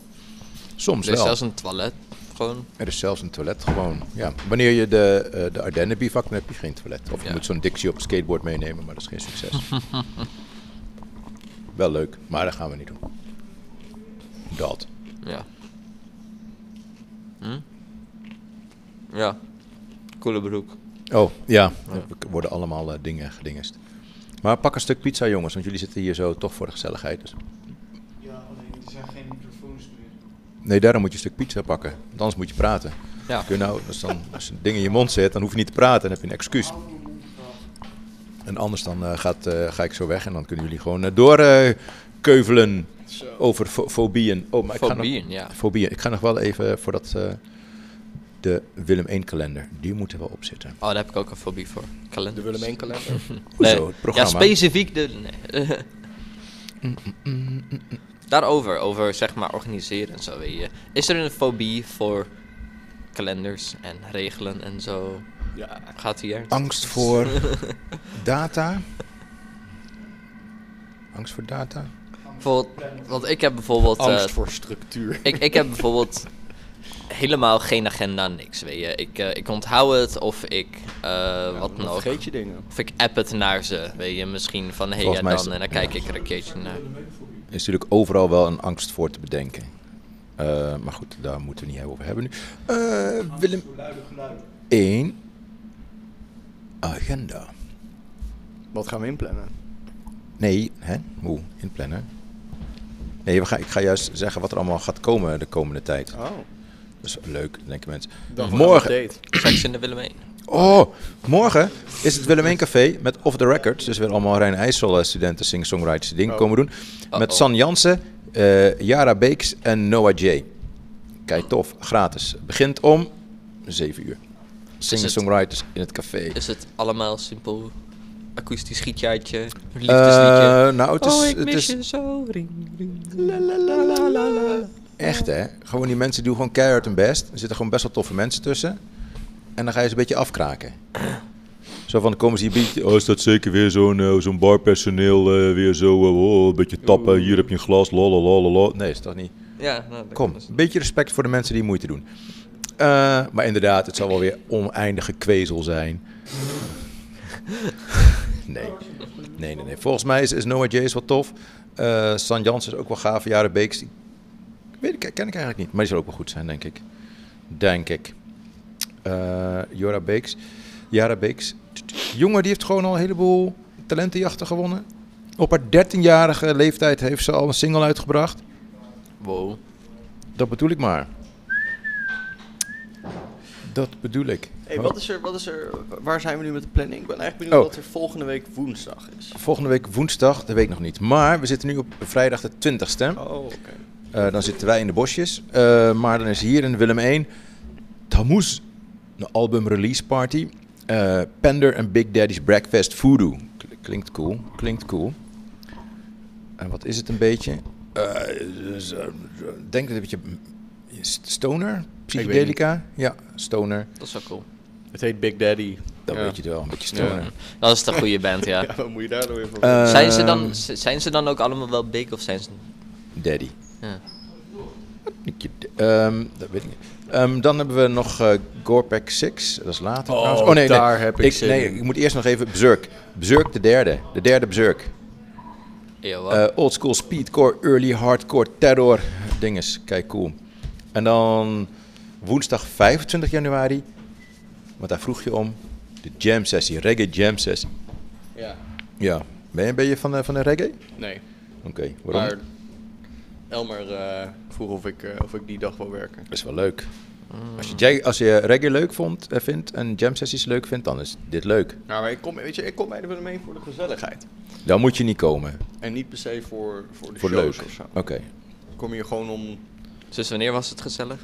Soms Er is wel. Dus zelfs een toilet, gewoon. Er is zelfs een toilet gewoon. Ja. Wanneer je de, eh, de Ardennen bivakt, dan heb je geen toilet. Of je Ja. moet zo'n Dixie op een skateboard meenemen, maar dat is geen succes. wel leuk, maar dat gaan we niet doen. Dat. Ja. Hm? Ja. Coole broek. Oh, ja. Er worden allemaal eh, dingen gedingest. Maar pak een stuk pizza, jongens, want jullie zitten hier zo toch voor de gezelligheid. Dus. Ja, alleen er zijn geen microfoons meer. Nee, daarom moet je een stuk pizza pakken. Want anders moet je praten. Ja. Kun je nou, als, dan, als een ding in je mond zit, dan hoef je niet te praten. Dan heb je een excuus. En anders dan eh, gaat, eh, ga ik zo weg en dan kunnen jullie gewoon eh, doorkeuvelen over fo- fobieën. Oh, maar ik ga nog- Fobieën, ja. Fobieën. Ik ga nog wel even voor dat... eh, de Willem 1 kalender. Die moet er wel op zitten. Oh, daar heb ik ook een fobie voor. Kalender. Willem 1 kalender. Hoezo? Nee, Het programma. Ja, specifiek de... nee. Daarover, over zeg maar organiseren en zo. Weet je. Is er een fobie voor kalenders en regelen en zo? Ja. Gaat hier? Angst voor data. Angst voor data. Bijvoorbeeld, want ik heb bijvoorbeeld... eh, Angst voor structuur. ik, ik heb bijvoorbeeld helemaal geen agenda, niks. Weet je. Ik, eh, ik onthoud het of ik... eh, wat Dan nog. vergeet je dingen. Of ik app het naar ze. Weet je, misschien van hey, Volgens ja mij is dan. het- En dan kijk ik er een keertje naar. Er is natuurlijk overal wel een angst voor te bedenken. Eh, maar goed, daar moeten we niet over hebben nu. Eh, Willem Voor luide geluiden. 1. Agenda. Wat gaan we inplannen? Nee, hè? Hoe? Inplannen. Nee, we gaan, ik ga juist zeggen wat er allemaal gaat komen de komende tijd. Oh. Dat is leuk, denken mensen. Dan Morgen. Seks in de Willem heen. Oh, morgen is het Willem 1 Café met Off The Records. Dus weer allemaal Rijn IJssel eh, studenten sing-songwriters die dingen Oh. komen doen. Met Uh-oh. San Jansen, eh Yara Beeks en Noah J. Kijk, tof. Gratis. Het Begint om 7 uur. Singer-songwriters in het café. Is het allemaal simpel akoestisch gietjaartje, liefdesliedje? Eh, nou, het is, oh, ik het mis is je zo. Ring, ring, ring. echt hè. Gewoon die mensen doen gewoon keihard hun best. Er zitten gewoon best wel toffe mensen tussen. En dan ga je ze een beetje afkraken. Zo van, dan komen ze hier bieden. Oh, is dat zeker weer zo'n eh, zo'n barpersoneel, eh, weer zo, eh, oh, een beetje tappen, hier heb je een glas, lalalalala. Nee, is dat niet. Ja, nou, dat Kom, kan dus. een beetje respect voor de mensen die moeite doen. Eh, maar inderdaad, het zal wel weer oneindige kwezel zijn. Nee. nee, nee, nee. Volgens mij is, is Noah Jays wel tof. Eh, San Jans is ook wel gaaf. Jaren Beeks, die weet ik, ken ik eigenlijk niet. Maar die zal ook wel goed zijn, denk ik. Denk ik. Eh Jora Beeks. Jara Beeks. Jongen, die heeft gewoon al een heleboel talentenjachten gewonnen. Op haar 13-jarige leeftijd heeft ze al een single uitgebracht. Wow. Dat bedoel ik maar. Dat bedoel ik. Hey, wat is er, wat is er, waar zijn we nu met de planning? Ik ben eigenlijk Oh. benieuwd wat er volgende week woensdag is. Volgende week woensdag, dat weet ik nog niet. Maar we zitten nu op vrijdag de 20ste. Oh, oké. Eh, dan zitten wij in de bosjes. Eh, maar dan is hier in Willem 1 Tamoes, een album release party. Eh, Pender en Big Daddy's Breakfast Voodoo. Kl- Klinkt cool, klinkt cool. En wat is het een beetje? Eh, dus, eh, denk dat het een beetje mm, stoner, psychedelica. Ja, stoner. Dat is wel cool. Het heet Big Daddy. Dat Ja. weet je wel, een beetje stoner. Dat is de goede band, ja. Ja, wat moet je daar nou weer voor? Eh, Zijn, ze dan, z- zijn ze dan ook allemaal wel big of zijn ze... Daddy. Ja. Ehm, dat weet ik niet. Ehm, dan hebben we nog eh Gorpak 6. Dat is later. trouwens. Oh, Oh, daar heb ik zin nee, in. ik moet eerst nog even Berserk. Berserk de derde. De derde Berserk. Eeuw, wat? Eh old school speedcore, early hardcore, terror. Dinges, kijk cool. En dan woensdag 25 januari. Want daar vroeg je om. De jam sessie, reggae jam sessie. Ja. Ja. Ben je, ben je van, de- van de reggae? Nee. Oké, waarom? Maar Elmer eh, vroeg of ik, eh, of ik die dag wil werken. Dat is wel leuk. Als je, jag- als je reggae leuk vond, eh, vindt en jam sessies leuk vindt, dan is dit leuk. Nou, maar ik kom, weet je, ik kom er mee voor de gezelligheid. Dan moet je niet komen. En niet per se voor, voor de Voor shows leuk. of zo. Oké. Ik kom hier gewoon om... Dus wanneer was het gezellig?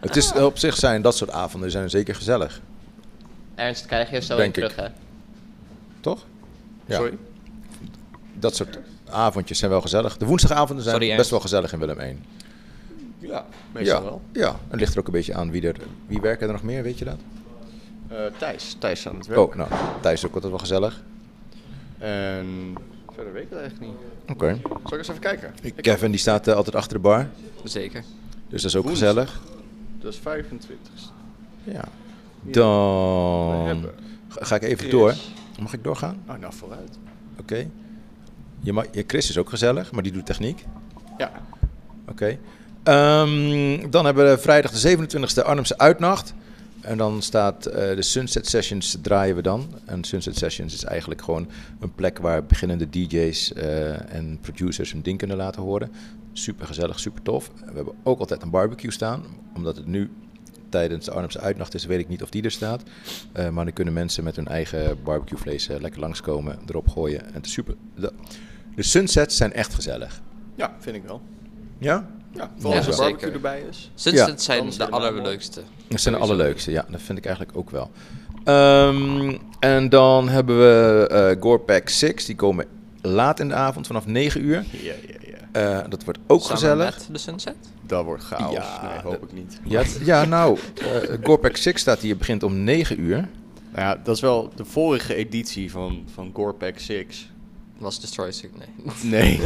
Het is eh, op zich zijn dat soort avonden zijn zeker gezellig, Ernst, krijg je zo Denk in terug, ik. hè? toch? Ja. Sorry? Dat soort avondjes zijn wel gezellig. De woensdagavonden zijn Sorry, Ernst. best wel gezellig in Willem 1. Ja, meestal ja. wel. Ja, het ligt er ook een beetje aan wie er... Wie werken er nog meer, weet je dat? Eh, Thijs. Thijs aan het werk. Oh, nou, Thijs is ook altijd wel gezellig. En verder weet ik het eigenlijk niet. Oké. Zal ik eens even kijken? Kevin die staat eh, altijd achter de bar, Zeker. dus dat is ook Woensdag. gezellig. Dat is 25. Ja. Dan hebben ga ga ik even Chris. door. Mag ik doorgaan? Oh, nou vooruit. Oké. Je ma- je- Chris is ook gezellig, maar die doet techniek. Ja. Oké. Ehm, dan hebben we vrijdag de 27e Arnhemse uitnacht. En dan staat eh, de Sunset Sessions draaien we dan. En Sunset Sessions is eigenlijk gewoon een plek waar beginnende DJ's eh, en producers hun ding kunnen laten horen. Super gezellig, super tof. We hebben ook altijd een barbecue staan. Omdat het nu tijdens de Arnhemse uitnacht is, weet ik niet of die er staat. Eh, maar dan kunnen mensen met hun eigen barbecuevlees eh, lekker langskomen, erop gooien. En het is super. De, de sunsets zijn echt gezellig. Ja, vind ik wel. Ja? Ja, vooral als Ja, er barbecue zeker. erbij is. Sinds Ja. het zijn Anders de helemaal mooi. allerleukste. Dat zijn de allerleukste, ja. Dat vind ik eigenlijk ook wel. Ehm, en dan hebben we eh Gore Pack 6. Die komen laat in de avond, vanaf 9 uur. Ja, ja, ja. Eh, dat wordt ook Samen gezellig. met de Sunset. Dat wordt chaos. Ja, nee, hoop ik niet. Ja, het- ja, nou, eh Gore Pack 6 staat hier, begint om 9 uur. Nou ja, dat is wel de vorige editie van, van Gore-Pack 6. Was Destroy Sig- Nee. Nee.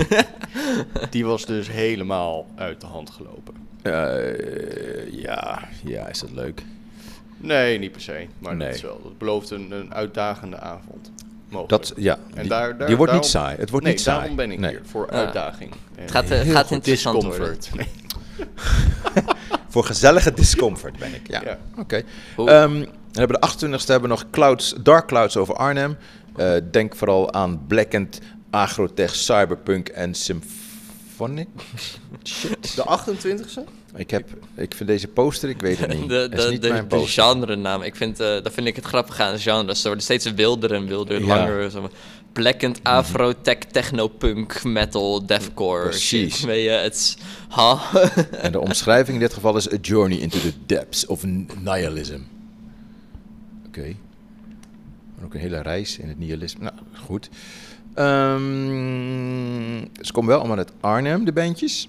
Die was dus helemaal uit de hand gelopen. Eh, ja, ja, is dat leuk. Nee, niet per se. Maar Nee. dat, is wel, dat belooft een, een uitdagende avond. Mogelijk. Dat, ja, En die, daar- daar- die wordt niet daarom- saai. Het wordt nee, niet saai. daarom ben ik Nee. hier. Voor Ah. uitdaging. Het gaat, eh, gaat interessant discomfort. Nee. Voor gezellige discomfort ben ik, ja. Ja. Oké. Oeh. Ehm, we hebben de 28e hebben we nog clouds, Dark Clouds over Arnhem. Eh, denk vooral aan Blackend, Agrotech, Cyberpunk en Symphonic. De 28e? Ik, heb, ik vind deze poster, ik weet het niet. De, Het is de, niet de, mijn de poster. genrenaam. Ik vind, eh daar vind ik het grappig aan, genres. Ze worden steeds wilder en wilder, Ja. Mhm. langer. Zo. Plekkend afro, tech, technopunk, metal, deathcore. Precies. Shit. Weet je, het is... Ha? En de omschrijving in dit geval is A Journey into the Depths of N- Nihilism. Oké. Maar ook een hele reis in het nihilisme. Nou, goed. Ehm, ze komen wel allemaal uit Arnhem, de bandjes.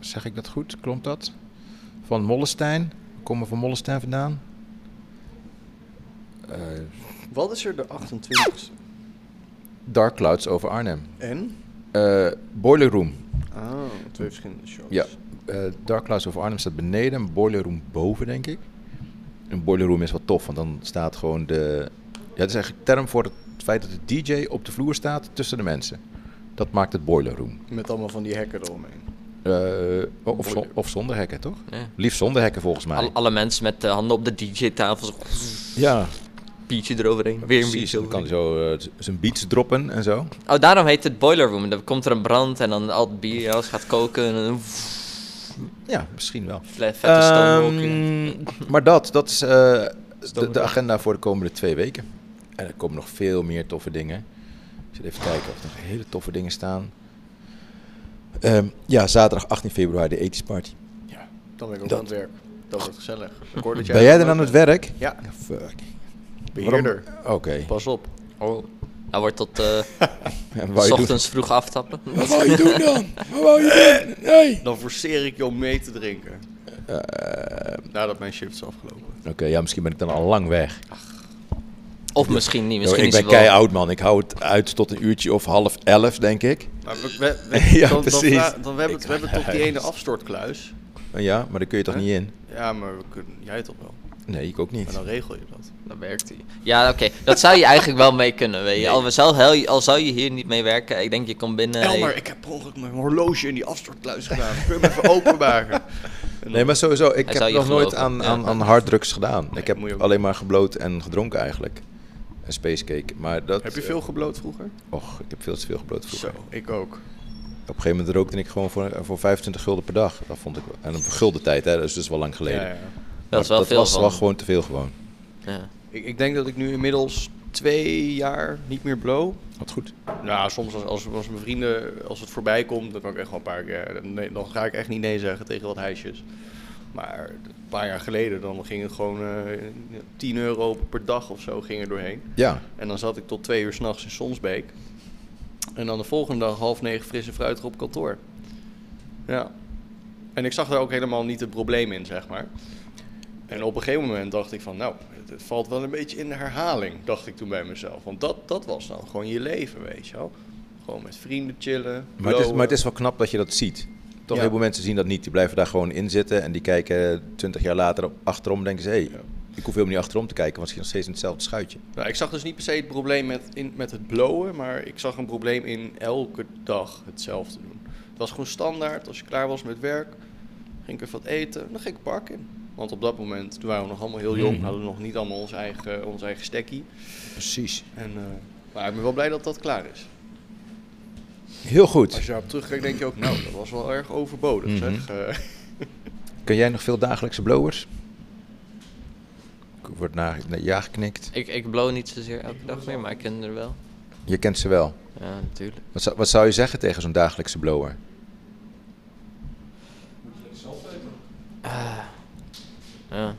Zeg ik dat goed? Klopt dat? Van Mollestein. Komen van Mollestein vandaan. Eh, Wat is er de 28e? Dark Clouds over Arnhem. En? Eh, Boiler Room. Ah, twee verschillende shows. Ja, eh Dark Clouds of Arnhem staat beneden en Boiler Room boven, denk ik. Een Boiler Room is wel tof, want dan staat gewoon de... Ja, het is eigenlijk een term voor het feit dat de DJ op de vloer staat tussen de mensen. Dat maakt het Boiler Room. Met allemaal van die hekken eromheen. Eh, of, zo- Boiler. of zonder hekken, toch? Ja. Liefst zonder hekken, volgens mij. Alle, alle mensen met de handen op de DJ-tafel. zo, ja, Biertje eroverheen, weer een precies. biertje Dan kan hij eroverheen. zo eh, z- zijn beats droppen en zo. Oh, daarom heet het Boiler Room. Dan komt er een brand en dan al het bier alles gaat koken. En een Ja, misschien wel. vette stoomwolken. Ehm, maar dat, dat is eh, de, de agenda voor de komende twee weken. En er komen nog veel meer toffe dingen. Ik zit even kijken of er nog hele toffe dingen staan. Ehm, ja, zaterdag 18 februari de ethisch party. Ja, dan ben ik ook Dat- aan het werk. Dat wordt gezellig. Ik hoor dat ben jij dan aan het werk? Ja, Fuck. beheerder. Oké. Pas op. Oh. Hij wordt tot eh En wou je doen- ochtends vroeg aftappen. Wat wou je doen dan? Wat wou je doen? Nee. Dan forceer ik je om mee te drinken. Nadat mijn shift is afgelopen. Ehm, Oké, ja, misschien ben ik dan al lang weg. Of misschien niet. Misschien ik is ben het wel- keioud, man. Ik hou het uit tot een uurtje of half elf, denk ik. Maar we, we- we- Ja, dan, precies. Dan, vra- dan we hebben, Ik we hebben ga toch die naar ene huis. afstortkluis. Ja, maar daar kun je toch Huh? niet in? Ja, maar we kunnen, jij toch wel. Nee, ik ook Maar niet. dan regel je dat. Dan werkt hij. Ja, oké. Dat zou je eigenlijk wel mee kunnen, weet je. Al, we zou, heel- al zou je hier niet mee werken, ik denk je komt binnen... Elmer, ik heb per ongeluk mijn horloge in die afstortkluis gedaan. Kun je hem even openmaken? Nee, maar sowieso, ik Hij heb zou je nog nooit geloven. aan, Ja. aan, aan harddrugs gedaan. ik heb moet je ook alleen maar gebloot en gedronken eigenlijk. En spacecake. Maar dat, Heb je eh, veel gebloot vroeger? och, ik heb veel te veel gebloot vroeger. Zo, ik ook. Op een gegeven moment rookte ik gewoon voor, voor 25 gulden per dag. Dat vond ik wel- En op een gulden tijd, hè, dus dat is wel lang geleden. Ja, ja. Dat is wel dat veel was van. wel gewoon te veel gewoon. Ja. Ik, ik denk dat ik nu inmiddels twee jaar niet meer blow. Wat goed. Nou, soms als, als, als mijn vrienden, als het voorbij komt, dan kan ik echt gewoon een paar keer, dan- nee, dan ga ik echt niet nee zeggen tegen wat hijsjes. Maar een paar jaar geleden, dan ging het gewoon eh 10 euro per dag of zo ging er doorheen. Ja, En dan zat ik tot twee uur s'nachts in Sonsbeek. En dan de volgende dag half negen frisse fruit op kantoor. Ja. En ik zag daar ook helemaal niet het probleem in, zeg maar. En op een gegeven moment dacht ik van, nou, het, het valt wel een beetje in de herhaling, dacht ik toen bij mezelf. Want dat, dat was dan gewoon je leven, weet je wel. Gewoon met vrienden chillen. maar het, is, blowen. maar het is wel knap dat je dat ziet. Toch Ja. heel veel mensen zien dat niet. Die blijven daar gewoon in zitten en die kijken 20 jaar later op- achterom en denken ze... hé, hey, ik hoef helemaal niet achterom te kijken, want ik zit nog steeds in hetzelfde schuitje. Nou, ik zag dus niet per se het probleem met, in, met het blowen, maar ik zag een probleem in elke dag hetzelfde doen. Het was gewoon standaard, als je klaar was met werk, ging ik even wat eten, dan ging ik het park in. Want op dat moment, toen waren we nog allemaal heel jong, hadden we nog niet allemaal ons eigen, ons eigen stekkie. Precies. En, eh, maar ik ben wel blij dat dat klaar is. Heel Als goed. je daarop terugkijkt, denk je ook, nou, dat was wel erg overbodig, zeg. Eh, Kun jij nog veel dagelijkse blowers? Ik word na, na- ja geknikt. Ik, ik blow niet zozeer elke dag meer, maar ik ken er wel. Je kent ze wel. Ja, natuurlijk. Wat zou, wat zou je zeggen tegen zo'n dagelijkse blower? Ja,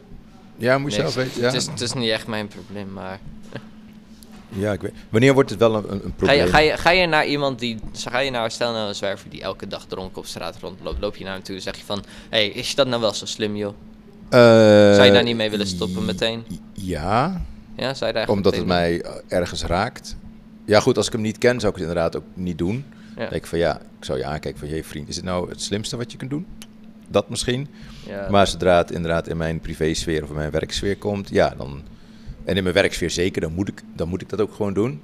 Ja, moet je niks. zelf weten. Het, Ja. is, het is niet echt mijn probleem, maar... ja, ik weet. Wanneer wordt het wel een, een- een Ga probleem? je, ga, je, ga je naar iemand die... Ga je nou, stel nou een zwerver die elke dag dronken op straat rondloopt. Loop je naar hem toe en zeg je van... hey, is dat nou wel zo slim, joh? Eh, Zou je daar niet mee willen stoppen meteen? Ja, Ja, zou je daar echt omdat het meteen- mij eh, ergens raakt. Ja, goed, als ik hem niet ken, zou ik het inderdaad ook niet doen. Ja. Dan denk ik van ja, ik zou je aankijken van je vriend, is het nou het slimste wat je kunt doen? Dat misschien. Ja. Eh, Maar zodra het inderdaad in mijn privésfeer of in mijn werksfeer komt, ja, dan. En in mijn werksfeer zeker, dan moet ik, dan moet ik dat ook gewoon doen.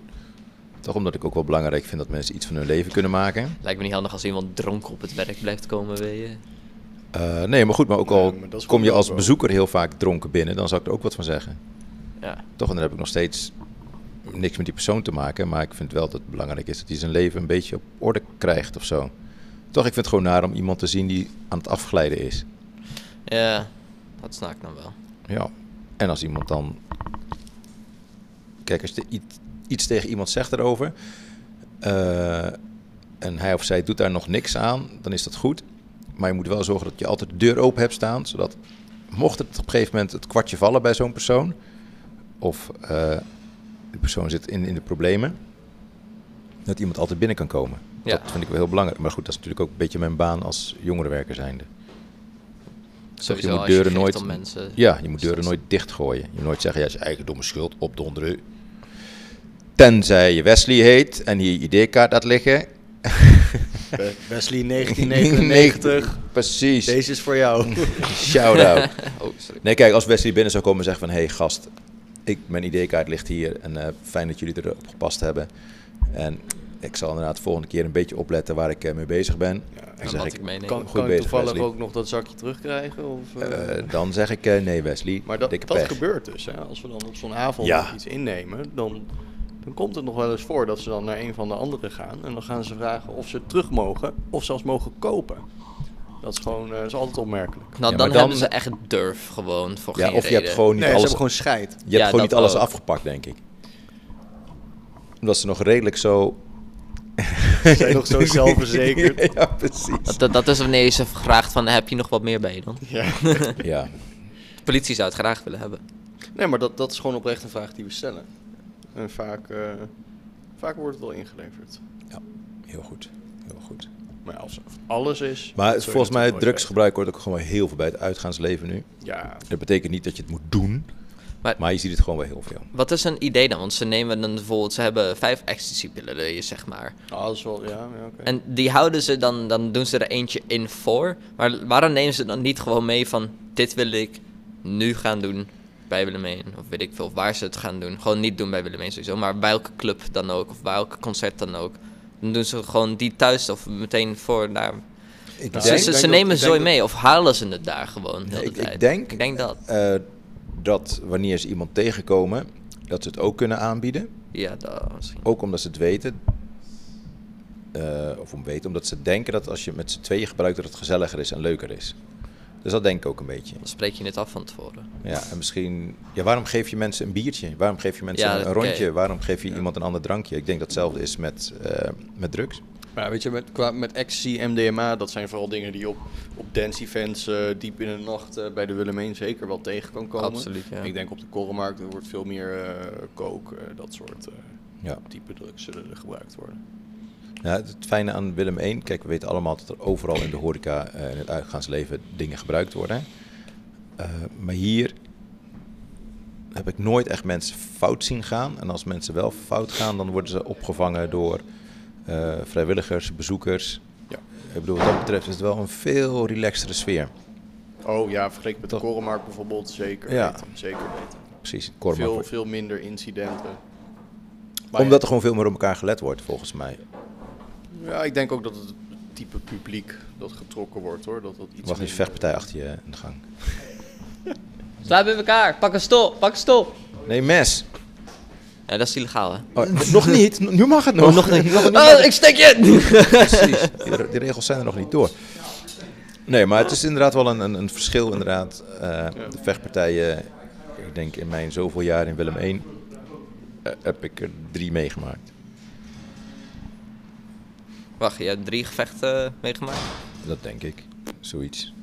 Toch omdat ik ook wel belangrijk vind dat mensen iets van hun leven kunnen maken. Lijkt me niet handig als iemand dronken op het werk blijft komen, weet je. Eh, nee, maar goed, maar ook al Nee, maar dat is kom je goed als ook wel. bezoeker heel vaak dronken binnen, dan zou ik er ook wat van zeggen. Ja. Toch, en dan heb ik nog steeds niks met die persoon te maken. Maar ik vind wel dat het belangrijk is dat hij zijn leven een beetje op orde krijgt of zo. Toch, ik vind het gewoon naar om iemand te zien die aan het afglijden is. Ja, dat snap ik dan wel. Ja. En als iemand dan. Kijk, als je iets, iets tegen iemand zegt erover. eh, en hij of zij doet daar nog niks aan, dan is dat goed. Maar je moet wel zorgen dat je altijd de deur open hebt staan. Zodat, mocht het op een gegeven moment het kwartje vallen bij zo'n persoon. of eh de persoon zit in, in de problemen. dat iemand altijd binnen kan komen. Ja. Dat vind ik wel heel belangrijk. Maar goed, dat is natuurlijk ook een beetje mijn baan als jongerenwerker zijnde. Toch, Sowieso als je geeft nooit- om mensen. ja, je moet Dus deuren dat- nooit dichtgooien. Je moet nooit zeggen, ja, het is je eigen domme schuld, opdonderen. Tenzij je Wesley heet en hier je ID-kaart laat liggen. Wesley 1999, Precies, deze is voor jou. shout-out. Oh, sorry. Nee, kijk, als Wesley binnen zou komen en zeggen van... Hé, hey, gast, ik, mijn ID-kaart ligt hier en eh, fijn dat jullie erop gepast hebben. En ik zal inderdaad de volgende keer een beetje opletten waar ik eh, mee bezig ben. En dan zeg wat ik, ik meeneem. Kan, Goed kan ik bezig, toevallig Wesley. ook nog dat zakje terugkrijgen? Of, eh? eh, dan zeg ik, eh, nee Wesley, Maar dat, dikke dat pech. gebeurt dus. Hè? Als we dan op zo'n avond Ja. iets innemen, dan, dan komt het nog wel eens voor dat ze dan naar een van de anderen gaan. En dan gaan ze vragen of ze terug mogen of zelfs mogen kopen. Dat is gewoon eh, is altijd opmerkelijk. Nou, Ja, maar dan, dan- hebben ze echt durf gewoon voor ja, geen of je hebt reden. gewoon niet Nee, ze alles hebben gewoon scheid. Je hebt Ja, gewoon dat niet alles ook. afgepakt, denk ik. Omdat ze nog redelijk zo... Ze zijn nog zo zelfverzekerd. ja, precies. Dat, dat is wanneer je ze vraagt van, heb je nog wat meer bij je dan? Ja. Ja. De politie zou het graag willen hebben. Nee, maar dat, dat is gewoon oprecht een vraag die we stellen. En vaak, eh, vaak wordt het wel ingeleverd. ja, heel goed. Heel goed. Maar ja, als alles is... Maar zul je volgens mij, natuurlijk nooit drugsgebruik hoort ook gewoon heel veel bij het uitgaansleven nu. weten. Ja, Dat betekent niet dat je het moet doen, Maar- maar, je ziet het gewoon wel heel veel. Wat is een idee dan? Want ze nemen dan bijvoorbeeld, ze hebben vijf ecstasypillen, zeg maar. alles wel... Ja, ja oké. En die houden ze dan, dan doen ze er eentje in voor. Maar waarom nemen ze dan niet gewoon mee van, dit wil ik nu gaan doen bij Willemijn? Of weet ik veel, waar ze het gaan doen. Gewoon niet doen bij Willemijn sowieso, maar bij elke club dan ook. Of bij elk concert dan ook. Dan doen ze gewoon die thuis of meteen voor Ik daar. Nou, Ze, denk- ze, denk ze dat- nemen ik zooi denk dat- mee of halen ze het daar gewoon heel de ik, tijd? ik denk, Ik denk dat. eh, dat wanneer ze iemand tegenkomen, dat ze het ook kunnen aanbieden. Ja, dat misschien. Ook omdat ze het weten. eh, of ontbeten, omdat ze denken dat als je het met z'n tweeën gebruikt, dat het gezelliger is en leuker is. Dus dat denk ik ook een beetje. Dan spreek je het af van tevoren. Ja, en misschien, ja, waarom geef je mensen een biertje? Waarom geef je mensen Ja, een, dat- een rondje? oké. Waarom geef je iemand een ander drankje? Ik denk dat hetzelfde is met, eh, met drugs. Maar weet je, met, qua, met ecstasy, MDMA, dat zijn vooral dingen die je op, op dance events eh, diep in de nacht eh, bij de Willemijn zeker wel tegen kan komen. Absoluut, ja. Ik denk op de korrelmarkt er wordt veel meer eh coke, eh, dat soort eh, Ja. type drugs zullen er gebruikt worden. Ja, het- het fijne aan Willem 1, kijk, we weten allemaal dat er overal in de horeca en in het uitgaansleven dingen gebruikt worden. Eh, maar hier heb ik nooit echt mensen fout zien gaan. En als mensen wel fout gaan, dan worden ze opgevangen door eh, vrijwilligers, bezoekers. Ja. Ik bedoel, wat dat betreft is het wel een veel relaxtere sfeer. Oh ja, vergeleken met Toch? de korrelmarkt bijvoorbeeld, zeker Ja. weten. Zeker weten. Precies, Korma. Veel, veel minder incidenten. Maar Omdat er gewoon veel meer op elkaar gelet wordt, volgens mij. ja, ja, ik denk ook dat het type publiek dat getrokken wordt hoor. Dat dat iets Wacht, er is een minder- vechtpartij achter je in de gang. Slaap in elkaar, pak een stol, pak een stol. Nee, mes. Ja, dat is illegaal, hè? Oh, nog niet, nu mag het nog. nog niet. Oh, ik steek je! Precies, die, re- die regels zijn er nog niet door. Nee, maar het is inderdaad wel een, een, een verschil inderdaad. Eh, De vechtpartijen, ik denk in mijn zoveel jaar in Willem 1 heb ik er drie meegemaakt. Wacht, je hebt drie gevechten eh, meegemaakt? Dat denk ik, zoiets.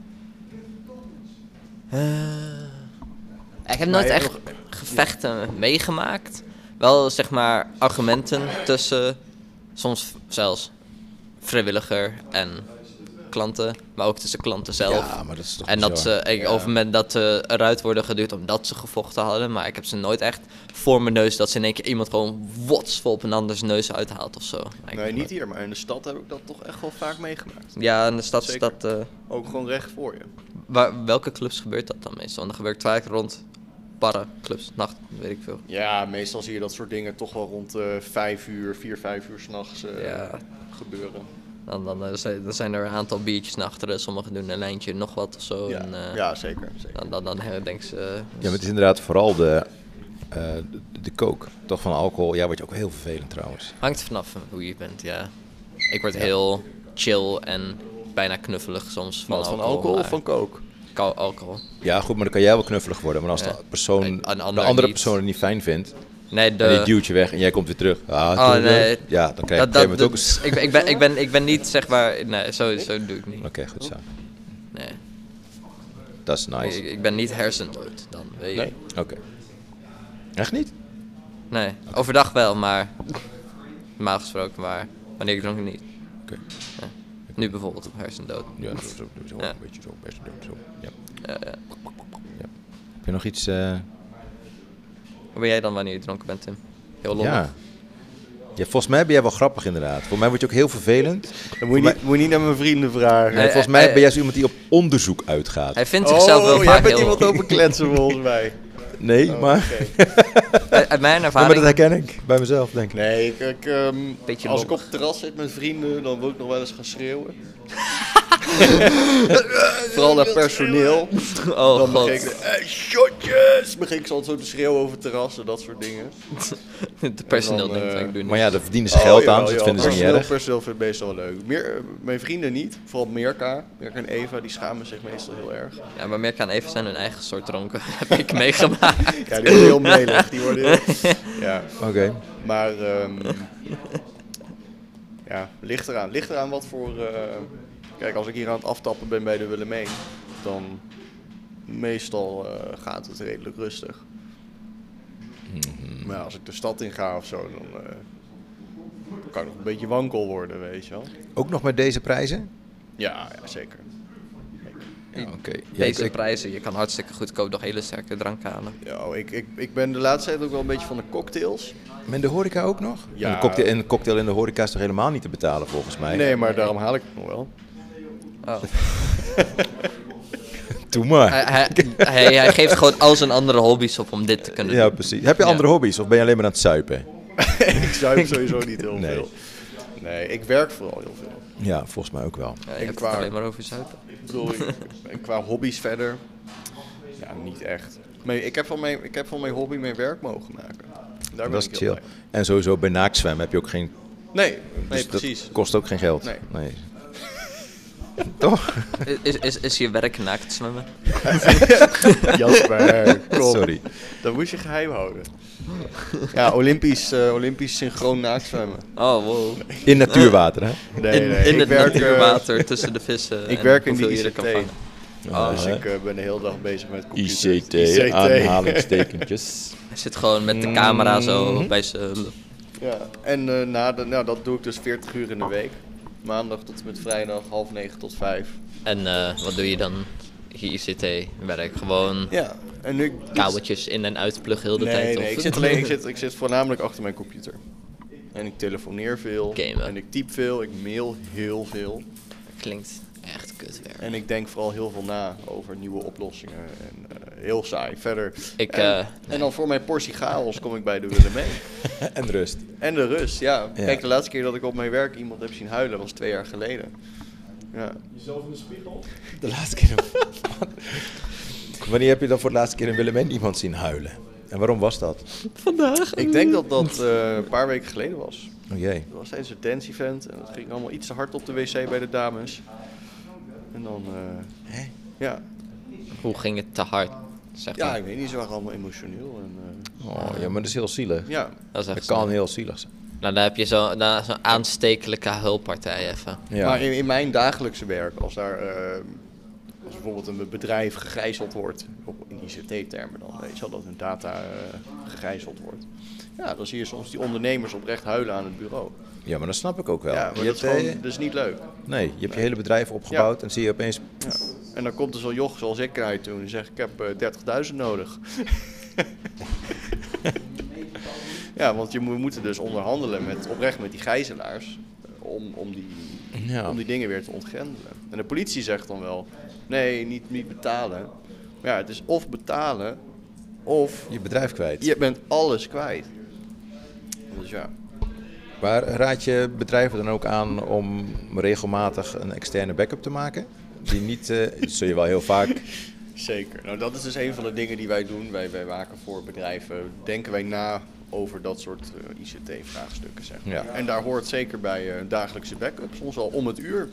Ik heb nooit je hebt echt gevechten meegemaakt. Wel zeg maar argumenten tussen soms v- zelfs vrijwilliger en klanten, maar ook tussen klanten zelf. Ja, maar dat is toch en dat eh, bizar. ze, ik, op het moment dat ze eruit worden geduwd omdat ze gevochten hadden, maar ik heb ze nooit echt voor mijn neus dat ze in één keer iemand gewoon wotsvol op een anders neus uithaalt of zo. Ik- Nee, niet hier, maar in de stad heb ik dat toch echt wel vaak meegemaakt. Ja, in de stad is Zeker. dat. eh, Ook gewoon recht voor je. waar, welke clubs gebeurt dat dan meestal? Want dat gebeurt vaak rond barren, clubs, nacht, weet ik veel. Ja, meestal zie je dat soort dingen toch wel rond eh 5 uur, 4, 5 uur s'nachts eh Ja. gebeuren. Dan, dan, eh, zijn- dan zijn er een aantal biertjes naar achteren, sommigen doen een lijntje, nog wat of zo. Ja, En, eh, ja zeker. zeker. Dan, dan, dan herdenken ze. eh, Ja, maar het is inderdaad vooral de, eh, de, de kook, toch van alcohol. Ja, wordt je ook heel vervelend trouwens. hangt er vanaf hoe je bent, ja. Ik word heel chill en bijna knuffelig soms van Wat, alcohol. van alcohol of maar- van coke? Kou- alcohol. Ja, goed, maar dan kan jij wel knuffelig worden. Maar als Ja. de, persoon, Een- een de ander andere niet. persoon het niet fijn vindt, Nee, de... en die duwt je weg en jij komt weer terug. Ah, Oh, doei, doei. nee. Ja, dan krijg je op een gegeven moment ook een... s- ik, ben- ik, ben, ik, ben, ik ben niet, zeg maar... Nee, zo, zo doe ik Oké, niet. goed zo. Nee. Dat is nice. Ik, ik ben niet hersendood dan, weet je. Nee. Oké. Echt niet? Nee, overdag wel, maar normaal gesproken, maar wanneer ik dronk niet. Oké. Ja. Nu bijvoorbeeld op hersendood. Ja, zo, zo, zo, Ja. een beetje zo, best zo, zo. Ja. Ja, ja. Heb je nog iets? eh, Hoe ben jij dan wanneer je dronken bent, Tim? Heel lollig. ja. ja. Volgens mij ben jij wel grappig inderdaad. Voor mij word je ook heel vervelend. Dan moet je, niet, moet je niet naar mijn vrienden vragen. En Nee, volgens eh, mij eh, ben jij zo iemand die op onderzoek uitgaat. Hij vindt zichzelf wel oh, jij vaak bent heel iemand open kletsen volgens mij. Nee, Oh, maar, Oké. Uit uit mijn Ja, maar ervaring... dat herken ik bij mezelf, denk ik. Nee, ik, ik, ehm, Beetje als ik op lollig. het terras zit met vrienden, dan wil ik nog wel eens gaan schreeuwen. Vooral naar personeel. Oh, Dan god. begin ik, eh, shotjes! Begin ik zo zo te schreeuwen over terrassen, dat soort dingen. De personeel dan, denkt, eh, ik doe Maar niet. ja, daar verdienen ze Oh, geld aan, dus dat vinden ze niet personeel, erg. Personeel vindt het meestal wel leuk. Meer, eh, mijn vrienden niet, vooral Mirka. Mirka en Eva, die schamen zich meestal heel erg. Ja, maar meer kan even zijn hun eigen soort dronken. heb ik meegemaakt. Ja, die worden heel melig. Die worden heel- ja, Oké. maar... ehm ja, ligt eraan. Ligt eraan wat voor... eh, kijk, als ik hier aan het aftappen ben bij de Willemijn, dan meestal eh, gaat het redelijk rustig. Mhm. Maar ja, als ik de stad in ga of zo, dan eh, kan ik nog een beetje wankel worden, weet je wel. Ook nog met deze prijzen? Ja, ja zeker. Zeker. Ja, oké. Ja, ik- Deze ik- prijzen, je kan hartstikke goedkoop nog hele sterke drank halen. Ja, oh, ik, ik, ik ben de laatste tijd ook wel een beetje van de cocktails. Maar in de horeca ook nog? Ja. En een cocktail, en een cocktail in de horeca is toch helemaal niet te betalen, volgens mij? Nee, maar daarom haal ik het nog wel. Oh. Doe maar. hij, hij, hij, hij geeft gewoon al zijn andere hobby's op om dit te kunnen Ja, doen. precies. Heb je Ja. andere hobby's of ben je alleen maar aan het zuipen? ik zuip sowieso niet heel Nee. veel. Nee, ik werk vooral heel veel. Ja, volgens mij ook wel. Ja, je Ik hebt het waar. alleen maar over zuipen. Ik bedoel, ik- en qua hobby's verder, ja, niet echt. Maar ik heb van mijn, ik heb van mijn hobby mijn werk mogen maken. Daar ben Dat ik is heel chill. blij mee. En sowieso bij naaktzwemmen heb je ook geen Nee, nee Dus dat precies. kost ook geen geld. Nee. Toch? Is, is, is je werk naakt zwemmen? Jasper, kom. Sorry. Dat moest je geheim houden. Ja, Olympisch, eh, Olympisch synchroon naakzwemmen. Oh, wow. In natuurwater, hè? Nee, in nee, in ik het werk, eh, natuurwater tussen de vissen. ik en werk in de hoeveel je er kan ICT. vangen. dus ik eh, ben de hele dag bezig met computers. ICT, aanhalingstekentjes. Hij zit gewoon met de camera Mm-hmm. zo bij zijn... ja. En eh, na de, nou, dat doe ik dus 40 uur in de week. Maandag tot en met vrijdag, half negen tot vijf. En eh, wat doe je dan? Je ICT-werk, gewoon Ja, en nu... kabeltjes in en uitpluggen heel de nee, tijd? Nee, of- ik zit, alleen, ik, zit, ik zit voornamelijk achter mijn computer. En ik telefoneer veel. Gamen. En ik type veel. Ik mail heel veel. Klinkt echt kut werk. En ik denk vooral heel veel na over nieuwe oplossingen. En eh, heel saai. Verder. Ik, en, eh, en dan voor mijn portie chaos kom ik bij de Willem E. mee. En rust. En de rust, ja. Ja. Kijk, de laatste keer dat ik op mijn werk iemand heb zien huilen was twee jaar geleden. Ja. De laatste keer. Wanneer heb je dan voor de laatste keer in Willem en iemand zien huilen? En waarom was dat? Ik denk dat dat eh, een paar weken geleden was. Oh jee. Dat was tijdens een dance-event en dat ging allemaal iets te hard op de wc bij de dames. En dan. eh, Ja. Hoe ging het te hard? Zeg ja, maar. ik weet niet, ze waren allemaal emotioneel. En, eh, Oh ja, maar dat is heel zielig. ja. Dat is Dat echt kan sneu. heel zielig zijn. Nou, dan heb je zo'n nou, zo'n aanstekelijke hulppartij even. Ja. Maar in, in mijn dagelijkse werk, als daar eh, als bijvoorbeeld een bedrijf gegijzeld wordt, op, in ICT-termen dan, weet je wel, dat hun data eh, gegijzeld wordt. Ja, dan zie je soms die ondernemers oprecht huilen aan het bureau. ja, maar dat snap ik ook wel. Ja, maar je dat is, hebt, eh, gewoon, dat is niet leuk. nee, je hebt je hele bedrijf opgebouwd en zie je opeens... Ja. En dan komt er zo'n joch zoals ik naar je toe en die zegt, ik heb eh, 30.000 nodig. ja, want je moet, we moeten dus onderhandelen met, oprecht met die gijzelaars eh, om, om, die, Ja. om die dingen weer te ontgrendelen. En de politie zegt dan wel, nee, niet, niet betalen. Maar ja, het is of betalen, of je bedrijf kwijt. je bent alles kwijt. Dus ja, Maar raad je bedrijven dan ook aan om regelmatig een externe backup te maken? Die niet, eh, dat zul je wel heel vaak. Zeker. Nou, dat is dus een van de dingen die wij doen. Wij, wij waken voor bedrijven. Denken wij na over dat soort eh, ICT-vraagstukken. Zeg maar. Ja. En daar hoort zeker bij eh, dagelijkse backup, soms al om het uur.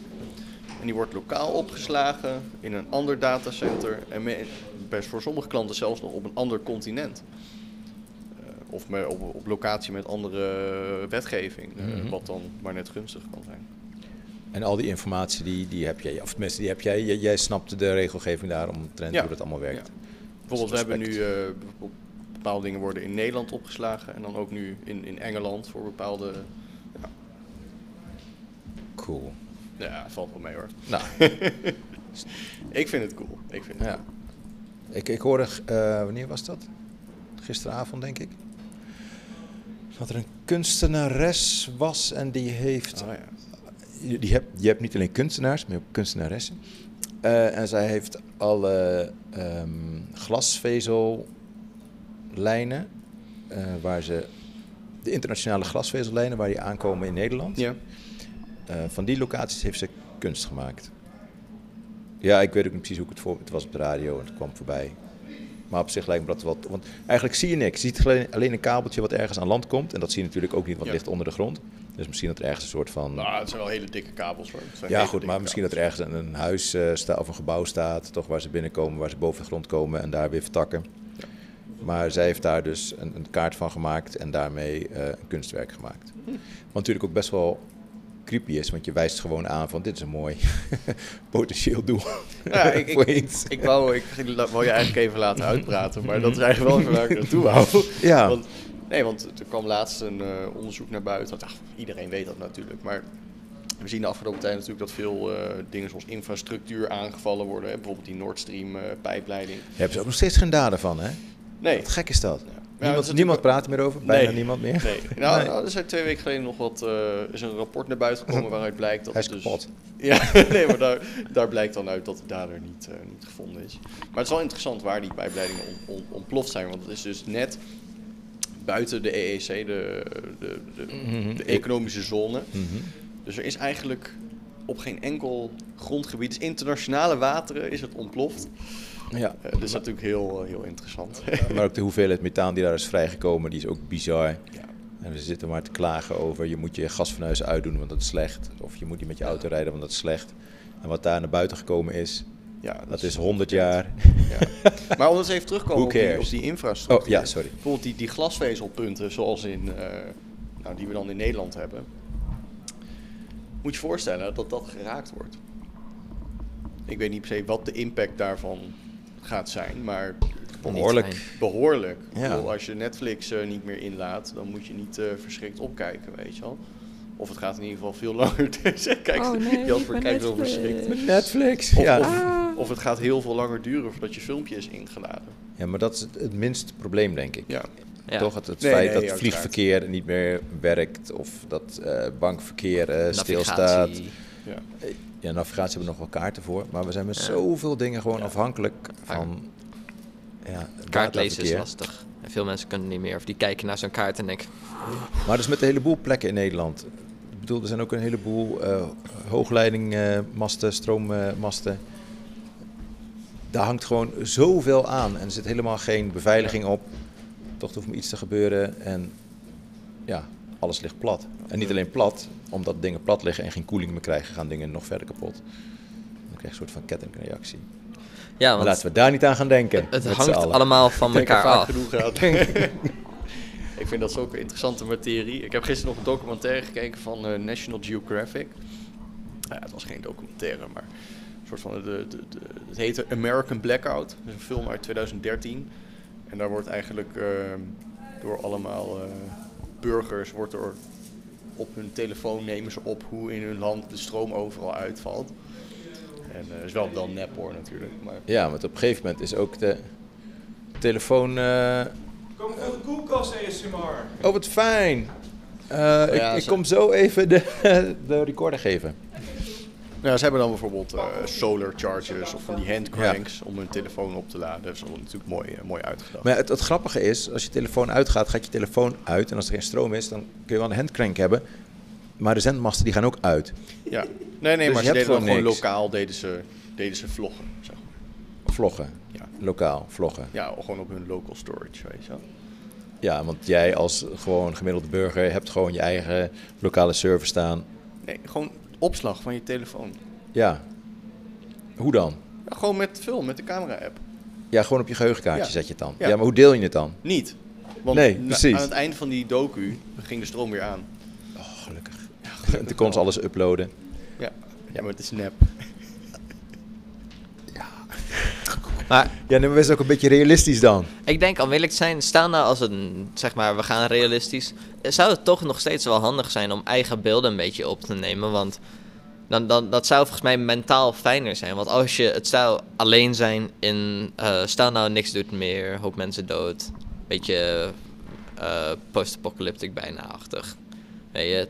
En die wordt lokaal opgeslagen in een ander datacenter. En me- best voor sommige klanten zelfs nog op een ander continent. Eh, Of me- op, op locatie met andere wetgeving, eh, wat dan maar net gunstig kan zijn. En al die informatie die, die heb jij, of tenminste die heb jij, jij, jij snapt de regelgeving daar omtrent Ja. hoe dat allemaal werkt. Ja. Bijvoorbeeld, we hebben nu Respect. eh, bepaal- bepaalde dingen worden in Nederland opgeslagen en dan ook nu in, in Engeland voor bepaalde. Cool. Ja, valt wel mee hoor. Nou, Ik vind het cool. Ik vind het Ja. cool. Ik, ik hoorde, eh, wanneer was dat? Gisteravond, denk ik. Dat er een kunstenares was en die heeft. Oh, ja. Je, die hebt, je hebt niet alleen kunstenaars, maar je hebt kunstenaressen. Eh, en zij heeft alle ehm, glasvezellijnen. eh, waar ze. De internationale glasvezellijnen waar die aankomen in Nederland. ja. Eh, van die locaties heeft ze kunst gemaakt. Ja, ik weet ook niet precies hoe ik het voor. Het was op de radio en het kwam voorbij. Maar op zich lijkt me dat wel. Want eigenlijk zie je niks. Je ziet alleen, alleen een kabeltje wat ergens aan land komt. En dat zie je natuurlijk ook niet, want het Ja. ligt onder de grond. Dus misschien dat er ergens een soort van. Nou, het zijn wel hele dikke kabels hoor. Het zijn Ja, hele goed, dikke maar misschien dat er kabels. ergens een, een huis eh, staat of een gebouw staat, toch waar ze binnenkomen, waar ze boven de grond komen en daar weer vertakken. Maar zij heeft daar dus een, een kaart van gemaakt en daarmee eh, een kunstwerk gemaakt. Hm. Wat natuurlijk ook best wel creepy is, want je wijst gewoon aan van dit is een mooi potentieel doel. Ja, ik, voor ik, iets. ik, wou, ik wou je eigenlijk even laten uitpraten, maar dat is eigenlijk wel even waar ik naartoe wou. Ja. Want, nee, want er kwam laatst een eh, onderzoek naar buiten. Ach, iedereen weet dat natuurlijk, maar we zien de afgelopen tijd natuurlijk dat veel eh, dingen zoals infrastructuur aangevallen worden. Hè? Bijvoorbeeld die Nord Stream eh, pijpleiding. Daar hebben ze ook nog steeds geen daden van, hè? Nee. Wat gek is dus dat. dat is Niemand, natuurlijk- niemand praat er meer over, bijna Nee. niemand meer. Nee. Nou, Nee. nou, er zijn twee weken geleden nog wat, eh, is een rapport naar buiten gekomen waaruit blijkt dat Hij is het dus, kapot. Ja, nee, maar daar, daar blijkt dan uit dat de dader niet, eh, niet gevonden is. Maar het is wel interessant waar die pijpleidingen on- on- ontploft zijn, want het is dus net buiten de EEC, de, de, de, Mhm. de economische zone. Dus er is eigenlijk op geen enkel grondgebied, dus internationale wateren is het ontploft. Ja. Eh, dat is natuurlijk heel, eh, heel interessant. Maar ook de hoeveelheid methaan die daar is vrijgekomen, die is ook bizar. Ja. En we zitten maar te klagen over je moet je gasfornuis uitdoen, want dat is slecht. Of je moet niet met je auto rijden, want dat is slecht. En wat daar naar buiten gekomen is, Ja, dat, dat is 100 jaar. Ja. Maar om eens even terug te komen Who op die, cares? op die infrastructuur. Oh, ja, sorry. Bijvoorbeeld die, die glasvezelpunten zoals in, eh, nou, die we dan in Nederland hebben. Moet je voorstellen dat dat geraakt wordt. Ik weet niet per se wat de impact daarvan gaat zijn, maar Behoorlijk. zijn. behoorlijk. Ik Ja. bedoel, als je Netflix eh, niet meer inlaat, dan moet je niet eh, verschrikt opkijken, weet je wel. Of het gaat in ieder geval veel langer. Kijk, Oh nee, Jasper niet kijkt wel Netflix. verschrikt. Netflix. Of, Ja. of, of het gaat heel veel langer duren voordat je filmpje is ingeladen. ja, maar dat is het, het minste probleem, denk ik. Ja. Ja. Toch het, het Nee, feit nee, dat uiteraard. vliegverkeer niet meer werkt of dat eh, bankverkeer eh, stilstaat. Navigatie. ja. Ja, navigatie hebben we nog wel kaarten voor, maar we zijn met zoveel dingen gewoon afhankelijk van ja, het Kaartlezen is dataverkeer. lastig. En veel mensen kunnen niet meer. Of die kijken naar zo'n kaart en denken... Maar dus met een heleboel plekken in Nederland. Ik bedoel, er zijn ook een heleboel eh, hoogleidingmasten, stroommasten. Daar hangt gewoon zoveel aan en er zit helemaal geen beveiliging op. Toch er hoeft maar iets te gebeuren en ja, alles ligt plat. En niet alleen plat, omdat dingen plat liggen en geen koeling meer krijgen, gaan dingen nog verder kapot. Dan krijg je een soort van kettingreactie. Ja, Maar want laten we daar niet aan gaan denken. het met z'n hangt allen. allemaal van Ik denk er elkaar vaak af. genoeg aan. ik vind dat ook een interessante materie. Ik heb gisteren nog een documentaire gekeken van eh, National Geographic. Nou ja, het was geen documentaire, maar een soort van. De, de, de- het heette American Blackout. Dat is een film uit 2013. En daar wordt eigenlijk eh, door allemaal eh, burgers wordt er op hun telefoon nemen ze op hoe in hun land de stroom overal uitvalt. En eh, is wel dan nep hoor natuurlijk. Maar Ja, want op een gegeven moment is ook de telefoon. eh, Kom voor de koelkast ASMR. Oh, wat fijn. Eh, Oh ja, ik ik ze- kom zo even de, de recorder geven. Nou, ze hebben dan bijvoorbeeld eh, solar chargers of van die handcranks om hun telefoon op te laden. Dat is wel natuurlijk mooi, eh, mooi uitgedacht. Maar het, het grappige is, als je telefoon uitgaat, gaat je telefoon uit. En als er geen stroom is, dan kun je wel een handcrank hebben. Maar de zendmasten die gaan ook uit. ja. Nee, nee, Dus je maar ze hebt deden gewoon dan gewoon niks. lokaal deden ze, deden ze vloggen. Zeg maar. Vloggen. Ja. Lokaal vloggen. ja, gewoon op hun local storage, weet je wel. Ja, want jij als gewoon gemiddelde burger hebt gewoon je eigen lokale server staan. Nee, gewoon opslag van je telefoon. Ja. Hoe dan? Ja, gewoon met de film, met de camera-app. Ja, gewoon op je geheugenkaartje Ja. zet je het dan. Ja. Ja. maar hoe deel je het dan? Niet. Want Nee, na- precies. aan het eind van die docu ging de stroom weer aan. Oh, gelukkig. En toen kon ze alles uploaden. Ja, ja maar het is nep. Maar Ja, nee, maar wees ook een beetje realistisch dan. ik denk, om eerlijk te zijn, stel nou als het, een- zeg maar, we gaan realistisch. Zou het toch nog steeds wel handig zijn om eigen beelden een beetje op te nemen? Want dan, dan, dat zou volgens mij mentaal fijner zijn. Want als je, het zou alleen zijn in, eh, stel nou niks doet meer, hoop mensen dood. Beetje eh post-apocalyptic bijna-achtig. Weet je,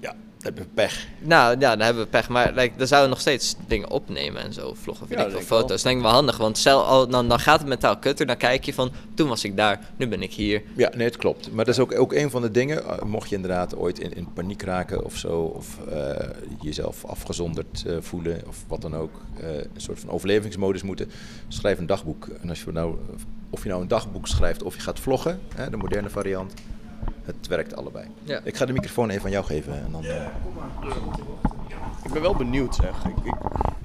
Ja, dat heb ik Eh, pech. Nou ja, dan hebben we pech. Maar like, dan zouden we nog steeds dingen opnemen en zo. Vloggen, Ja, video, ik veel, denk ik wel. foto's. denk ik wel handig. Want stel, al, dan, dan gaat het mentaal kutter. Dan kijk je van, toen was ik daar, nu ben ik hier. Ja, nee, het klopt. Maar dat is ook, ook een van de dingen. eh, Mocht je inderdaad ooit in, in paniek raken of zo, of eh, jezelf afgezonderd eh, voelen of wat dan ook, eh, een soort van overlevingsmodus moeten, schrijf een dagboek. En als je nou, of je nou een dagboek schrijft of je gaat vloggen, hè, de moderne variant, het werkt allebei. Ja. Ik ga de microfoon even aan jou geven. En dan, eh, Ik ben wel benieuwd, zeg. Ik, ik,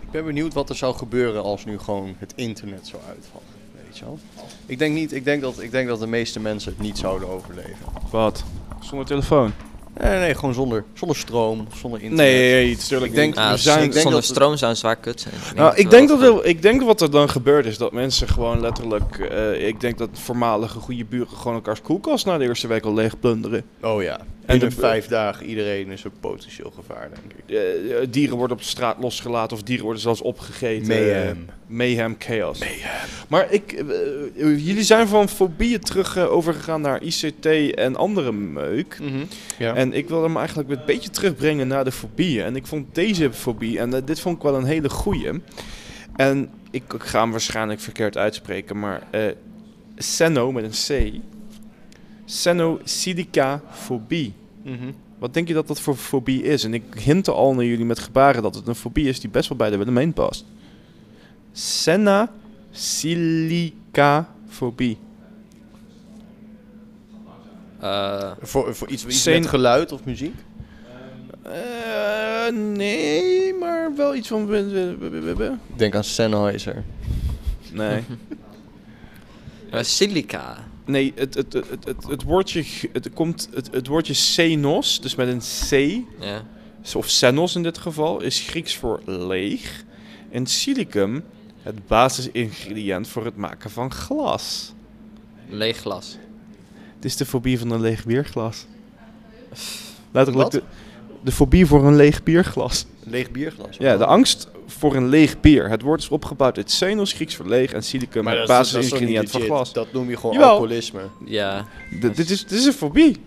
ik ben benieuwd wat er zou gebeuren als nu gewoon het internet zou uitvallen. Weet je wel? Ik denk, niet, ik, denk dat, ik denk dat de meeste mensen het niet zouden overleven. Wat? Zonder telefoon? Nee, nee, gewoon zonder, zonder stroom, zonder internet. Nee, iets tuurlijk Ik denk- niet. Nou, We z- zijn, ik denk zonder dat het- stroom zou een zwaar kut zijn. Nou, dat ik we denk, wel dat goed- wel- ik denk wat er dan gebeurt is dat mensen gewoon letterlijk... eh, ik denk dat voormalige goede buren gewoon elkaars koelkast na de eerste week al leeg plunderen. Oh ja. En En in de- vijf dagen, iedereen is een potentieel gevaar, denk ik. Eh, eh, dieren worden op de straat losgelaten of dieren worden zelfs opgegeten. Mayhem. Eh, mayhem, chaos. Maar ik, eh, eh, jullie zijn van fobieën terug eh, overgegaan naar ICT en andere meuk. Mhm. Ja. En ik wil hem eigenlijk een beetje terugbrengen naar de fobieën. En ik vond deze fobie, en eh, dit vond ik wel een hele goeie. En ik, ik ga hem waarschijnlijk verkeerd uitspreken, maar eh Senno met een C. Senno fobie. Mhm. Wat denk je dat dat voor fobie is? En ik hinte al naar jullie met gebaren dat het een fobie is die best wel bij de Willemijn past. Senna silicafobie. Eh, Voor, voor iets, iets Scene- met geluid of muziek? Eh, nee, maar wel iets van... Ik denk aan Sennheiser. Nee. eh, silica. Nee, het, het, het, het, het, het woordje, g- het, komt, het, het woordje senos, dus met een Ja. C, of senos in dit geval, is Grieks voor leeg. En silicum, het basisingrediënt voor het maken van glas. Leeg glas. Het is de fobie van een leeg bierglas. Letterlijk Wat? de, de fobie voor een leeg bierglas. Leeg bierglas. Ja, de angst voor een leeg bier. Het woord is opgebouwd uit senos, Grieks voor leeg en silicum, het dat is- dat is toch niet basisingrediënt van legit? glas. Dat noem je gewoon Jawel. alcoholisme. Ja. D- dit, is, dit is een fobie.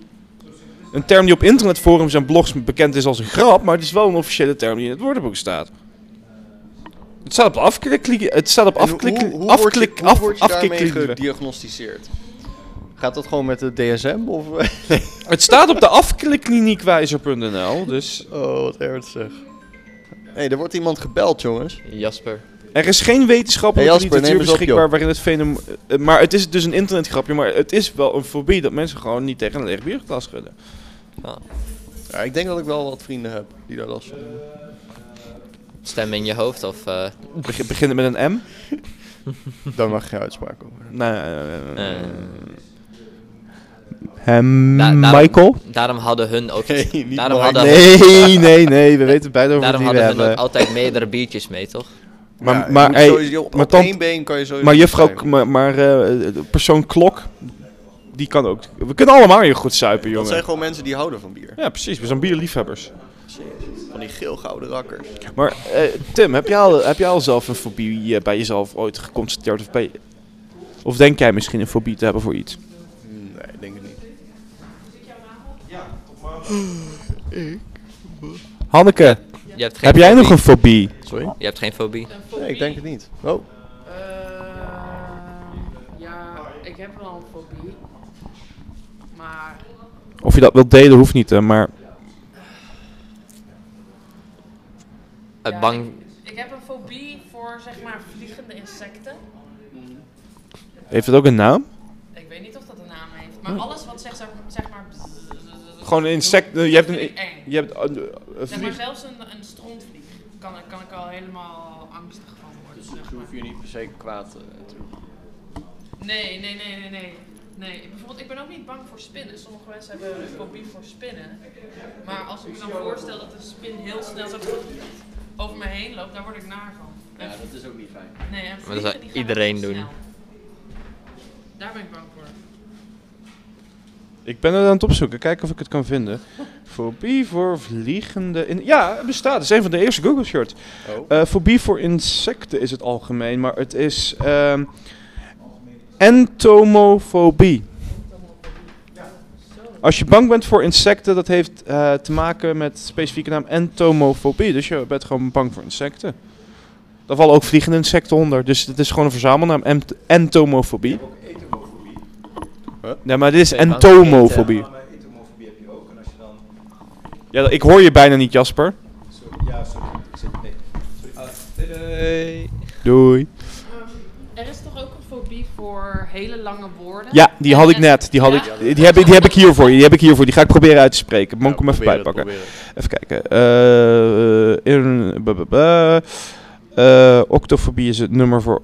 Een term die op internetforums en blogs bekend is als een grap, maar het is wel een officiële term die in het woordenboek staat. Het staat op afklik, het staat op En afklik, hoe, hoe word afklik, je, hoe af, word je daarmee afklik. gediagnosticeerd? Gaat dat gewoon met de DSM? Of, Het staat op de afklikkliniekwijzer.nl, dus oh, wat ernstig. Hé, hey, er wordt iemand gebeld, jongens. Jasper. Er is geen wetenschappelijke Hey Jasper, literatuur neem eens op, beschikbaar joh. waarin het fenomeen... eh, Maar het is dus een internetgrapje, maar het is wel een fobie dat mensen gewoon niet tegen een leeg bierglas schudden. Ja, ik denk dat ik wel wat vrienden heb die daar last van hebben. Stem in je hoofd of... eh, Begin, beginnen met een M? Daar mag geen uitspraak over. Nee. eh, eh, Hem, Nou, da- daarom- Michael? Daarom hadden hun ook... Nee, niet daarom Mike. hadden, Nee, nee, nee, we weten beide over daarom wie we hadden hun hebben. ook altijd meerdere biertjes mee, toch? Maar, Ja, je maar, moet hey, sowieso op, maar op tant- één been kan je sowieso... maar juffrouw, zijn. maar, maar eh, persoon Klok, die kan ook... We kunnen allemaal hier goed suipen, Dat zijn jongen. gewoon mensen die houden van bier. Ja, precies, we zijn bierliefhebbers. Van die geel-gouden rakkers. Maar eh, Tim, heb jij, al, heb jij al zelf een fobie eh, bij jezelf ooit geconstateerd? Of, bij, of denk jij misschien een fobie te hebben voor iets? Nee, ik denk het niet. Hanneke, Je hebt geen heb jij nog fobie. een fobie? Sorry? Je hebt geen fobie. Nee, ik denk het niet. Oh. Eh, ja, ik heb wel een fobie. Maar Of je dat wilt delen, hoeft niet, hè, maar Eh, Ja, bang... ik heb een fobie voor zeg maar vliegende insecten. heeft het ook een naam? Ik weet niet of dat een naam heeft, maar alles wat zegt zeg, zeg maar. Gewoon een insect, eh, je hebt een- Vind ik eng. Je hebt eh, een Zeg maar zelfs een, een strontvlieg kan, kan ik al helemaal angstig van worden. Zeg maar. Dus je niet per se kwaad eh, te doen. Nee, nee, nee, nee, nee. Nee, ik- bijvoorbeeld, ik ben ook niet bang voor spinnen. Sommige mensen hebben een fobie voor spinnen. Maar als ik me dan voorstel dat een spin heel snel zo over me heen loopt, daar word ik naar van. En- dat is ook niet fijn. nee, en zou vliegen, die gaan iedereen heel doen. snel. Daar ben ik bang voor. Ik ben het aan het opzoeken, kijken of ik het kan vinden. Fobie voor vliegende... In ja, het bestaat. Het is een van de eerste Google-shirts. Oh. Eh, fobie voor insecten is het algemeen, maar het is ehm, entomofobie. Als je bang bent voor insecten, dat heeft eh, te maken met de specifieke naam entomofobie. Dus je bent gewoon bang voor insecten. Daar vallen ook vliegende insecten onder. Dus het is gewoon een verzamelnaam. ent- entomofobie. Huh? Nee, maar dit is Ben je bang entomofobie. Ja, maar entomofobie heb je ook. En als je dan... Ja, ik hoor je bijna niet, Jasper. Sorry, ja, sorry. Ik zit... Nee. Sorry. Ah, nee, nee, nee. Doei. Er is toch ook een fobie voor hele lange woorden? Ja, die had ik net. Die, had Ja? ik, die, heb, ik- die heb ik hier voor je. Die heb ik hier voor je. Die ga ik proberen uit te spreken. Monk, hem even bijpakken. Even kijken. Eh, in- ba- ba- ba. Eh, octofobie is het nummer voor.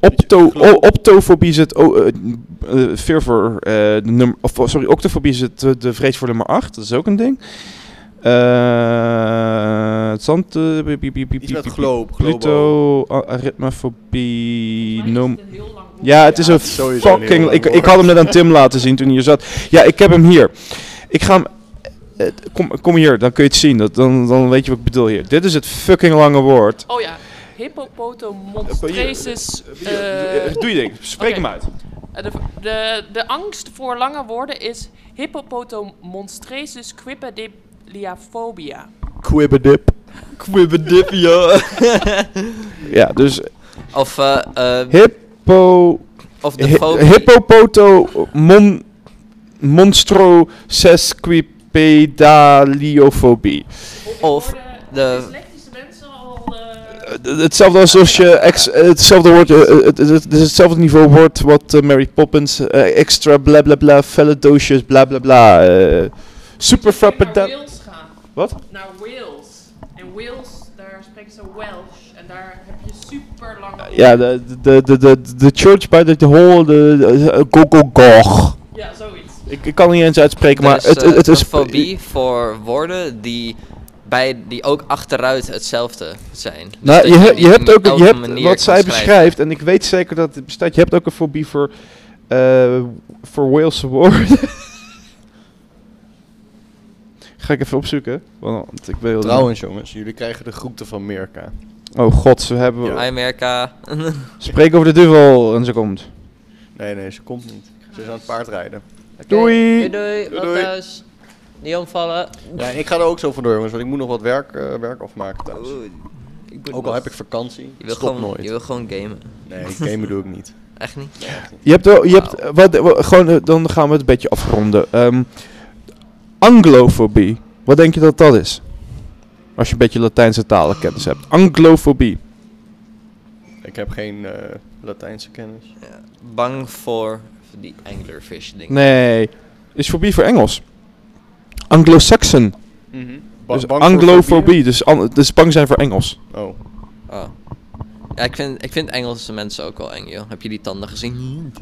Opto, o- optofobie is het. o- eh, eh, fear voor. eh, de nummer, of, sorry, octofobie is het, eh, de vrees voor nummer 8. Dat is ook een ding. Eh, het zand. eh, bi- bi- bi- bi- Iets met bi- bi- globe, globo. Pluto, a- aritmafobie, Maar is noem. het een heel lang woord? Ja, het is Ja, een het is sowieso een heel fucking... lang Ik, ik woord. had hem net aan Tim laten zien toen hij hier zat. Ja, ik heb hem hier. Ik ga hem... eh, Kom, kom hier, dan kun je het zien. Dat, dan, dan weet je wat ik bedoel hier. Dit is het fucking lange woord. Oh ja, hippopotamonstresis. eh, Doe je ding. Spreek oké. hem uit. Eh, De, de, de angst voor lange woorden is hippopotomonstresis quipediliaphobia. Quibbedip. Quibbedip, ja. Ja, dus Of, eh, eh, hippo... of de hi- fobie... Hippopoto... Mon, monstro sesquipedaliofobie. Of de- Dyslectische mensen al... eh, Hetzelfde als als je ex, eh, hetzelfde woord, eh, eh, het, het, het is hetzelfde niveau woord wat eh, Mary Poppins eh, extra bla bla bla, felidocious bla bla bla. eh, super naar frappadam. Wales gaan. Wat? Naar Wales. En Wales, daar spreken ze Welsh. En daar heb je super lang. Ja, de, de, de, de, de church by the the hall, de, de- eh, go go go. Ja, zoiets. Ik, ik kan het niet eens uitspreken, maar Er is, het, eh, het, het is... een fobie voor woorden die, bij, die ook achteruit hetzelfde zijn. Dus Nou, dat je, he- niet je hebt op ook, je elke hebt, manier wat zij kan schrijven. beschrijft, en ik weet zeker dat het bestaat, je hebt ook een fobie voor, eh voor Wales woorden. Ga ik even opzoeken, want ik wil... Trouwens jongens, jullie krijgen de groeten van Merka. Oh god, ze hebben... Hi Merka. Spreek over de duvel, en ze komt. Nee, nee, ze komt niet. Ze is aan het paardrijden. Doei! Doei, Doei, doei. thuis. Niet omvallen. Ja, en ik ga er ook zo vandoor jongens, want ik moet nog wat werk, eh, werk afmaken thuis. Ook al heb ik vakantie, Je ik wil, stop gewoon, nooit. je wil gewoon gamen. Nee, gamen doe ik niet. Echt niet? Je hebt, wel- je hebt eh, wat, wat- gewoon, eh, dan gaan we het een beetje afronden. Ehm anglofobie, wat denk je dat dat is? Als je een beetje Latijnse talenkennis hebt. Anglofobie. Ik heb geen eh, Latijnse kennis. Bang voor die anglerfish dingen. Nee, is fobie voor Engels. Anglo-Saxon. Ba- Dus bang voor anglofobie, dus, an- dus bang zijn voor Engels. fobieën? Oh, Oh. Ja, ik vind, ik vind Engelse mensen ook wel eng, joh. Heb je die tanden gezien?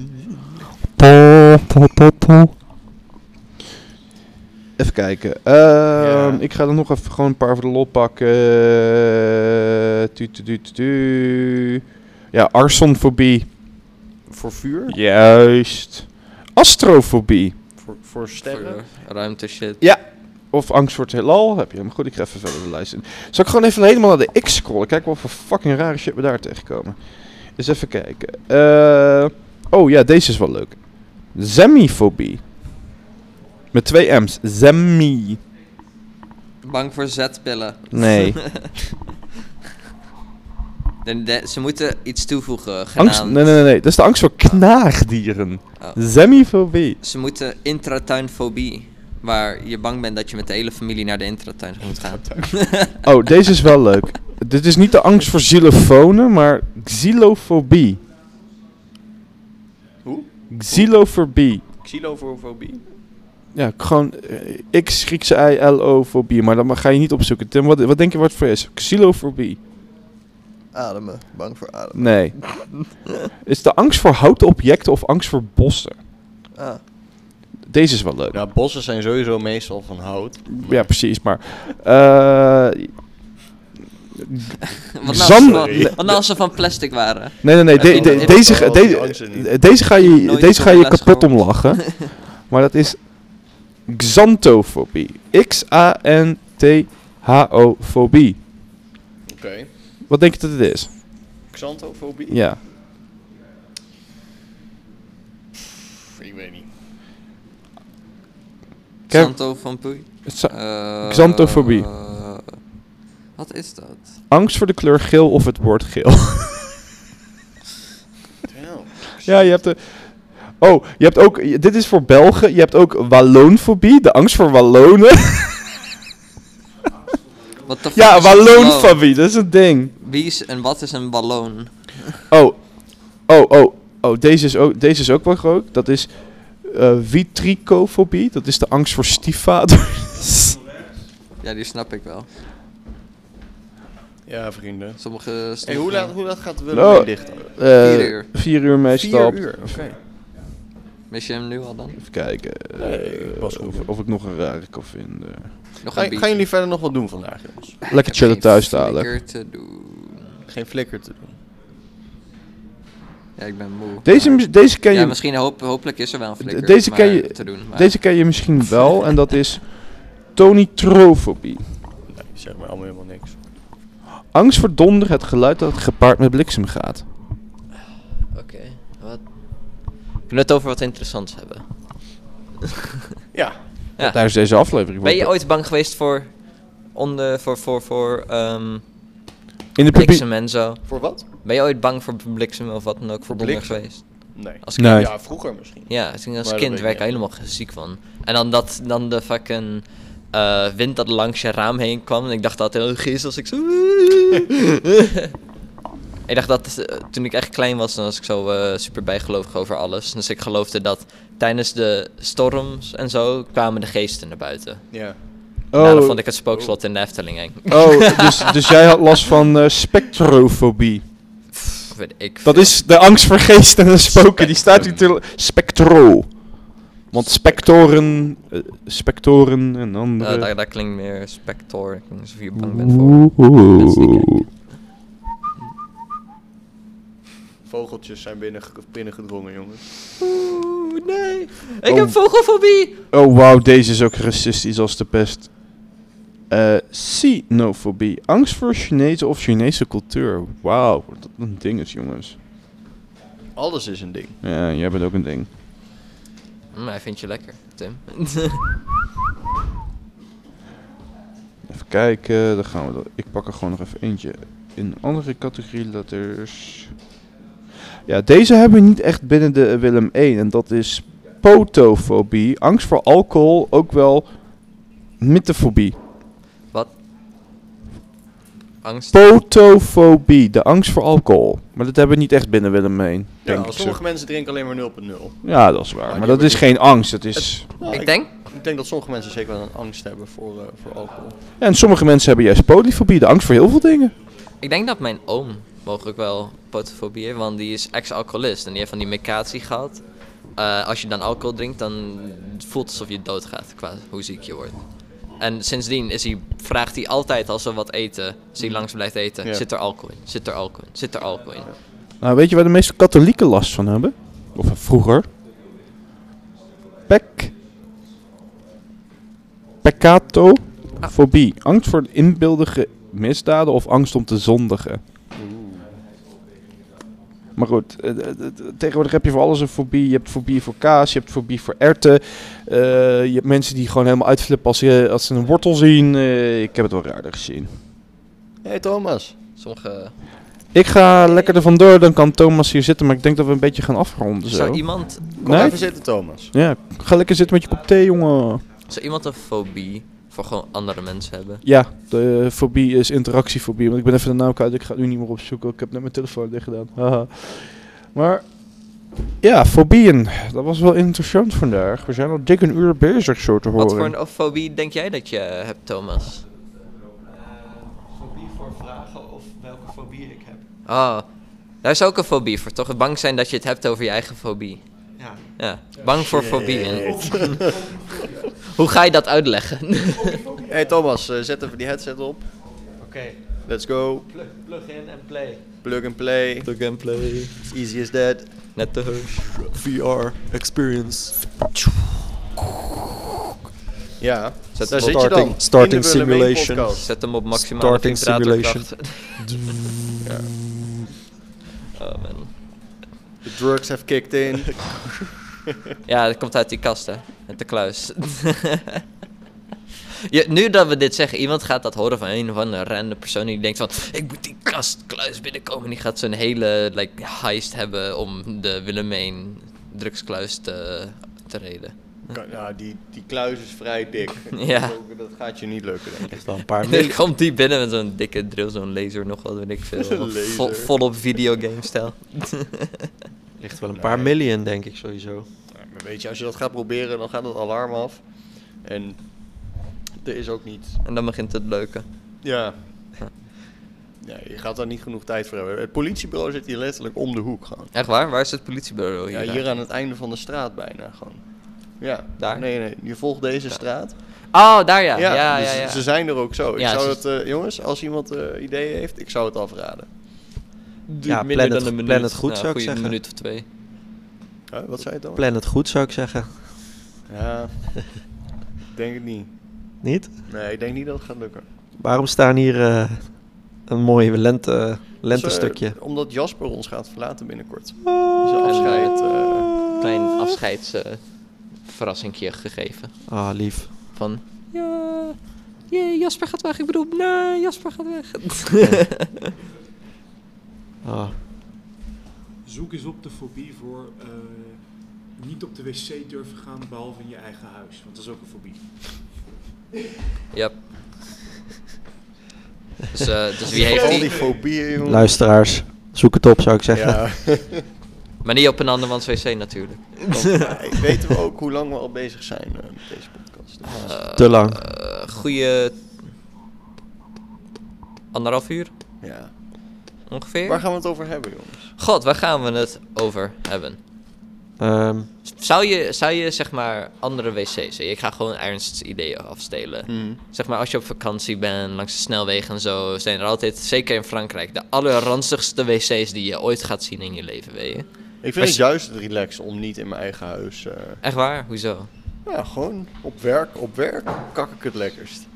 Even kijken. Ehm, Ja. Ik ga er nog even gewoon een paar voor de lol pakken. Eh, Tu, tu, tu, tu, tu. Ja, arsonfobie. voor vuur? Juist. Astrofobie. Voor, voor Voor sterren? ruimte shit. Ja. Of angst voor het heelal. Heb je hem goed? Ik ga even verder de lijst in. Zal ik gewoon even helemaal naar de X scrollen? Kijken wat voor fucking rare shit we daar tegenkomen. Eens even kijken. Eh, oh ja, deze is wel leuk. Zemifobie. Met twee M's. Zemi. Bang voor zetpillen. Nee. En de- ze moeten iets toevoegen, angst, genaamd... nee, nee, nee, nee. Dat is de angst voor knaagdieren. Oh. Zemifobie. Ze moeten intratuinfobie. Waar je bang bent dat je met de hele familie naar de intratuin moet gaan. Oh, deze is wel leuk. Dit is niet de angst voor xylofonen, maar xylofobie. Hoe? Xylofobie. eh, Xylofobie? Ja, gewoon eh, X, Griekse I, L, O, fobie. Maar dat ma- ga je niet opzoeken. Tim, wat, wat denk je wat het voor is? Xylofobie. Ademen. Bang voor ademen. Nee. is de angst voor houten objecten of angst voor bossen? Ah. Deze is wel leuk. Ja, Ja, bossen zijn sowieso meestal van hout. precies. Maar... eh, Wat nou, Zand- als, ze van, wat nou als ze van plastic waren? nee, nee, nee. Heb je de- nog de- nooit deze, gehoord? de- Die angst in de- deze ga je, Nooit deze ga zo'n je les kapot om gehoord. lachen. Maar dat is... Xanthofobie. X-A-N-T-H-O-fobie. Oké. Wat denk je dat het is? Xanthofobie? Ja. Pff, Ik weet niet. Kijk- Xanto van Poei. Za- Eh, Xanthofobie. eh, wat is dat? Angst voor de kleur geel of het woord geel. ja, je hebt de. Oh, je hebt ook. je- Dit is voor Belgen. Je hebt ook Walloonfobie, de angst voor Wallonen. Wat de fuck ja, is een ballon? Walloonfobie, dat is een ding. Wie is en wat is een ballon? Oh, oh, oh, oh, deze is ook, deze is ook wel groot. Dat is eh vitricofobie, dat is de angst voor stiefvaders. Ja, die snap ik wel. Ja, vrienden. Sommige Hey, stoffen- hoe, laat, hoe laat gaat Willem Nou, weer dicht? dan? Eh, Vier uur. Vier uur meestal. Vier uur, oké. Mis je hem nu al dan? Even kijken eh, Nee, pas goed. of, of ik nog een rare kan vinden. Nog Ga- een gaan jullie verder nog wat doen vandaag, jongens? Lekker chillen thuis dadelijk. Lekker te doen. Geen flikker te doen. Ja, ik ben moe. Deze, Maar- mu- deze ken ja, je. misschien hoop, hopelijk is er wel een flikker De- deze maar ken je- te doen. maar- Deze ken je misschien wel en dat is tonitrofobie. Nee, zeg maar allemaal helemaal niks. Angst voor donder, het geluid dat gepaard met bliksem gaat. Oké, wat? Kunnen we het over wat interessants hebben? Ja. Ja. Tijdens deze aflevering. Ben je wordt- ooit bang geweest voor, onder, voor, voor, voor ehm in de publiek? bliksem en zo? Voor wat? Ben je ooit bang voor bliksem of wat dan ook voor donder bliksem? geweest? Nee. Als Nee. Ja, vroeger misschien. Ja, toen als Maar dat kind weet werd ik ik helemaal ziek van. En dan dat, dan de fucking eh, eh, wind dat langs je raam heen kwam. En ik dacht dat het heel gis als ik zo... ik dacht dat eh, toen ik echt klein was, dan was ik zo eh, super bijgelovig over alles. Dus ik geloofde dat tijdens de storms en zo kwamen de geesten naar buiten. Ja. Daarom Oh. Nou, vond ik het spookslot in de Efteling eng. Oh, dus, dus jij had last van eh, spectrofobie. Weet ik Dat veel. is de angst voor geesten en spoken. Die staat natuurlijk... Spectro. Want spectoren... eh, spectoren en Eh, andere... dat, dat klinkt meer spector. Ik weet niet of je bang bent voor. Oh, mensen die Oeh. Vogeltjes zijn binnen, binnengedrongen, jongens. Oeh, nee. Ik Oh. heb vogelfobie. Oh, wauw, deze is ook racistisch als de pest. Eh xenofobie. Angst voor Chinese of Chinese cultuur. Wauw, dat een ding is, jongens. Alles is een ding. Ja, jij bent ook een ding. Mm, hij vindt je lekker, Tim. Even kijken, dan gaan we dat. Ik pak er gewoon nog even eentje. In een andere categorie letters. Ja, deze hebben we niet echt binnen de eh, Willem 1. En dat is potofobie. Angst voor alcohol, ook wel mythofobie. Wat? Angst. Potofobie, de angst voor alcohol. Maar dat hebben we niet echt binnen Willem 1. Ja, denk ik zo. sommige mensen drinken alleen maar 0,0. Ja, dat is waar. Maar dat is geen angst. Dat is... ik denk? Ik denk dat sommige mensen zeker wel een angst hebben voor, eh, voor alcohol. En sommige mensen hebben juist polyfobie, de angst voor heel veel dingen. Ik denk dat mijn oom mogelijk wel potofobie heeft, want die is ex-alcoholist en die heeft van die medicatie gehad. Eh, als je dan alcohol drinkt, dan voelt het alsof je doodgaat qua hoe ziek je wordt. En sindsdien is hij, vraagt hij altijd als we wat eten, als hij langs blijft eten, Ja. zit er alcohol in, zit er alcohol in, zit er alcohol in. Nou, weet je waar de meeste katholieken last van hebben? Of vroeger? Pek. Peccatofobie. Angst voor inbeeldige misdaden of angst om te zondigen. Maar goed, eh, eh, eh, tegenwoordig heb je voor alles een fobie. Je hebt fobie voor kaas, je hebt fobie voor erten. Eh, je hebt mensen die gewoon helemaal uitflippen als ze, als ze een wortel zien. Eh, ik heb het wel raarder gezien. hey Thomas. Sommige... Ik ga lekker er vandoor, dan kan Thomas hier zitten. Maar ik denk dat we een beetje gaan afronden zo. Zou iemand, Kom Nee? even zitten, Thomas. Ja, ga lekker zitten met je kop thee, jongen. zou iemand een fobie voor gewoon andere mensen hebben? Ja, de eh, fobie is interactiefobie. Want ik ben even de naam kwijt. Ik ga het nu niet meer opzoeken. Ik heb net mijn telefoon dicht gedaan. Haha. Maar ja, fobieën. Dat was wel interessant vandaag. We zijn al dik een uur bezig, zo te horen. Wat voor een fobie denk jij dat je hebt, Thomas? Eh, Fobie voor vragen of welke fobie ik heb. Ah, daar is ook een fobie voor, toch? Bang zijn dat je het hebt over je eigen fobie. Ja. Ja, bang voor fobieën. Hoe ga je dat uitleggen? hey Thomas, eh, zet even die headset op. Oké, Let's go. plug, plug in en play. Plug and play. The gameplay, Easy as that. net te heus. VR experience. Ja, Zet daar hem zit op. je dan. Starting- in de Willem starting één simulation. podcast. Zet hem op maximale Starting vibratorkracht. Oh man. The drugs have kicked in. Ja, dat komt uit die kast, hè? Uit de kluis. Ja, nu dat we dit zeggen, iemand gaat dat horen van een of andere random persoon die denkt van... Ik moet die kast, kluis binnenkomen. En die gaat zo'n hele like, heist hebben om de Willemijn drugskluis te, te reden. Kan- nou, die, die kluis is vrij dik. Ja. Dat gaat je niet lukken, denk ik. Wel een paar Dan komt die binnen met zo'n dikke drill, zo'n laser nog wat, weet ik veel. Laser. Vol, volop videogame-stijl. Ligt wel een paar million, denk ik sowieso. Ja, maar weet je, als je dat gaat proberen, dan gaat het alarm af. En er is ook niet... En dan begint het leuke. Ja. ja. Je gaat daar niet genoeg tijd voor hebben. Het politiebureau zit hier letterlijk om de hoek gewoon. Echt waar? Waar is het politiebureau Oh, hier? Ja, hier aan het einde van de straat bijna gewoon. Ja, Daar? Nee, nee. Je volgt deze straat. Oh, daar ja. Ja, ja, dus ja. Ze zijn er ook zo. Ik Ja, zou ze- het, eh, jongens, als iemand eh, ideeën heeft, ik zou het afraden. Duurt Ja, minder plan het- dan een minuut. plan het goed, Nou, zou ik goeie zeggen. minuut of twee. Huh, wat zei je dan? Plan het goed, zou ik zeggen. Ja, ik denk het niet. Niet? Nee, ik denk niet dat het gaat lukken. Waarom staan hier eh, een mooi lente, lentestukje? Dus, eh, omdat Jasper ons gaat verlaten binnenkort. Oh. Dus afscheid. eh, Klein afscheidsverrassingje gegeven. Ah, lief. Van, ja, jee, Jasper gaat weg. Ik bedoel, nee, Jasper gaat weg. Ah. Zoek eens op de fobie voor eh, niet op de wc durven gaan behalve in je eigen huis. Want dat is ook een fobie. Yep. Dus, eh, dus wie heeft die? Luisteraars, zoek het op zou ik zeggen. Maar niet op een andermans wc natuurlijk. eh, Weten we ook hoe lang we al bezig zijn eh, met deze podcast? Te lang. Eh, goeie anderhalf uur Ja. ongeveer. Waar gaan we het over hebben, jongens? God, waar gaan we het over hebben? Ehm, Zou je, zou je zeg maar andere wc's, ik ga gewoon ernstige ideeën afstelen. Mhm. Zeg maar als je op vakantie bent, langs de snelwegen en zo, zijn er altijd, zeker in Frankrijk, de allerranzigste wc's die je ooit gaat zien in je leven, weet je? Ik Maar vind het s- juist relaxed om niet in mijn eigen huis... eh, Echt waar? Hoezo? ja, gewoon op werk, op werk kak ik het lekkerst.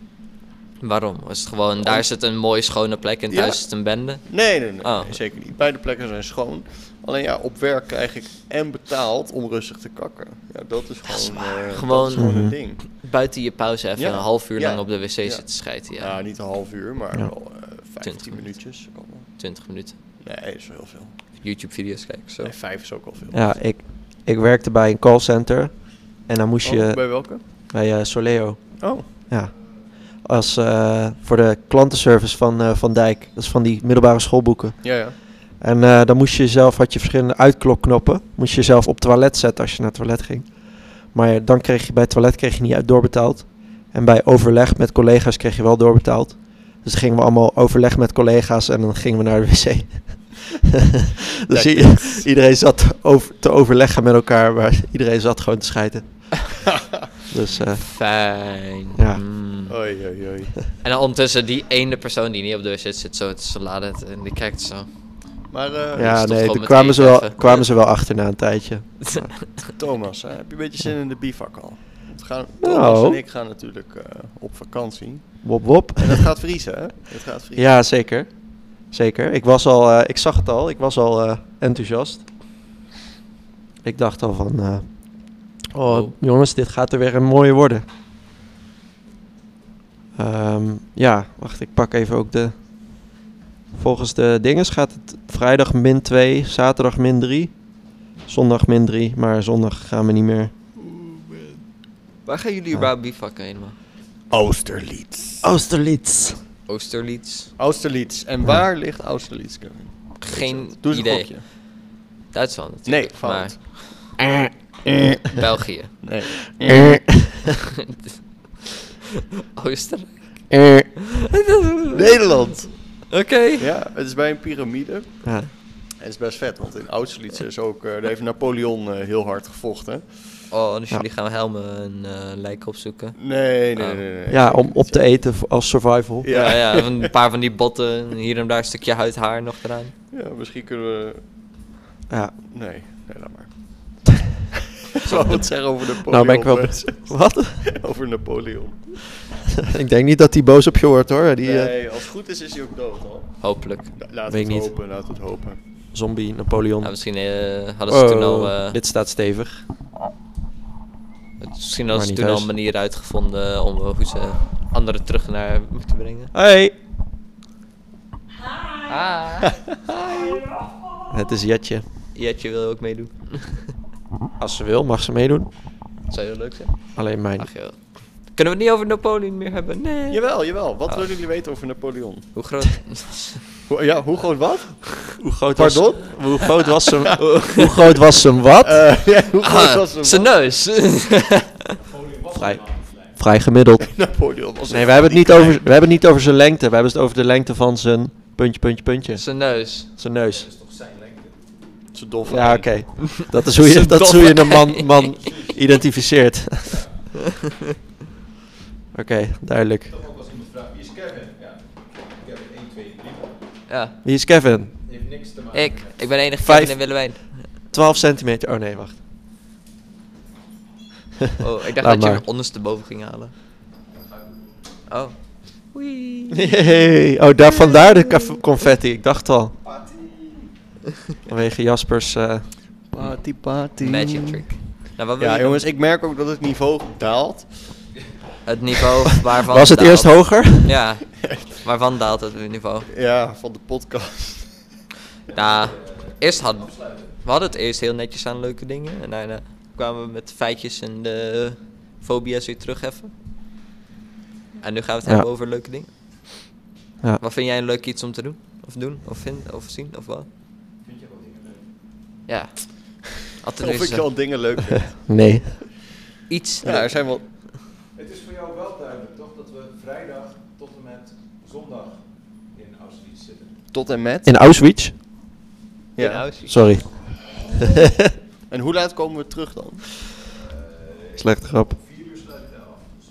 Waarom? Is het gewoon, daar zit een mooie schone plek en Ja. thuis is het een bende? Nee, nee, nee, Oh. nee, zeker niet. Beide plekken zijn schoon. Alleen ja, op werk krijg ik en betaald om rustig te kakken. Ja, dat is gewoon, eh, dat Gewoon, is gewoon Mhm. een ding. buiten je pauze even Ja. een half uur Ja. lang op de wc Ja. zitten schijten, ja. Nou, niet een half uur, maar Ja. wel eh 15 Twintig minuutjes. ook al. 20 minuten. Nee, is wel heel veel. YouTube-video's kijken, zo. Nee, vijf is ook al veel. ja, ik, ik werkte bij een callcenter. En dan moest Oh, je bij welke? bij eh, Soleo. Oh. Ja. Als, eh, voor de klantenservice van eh, Van Dijk. Dat is van die middelbare schoolboeken. Ja, ja. En eh, dan moest je zelf, had je verschillende uitklokknoppen. Moest je zelf op toilet zetten als je naar het toilet ging. Maar ja, dan kreeg je bij het toilet kreeg je niet uit doorbetaald. En bij overleg met collega's kreeg je wel doorbetaald. Dus dan gingen we allemaal overleg met collega's en dan gingen we naar de wc. dus i- iedereen zat over- te overleggen met elkaar, maar iedereen zat gewoon te schijten. dus eh, Fijn. Ja. Mm. Oei, oei, oei. En dan ondertussen die ene persoon die niet op de wc zit, zo te salade en die kijkt zo. Maar eh, ja, toch nee, gewoon daar met kwamen, ze eten wel, even. kwamen ze wel achter na een tijdje. Thomas, hè, heb je een beetje zin in de bivak al? Want we gaan, Nou. Thomas en ik gaan natuurlijk eh, op vakantie. Wop, wop. En dat gaat vriezen, hè? Dat gaat vriezen. Ja, zeker. Zeker. Ik was al, eh, ik zag het al, ik was al eh, enthousiast. Ik dacht al van, eh, oh, Oh. jongens, dit gaat er weer een mooie worden. Ehm, ja, wacht, ik pak even ook de. Volgens de dinges gaat het vrijdag min 2, zaterdag min 3, zondag min 3, maar zondag gaan we niet meer. Waar gaan jullie überhaupt bivakken helemaal? Austerlitz. Austerlitz. Oosterlieds? Austerlitz. En waar ligt Austerlitz, Kevin? Geen Doe eens een idee. gokje. Duitsland natuurlijk. Nee, fout. Maar België. Nee. Eh, Eh. Oostenrijk. eh. Nederland. Oké. Ja, het is bij een piramide. En Ja. het is best vet, want in Austerlitz is ook, eh, daar heeft Napoleon eh, heel hard gevochten. Oh, dus Ja. jullie gaan helmen en eh, lijken opzoeken. Nee, nee, Oh. nee. nee, nee. ja, om op te eten voor- als survival. Ja. Ja, ja, een paar van die botten, hier en daar een stukje huid, haar nog eraan. Ja, misschien kunnen we... Ja. Nee, nee, laat maar. Ik zou wat zeggen over Napoleon. Nou ben ik wel be- mensen. Wat? Over Napoleon. ik denk niet dat hij boos op je wordt hoor. Die, eh, Nee, als het goed is, is hij ook dood al. Hopelijk. La- Laten we Weet Nou, het ik niet. hopen, laten we het hopen. Zombie, Napoleon. Ja, misschien eh, hadden ze Oh. toen al... eh, dit staat stevig. Misschien Maar hadden ze niet toen al thuis. een manier uitgevonden om eh, hoe ze anderen terug naar moeten brengen. Hey, Ah, het is Jetje. Jetje wil ook meedoen. Als ze wil, mag ze meedoen. Zou heel leuk zijn. Alleen mijn. Ach joh. Kunnen we het niet over Napoleon meer hebben? Nee. Jawel, jawel. Wat Ah. willen jullie weten over Napoleon? Hoe groot? Hoe- ja, hoe groot wat? Hoe groot Pardon? was Hoe groot was hem? hoe groot was hem wat? Eh, ja, hoe groot Ah, was hem? zijn neus. vrij, vrij gemiddeld. Napoleon was Nee, we hebben, het niet over, we hebben het niet over zijn lengte. We hebben het over de lengte van zijn puntje, puntje, puntje. zijn neus. Zijn neus. Ze dof. Ja, oké. Dat is hoe je, dat is hoe je een man, man identificeert. oké, duidelijk. ook als iemand vraagt, wie is Kevin? Ja, Kevin 1, 2, 3. Ja. Wie is Kevin? Heeft niks te maken. Ik. Ik ben enig Vijf. Kevin en Willemijn. 12 centimeter. Oh nee, wacht. Oh, ik dacht Laat dat je maar. hem ondersteboven ging halen. Oh. Oei. Yay. Oh, daar, vandaar de kaf- confetti. Ik dacht al. Vanwege Jaspers. eh, Party, party. Magic trick. Nou, wat wil Ja, je jongens, ik merk ook dat het niveau daalt. doen? Het niveau waarvan was het daalt- eerst hoger? Ja. Waarvan daalt het niveau? Ja, van de podcast. Nou, eerst hadden we hadden het eerst heel netjes aan leuke dingen. En daarna kwamen we met feitjes en de fobia's weer terugheffen. En nu gaan we het Ja. hebben over leuke dingen. Ja. Wat vind jij een leuk iets om te doen? Of doen? Of vinden? Of zien? Of wat? Ja. Altijd Of weer ik zo. wel dingen leuk vind. nee. Iets. Ja, er zijn wel... Het is voor jou wel duidelijk, toch? Dat we vrijdag tot en met zondag in Auschwitz zitten. Tot en met... In Auschwitz? Ja. Sorry. En hoe laat komen we terug dan? Slechte grap.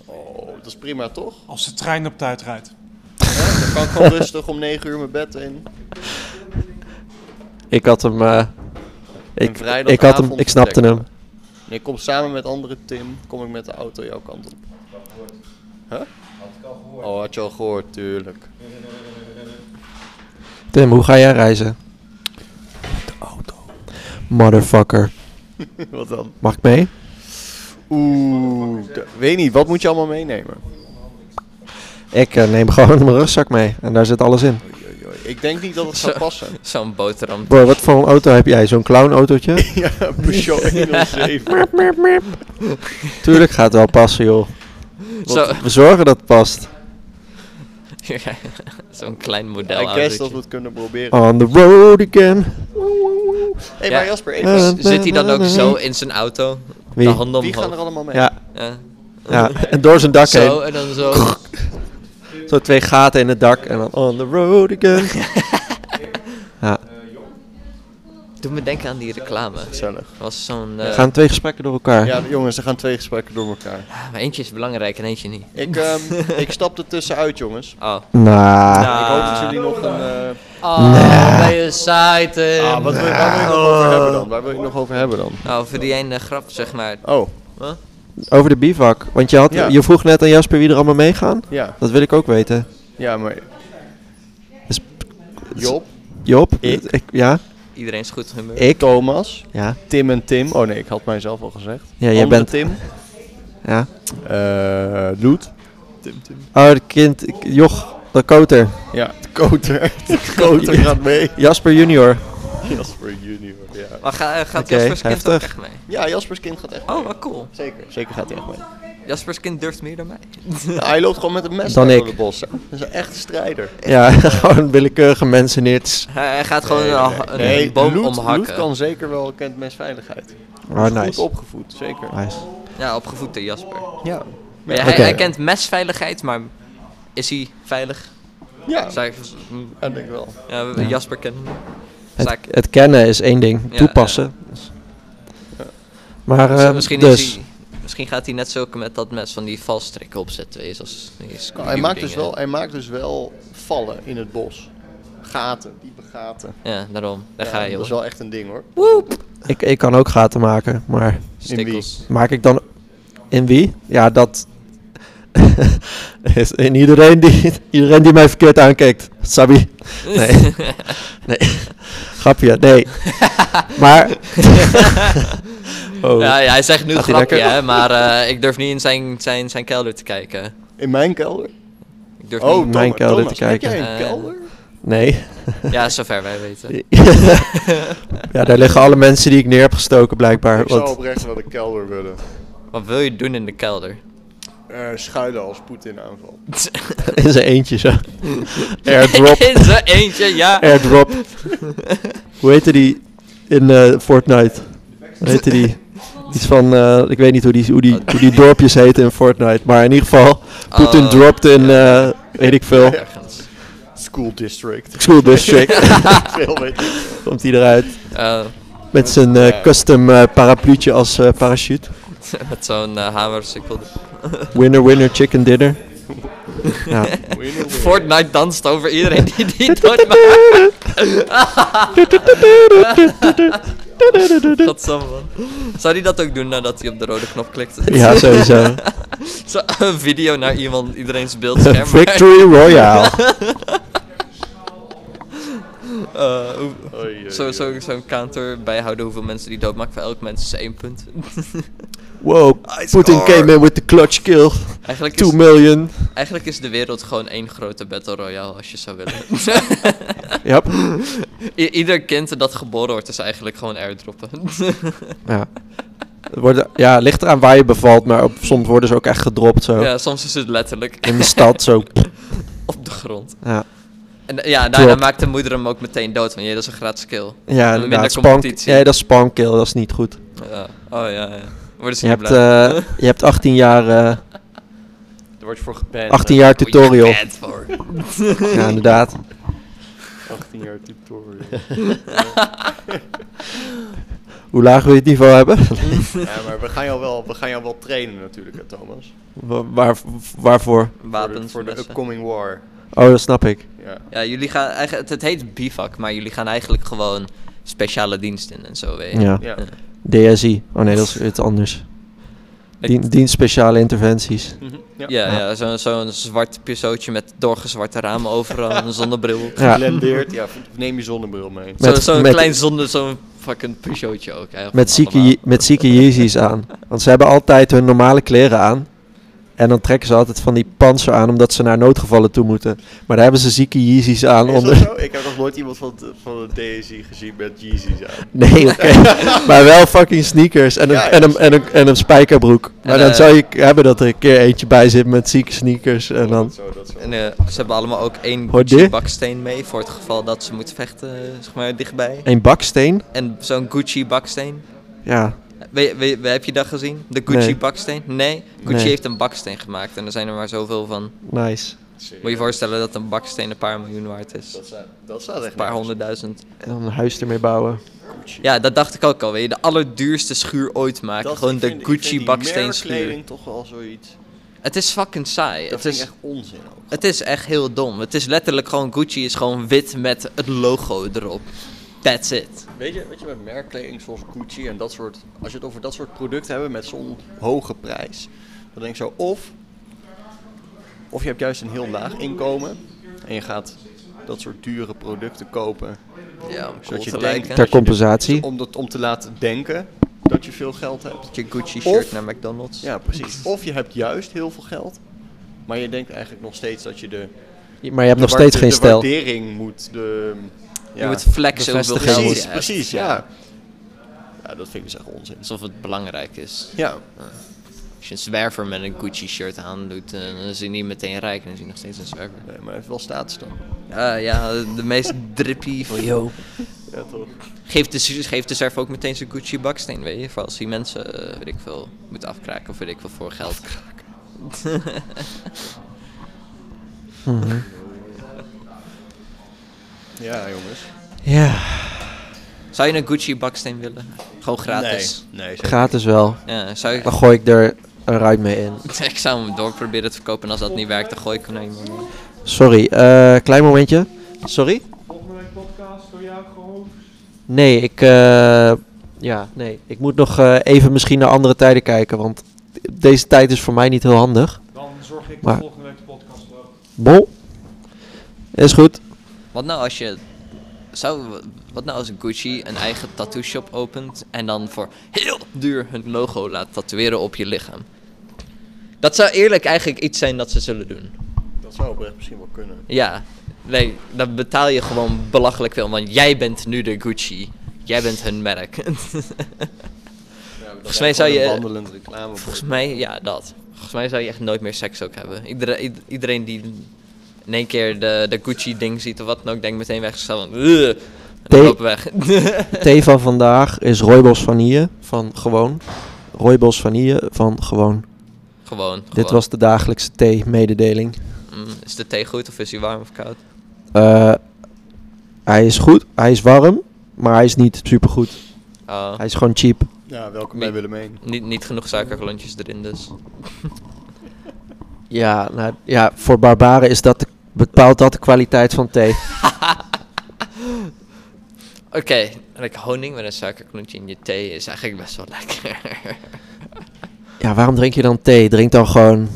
Oh, dat is prima toch? Als de trein op tijd rijdt. Hè? Dan kan ik gewoon rustig om 9 uur mijn bed in. Ik had hem. eh, En ik, vrijdagavond ik had hem. Ik snapte vertrekken. hem. En ik kom samen met andere Tim, kom ik met de auto jouw kant op. Huh? Oh, had je al gehoord, tuurlijk. Tim, hoe ga jij reizen? De auto. Motherfucker. Wat dan? Mag ik mee? Oeh, d- weet niet, wat moet je allemaal meenemen? Ik eh, neem gewoon mijn rugzak mee en daar zit alles in. Ik denk niet dat het Zo- gaat passen. Zo'n boterham. Boy, wat voor een auto heb jij? Zo'n clown-autootje? ja, Peugeot 107. Merp, merp, merp. Tuurlijk gaat het wel passen, joh. Zo. We zorgen dat het past. Ja, Zo'n klein model. Ik guess dat we het kunnen proberen. On the road again. Hé, maar Jasper, even. Eh, Zit hij dan ook zo in zijn auto? Wie? De handen Wie gaan omhoog. er allemaal mee? Ja. Ja. Ja, en door zijn dak Zo, heen. en dan zo. eh. Zo twee gaten in het dak en dan on the road again. ja. Eh. Doe me denken aan die reclame. Gezellig. was zo'n... Er eh, gaan twee gesprekken door elkaar. Ja, jongens, er gaan twee gesprekken door elkaar. Ah, Maar eentje is belangrijk en eentje niet. Ik, ehm, ik stap er tussenuit, jongens. Oh. Nah. Ik hoop dat jullie nog een... eh, Oh, ben je saai, Tim. Ah, wat wil, waar wil je nog over hebben dan? Waar wil je nog over hebben dan? Nou, voor die ene grap, zeg maar. Oh, Huh? Over de bivak. Want je, had, Ja. je vroeg net aan Jasper wie er allemaal meegaan. ja. Dat wil ik ook weten. Ja, maar... Is- Job, Job? Ik? ja? Iedereen is goed humeur. Ik? Thomas, Ja. Tim en Tim. Oh nee, ik had mijzelf al gezegd. Ja, jij Andere bent- Tim. Ja. Eh Loet. Tim, Tim. Oh, dat kind. ik- Joch. De koter. Ja, de Koter. De Koter Ja. gaat mee. Jasper junior. Jasper junior, ja. Maar ga, gaat Oké, Jaspers kind ook heftig. echt mee? Ja, Jaspers kind gaat echt mee. Oh, wat cool. Zeker, zeker gaat hij echt mee. Jaspers kind durft meer dan mij. Ja, hij loopt gewoon met een mes Dan daar ik. door de bos. Dat is een echte strijder. Ja, gewoon willekeurige mensen neer. te s- Hij, hij gaat gewoon een, een Nee, boom Loet, omhakken. Loet kan zeker wel, kent mesveiligheid. Is Oh, Goed nice. Ah. opgevoed, zeker. Nice. Ja, opgevoed door Jasper. Maar Ja. ja, hij, Oké. hij kent mesveiligheid, maar is hij veilig? Ja, Zou ik- dat denk ik wel. ja, we- Jasper kent hem. Zou Het, ik- het kennen is één ding. Ja, Toepassen. Dus- Maar zo- eh, misschien, dus. is hij, misschien gaat hij net zulke met dat mes van die valstrikken opzetten. Is als, die is Nou, hij, maakt dus dingen. wel, hij maakt dus wel vallen in het bos. Gaten, diepe gaten. Ja, daarom. Daar Ja, ga je, dat is hoor. wel echt een ding hoor. Ik, ik kan ook gaten maken, maar Stikkels. maak ik dan in wie? Ja, dat is in iedereen die, iedereen die mij verkeerd aankijkt. Sabi. Nee. nee. Grapje, nee. Maar oh. Ja, ja, hij zegt nu een Gaat hij grapje, lekker? hè, maar eh, ik durf niet in zijn, zijn, zijn kelder te kijken. In mijn kelder? Ik durf Oh, niet. mijn Thomas, kelder te Thomas, kijken. Heb jij een Eh, kelder? nee. Ja, zover wij weten. ja, daar liggen alle mensen die ik neer heb gestoken blijkbaar. Ik zou Want oprecht wel de kelder willen. Wat wil je doen in de kelder? Eh, schuilen als Poetin aanval. in zijn eentje zo. Airdrop. In zijn eentje, ja. Airdrop. Hoe heette die in eh, Fortnite? Hoe heette die? Iets van, eh, ik weet niet hoe die, hoe, die, hoe die dorpjes heten in Fortnite. Maar in ieder geval, Poetin Oh, dropt in, eh, weet ik veel, Ergens. School district. School District. Veel beter. Komt hij eruit. Eh, Met zijn eh, custom eh, parapluutje als eh, parachute. met zo'n eh, hamer. sikkel. Winner, winner, chicken dinner. Ja. Fortnite danst over iedereen die die doodmaakt. Godsamme, man. Zou hij dat ook doen nadat hij op de rode knop klikt? ja, sowieso. Zo, een video naar iemand, iedereen's beeldscherm. Victory Royale. Eh, hoe- Oei, oei, zo- oei. zo- Zo'n counter bijhouden hoeveel mensen die doodmaakt. Voor elk mens is één punt. Wow, Poetin came in with the clutch kill. Eigenlijk 2 is, million. eigenlijk is de wereld gewoon één grote Battle Royale, als je zou willen. Yep. I- ieder kind dat geboren wordt is eigenlijk gewoon airdroppen. Ja. Er Worden, ja, ligt eraan waar je bevalt, maar op, soms worden ze ook echt gedropt zo. Ja, soms is het letterlijk. Oh. In de stad zo. Op de grond. Ja. En eh, ja, daarna Klopt. maakt de moeder hem ook meteen dood, want ja, dat is een gratis kill. Ja, En minder inderdaad. Spank, competitie. ja, dat is spankill, dat is niet goed. Ja. Oh ja, ja. Worden ze Je niet hebt, blij. eh, je hebt 18 jaar, eh, Daar word je voor geband. 18 jaar Daar word je tutorial. geband voor. ja, inderdaad. 18 jaar tutorial. Hoe laag wil je het niveau hebben? ja, maar we gaan, jou wel, we gaan jou wel trainen natuurlijk, hè, Thomas. Wa- Waar, waarvoor? Wapens. Voor de messen. upcoming war. Oh, dat snap ik. Ja. Ja, jullie gaan eigenlijk, het, het heet bivak, maar jullie gaan eigenlijk gewoon speciale diensten en zo weer. Ja. DSI. Oh nee, dat is iets anders. Dien, dienst speciale interventies. Mhm, Ja, ja, zo'n zo'n zwart pisootje met doorgezwarte ramen overal en een zonnebril. Ja. Geblendeerd, ja. Neem je zonnebril mee. Met- Zo- zo'n met- klein zonde, zo'n fucking pisootje ook. hè, Met zieke, allemaal. Ye- met zieke Yeezys aan. Want ze hebben altijd hun normale kleren aan. En dan trekken ze altijd van die panzer aan, omdat ze naar noodgevallen toe moeten. Maar daar hebben ze zieke Yeezys aan Is dat onder. zo? Ik heb nog nooit iemand van, het- van het DSI gezien met Yeezys aan. Nee, oké. maar wel fucking sneakers en een, Ja, ja. en een, en een, en een spijkerbroek. Maar En, dan eh, zou je k- hebben dat er een keer eentje bij zit met zieke sneakers. En dan, En eh, ze hebben allemaal ook één Hoor Gucci dit? baksteen mee voor het geval dat ze moeten vechten, eh, zeg maar, dichtbij. Een baksteen? En zo'n Gucci baksteen. ja, We, we, we- heb je dat gezien? De Gucci Nee. baksteen? Nee, Gucci Nee. heeft een baksteen gemaakt en er zijn er maar zoveel van. nice. Moet je voorstellen dat een baksteen een paar miljoen waard is. Dat staat, dat staat echt Een paar honderdduizend. En dan een huis ermee bouwen. Ja, dat dacht ik ook al. Weet je, de allerduurste schuur ooit maken. Dat- Gewoon ik de vind- ik vind Gucci die baksteen schuur. merkkleding toch wel zoiets. Het is fucking saai. Dat Het vind is, ik echt onzin ook. het is echt heel dom. Het is letterlijk gewoon Gucci is gewoon wit met het logo erop. That's it. Weet je, weet je, met merkkleding zoals Gucci en dat soort... Als je het over dat soort producten hebt met zo'n hoge prijs... Dan denk ik zo, of... Of je hebt juist een heel laag inkomen... En je gaat dat soort dure producten kopen... Ja, om cool zodat je te denkt... lijken. dat Ter je- compensatie. Om, dat, om te laten denken dat je veel geld hebt. Je Gucci-shirt Of- naar McDonald's. Ja, precies. Of je hebt juist heel veel geld... Maar je denkt eigenlijk nog steeds dat je de... Maar je hebt de nog steeds wa- geen de stijl. waardering moet... De, ja, Je moet flexen hoeveel Bevestiging. geld je Precies, hebt. precies, ja. Ja, dat vind ik dus echt onzin. Alsof het belangrijk is. Ja. Als je een zwerver met een Gucci-shirt aandoet, eh, dan is hij niet meteen rijk. Dan is hij nog steeds een zwerver. Nee, maar hij heeft wel status dan. Ah, ja, de meest drippy van... Yo. Ja, toch. Geeft de, su- geeft de zwerver ook meteen zijn Gucci baksteen, weet je? Voor als die mensen, eh, weet ik veel, moet afkraken of weet ik veel, voor geld. Mhm. Ja, jongens. Ja, Zou je een Gucci baksteen willen? Gewoon gratis. Nee, nee, zeker. gratis wel. Ja, zou je... Dan gooi ik er een ruit mee in. Ik zou hem door proberen te verkopen en als dat niet werkt, dan gooi ik hem naar iemand. anders. Sorry, eh, klein momentje. Sorry? Volgende week podcast door jou gewoon. Nee, ik, eh, ja, nee. ik moet nog eh, even misschien naar andere tijden kijken, want deze tijd is voor mij niet heel handig. Dan zorg ik Maar- dat volgende week de podcast wel. Bol, is goed. Wat nou als je. Zou, wat nou als Gucci een eigen tattoo shop opent en dan voor heel duur hun logo laat tatoeëren op je lichaam? Dat zou eerlijk eigenlijk iets zijn dat ze zullen doen. Dat zou oprecht misschien wel kunnen. Ja, nee, dan betaal je gewoon belachelijk veel, want jij bent nu de Gucci. Jij bent hun merk. Volgens mij zou je- wandelend reclame. Volgens mij, ja, dat. Volgens mij zou je echt nooit meer seks ook hebben. Iedere, ied- iedereen die in één keer de, de Gucci-ding ziet of wat dan ook, denkt meteen weggestaan van. "Ugh," en dan Thee- lopen weg. Thee van vandaag is rooibos vanille van gewoon. Rooibos vanille van gewoon. gewoon, gewoon. Dit was de dagelijkse thee-mededeling. Mm, is de thee goed of is hij warm of koud? Eh, hij is goed, hij is warm, maar hij is niet supergoed. Oh, Hij is gewoon cheap. Ja, welkom bij bij Willemijn. niet, niet genoeg suikerklontjes erin dus. Ja, nou, ja voor barbaren is dat de- bepaalt dat de kwaliteit van thee. Oké, like honing met een suikerklontje in je thee is eigenlijk best wel lekker. Ja, waarom drink je dan thee? Drink dan gewoon,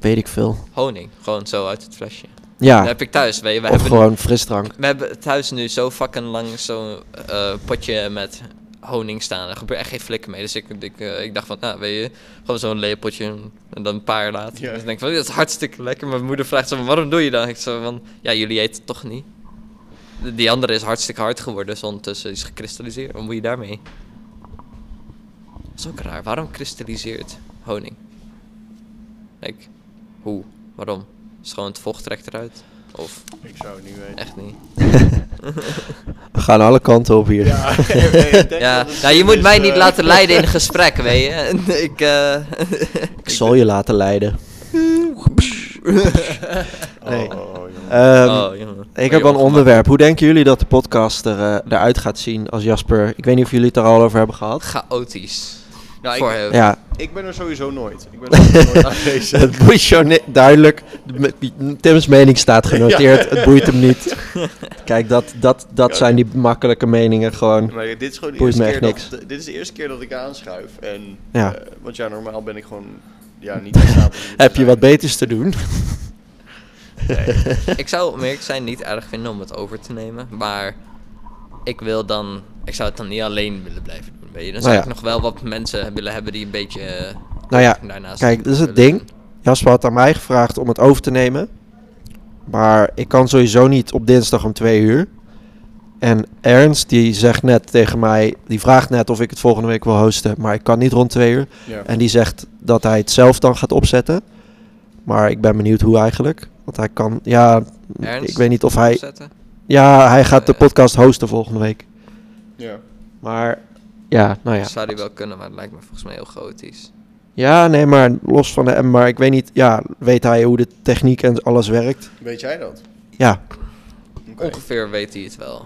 weet ik veel. honing, gewoon zo uit het flesje. Ja, Dat heb ik thuis, weet je. We of hebben, gewoon frisdrank. we hebben thuis nu zo fucking lang zo'n eh, potje met honing staan. Er gebeurt echt geen flikker mee. Dus ik, ik, eh, ik dacht van, nou weet je, gewoon zo'n lepeltje en dan een paar later. Ja. Dus ik denk van, dat is hartstikke lekker. Mijn moeder vraagt zo, van, waarom doe je dat? Ik zo van, ja, jullie eten het toch niet? Die andere is hartstikke hard geworden, dus ondertussen is gekristalliseerd. Wat moet je daarmee? Dat is ook raar. Waarom kristalliseert honing? Like, hoe? Waarom? Is het gewoon het vocht trekt eruit? Of? Ik zou het niet weten. Echt niet. We gaan alle kanten op hier. Ja, nee, nee, ik denk ja, dat het nou, je slim moet is, mij niet eh. laten leiden in gesprek, weet je. ik, eh, Ik zal je laten leiden. Oh, Nee. Ehm, Oh, jongen. ik Ben heb je wel een onderwerp. Hoe denken jullie dat de podcast er, eh, eruit gaat zien als Jasper? Ik weet niet of jullie het er al over hebben gehad. chaotisch. Nou, Voor ik, hem. Ja. ik ben er sowieso nooit. Ik ben er sowieso nooit aanwezig. het boeit jou niet- duidelijk. M- m- Tim's mening staat genoteerd. Ja. Het boeit hem niet. Kijk, dat, dat, dat Ja. zijn die makkelijke meningen gewoon. Maar dit is gewoon de boeit eerste, me keer echt niks. dat, dit is de eerste keer dat ik aanschuif. En, Ja. eh, want ja, normaal ben ik gewoon ja, niet in staat om hier te Heb je zijn. wat beters te doen? ik zou om eerlijk zijn niet erg vinden om het over te nemen, maar ik wil dan, ik zou het dan niet alleen willen blijven doen, weet je. Dan zou Nou ik ja. nog wel wat mensen willen hebben die een beetje eh, Nou ja, daarnaast kijk, dat is het willen ding. Jasper had aan mij gevraagd om het over te nemen. Maar ik kan sowieso niet op dinsdag om twee uur. En Ernst, die zegt net tegen mij, die vraagt net of ik het volgende week wil hosten. Maar ik kan niet rond twee uur. Ja. En die zegt dat hij het zelf dan gaat opzetten. Maar ik ben benieuwd hoe eigenlijk. Want hij kan, ja, Ernst ik weet niet of hij... opzetten? Ja, hij gaat de podcast hosten volgende week. Ja. Maar ja, nou ja. Dat zou die wel kunnen, maar het lijkt me volgens mij heel chaotisch. Ja, nee, maar los van de M, maar ik weet niet, ja, weet hij hoe de techniek en alles werkt? Weet jij dat? Ja, Ongeveer weet hij het wel.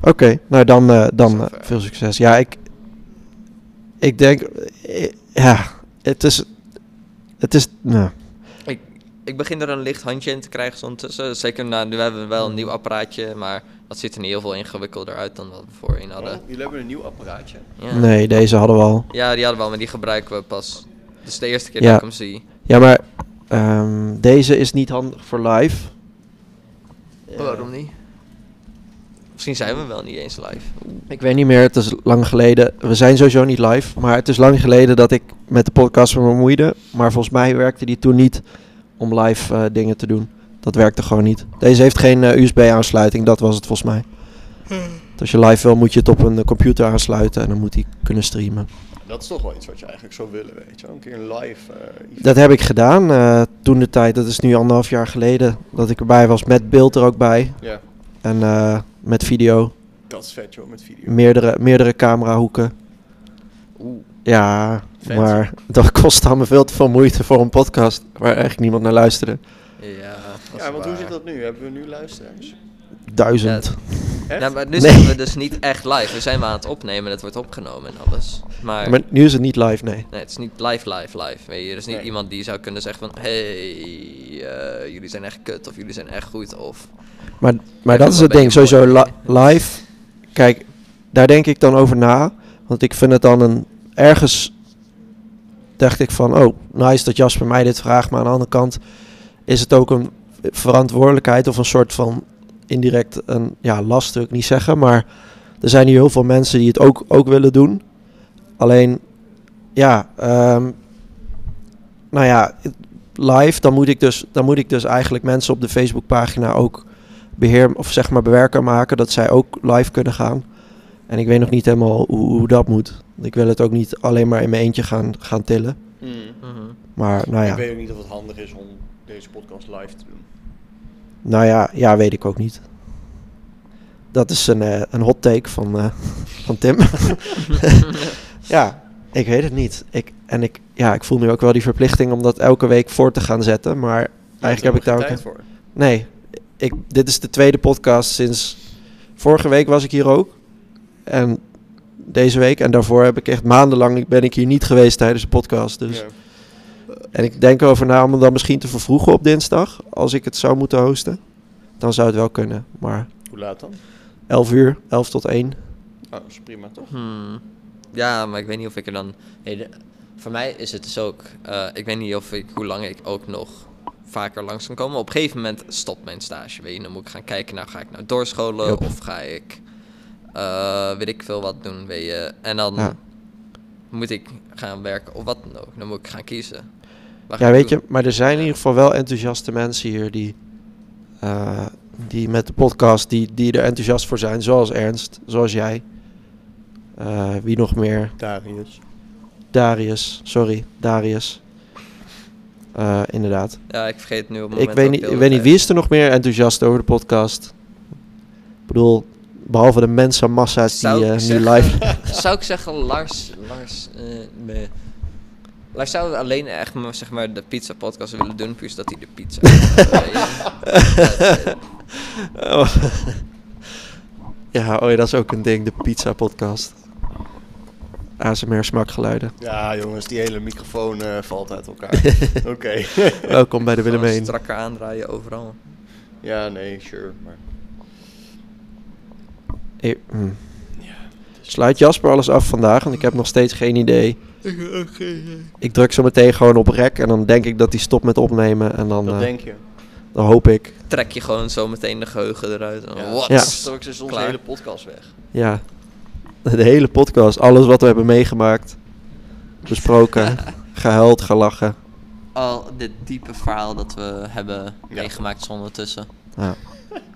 oké, nou dan, eh, dan eh, veel succes. Ja, ik, ik denk, eh, ja, het is, het is, nou, Ik, ik begin er een licht handje in te krijgen ondertussen. Zeker, nou, nu hebben we wel een Hmm. nieuw apparaatje, maar dat ziet er niet heel veel ingewikkelder uit dan wat we voorheen Oh, hadden. jullie hebben een nieuw apparaatje. Ja. nee, deze hadden we al. Ja, die hadden we al, maar die gebruiken we pas. Dus de eerste keer Ja. dat ik hem zie. Ja, maar ehm, deze is niet handig voor live. Oh, Waarom niet? Misschien zijn we wel niet eens live. Ik weet niet meer, het is lang geleden. We zijn sowieso niet live, maar het is lang geleden dat ik met de podcast me bemoeide. Maar volgens mij werkte die toen niet om live eh, dingen te doen. Dat werkte gewoon niet. Deze heeft geen eh, USB-aansluiting, dat was het volgens mij. Dus als je live wil, moet je het op een eh, computer aansluiten en dan moet hij kunnen streamen. Dat is toch wel iets wat je eigenlijk zou willen, weet je. wel. Een keer een live. eh, iets. Dat heb ik gedaan eh, toen de tijd, dat is nu anderhalf jaar geleden, dat ik erbij was met beeld er ook bij. Ja. En eh, met video, Dat is vet, joh, met video. meerdere, meerdere camerahoeken. Oeh. Ja, Vet. maar dat kost allemaal veel te veel moeite voor een podcast waar eigenlijk niemand naar luisterde. Ja, Ja, want hoe zit dat nu? Hebben we nu luisteraars? Duizend. Echt? maar nu Nee. zijn we dus niet echt live. We zijn maar aan het opnemen en het wordt opgenomen en alles. Maar, Maar nu is het niet live, nee. nee, het is niet live, live, live. Weet je? Er is niet Nee. iemand die zou kunnen zeggen van... Hey, eh, jullie zijn echt kut of jullie zijn echt goed of... Maar, maar dat dat is wel het ding, ben je sowieso mooi. li- live. Kijk, daar denk ik dan over na. Want ik vind het dan een... Ergens dacht ik van, oh, nice dat Jasper mij dit vraagt. Maar aan de andere kant is het ook een verantwoordelijkheid of een soort van indirect een ja, last wil ik niet zeggen, maar er zijn hier heel veel mensen die het ook, ook willen doen. Alleen, ja, ehm, nou ja, het- live, dan moet, ik dus, dan moet ik dus eigenlijk mensen op de Facebookpagina ook beheer, of zeg maar bewerken maken, dat zij ook live kunnen gaan. En ik weet nog niet helemaal hoe, hoe dat moet. Ik wil het ook niet alleen maar in mijn eentje gaan, gaan tillen. Mm. Mhm. Maar nou ja, Ik weet ook niet of het handig is om deze podcast live te doen. nou ja, ja, weet ik ook niet. Dat is een, eh, een hot take van, eh, van Tim. ja, ik weet het niet. Ik, en ik, ja, ik voel nu ook wel die verplichting om dat elke week voor te gaan zetten. Maar eigenlijk heb ik daar ook... tijd voor. Nee, ik, dit is de tweede podcast sinds... Vorige week was ik hier ook. En deze week. En daarvoor heb ik echt maandenlang... ben ik hier niet geweest tijdens de podcast. Dus... Ja. En ik denk erover na om het dan misschien te vervroegen op dinsdag. Als ik het zou moeten hosten. Dan zou het wel kunnen. Maar Hoe laat dan? 11 uur, 11 tot 1. Nou, dat is prima toch? Hmm. Ja, maar ik weet niet of ik er dan... Nee, de- voor mij is het dus ook... eh, ik weet niet of ik, hoe lang ik ook nog vaker langs kan komen. Op een gegeven moment stopt mijn stage. Weet je, dan moet ik gaan kijken, nou ga ik nou doorscholen Yep. of ga ik... eh, weet ik veel wat doen, weet je. En dan Ja. moet ik gaan werken of wat dan ook. Dan moet ik gaan kiezen. Wat ga Ja, ik weet je, doen? maar er zijn in ieder geval wel enthousiaste mensen hier die, eh, die met de podcast, die, die er enthousiast voor zijn. Zoals Ernst, zoals jij. Eh, wie nog meer? Darius. Darius, sorry, Darius. Eh, inderdaad. Ja, ik vergeet nu op het moment Ik weet, ook niet, heel ik weet niet erg. wie is er nog meer enthousiast over de podcast. Ik bedoel, behalve de mensenmassa's die Zou eh, ik nu zeggen- live. zou ik zeggen, Lars. Lars. eh, me- Lars zou alleen echt maar, zeg maar, de pizza podcast willen doen, puur zodat hij de pizza. Oh. ja, oh ja, dat is ook een ding, de pizza podcast. ASMR smakgeluiden. Ja, jongens, die hele microfoon eh, valt uit elkaar. Oké. Welkom bij de Gewoon Willemijn. Strakker aandraaien overal. Ja, nee, sure. Maar... Eh, hm. Sluit Jasper alles af vandaag, want ik heb nog steeds geen idee. Ik heb ook geen idee. Ik druk zo meteen gewoon op rek en dan denk ik dat hij stopt met opnemen. En dan, Dat eh, denk je. Dan hoop ik. Trek je gewoon zo meteen de geheugen eruit. en Ja, Wat? Ja. Dan is onze Klaar. hele podcast weg. Ja. De hele podcast, alles wat we hebben meegemaakt, besproken, gehuild, gelachen. Al dit diepe verhaal dat we hebben meegemaakt zonder tussen. Ja.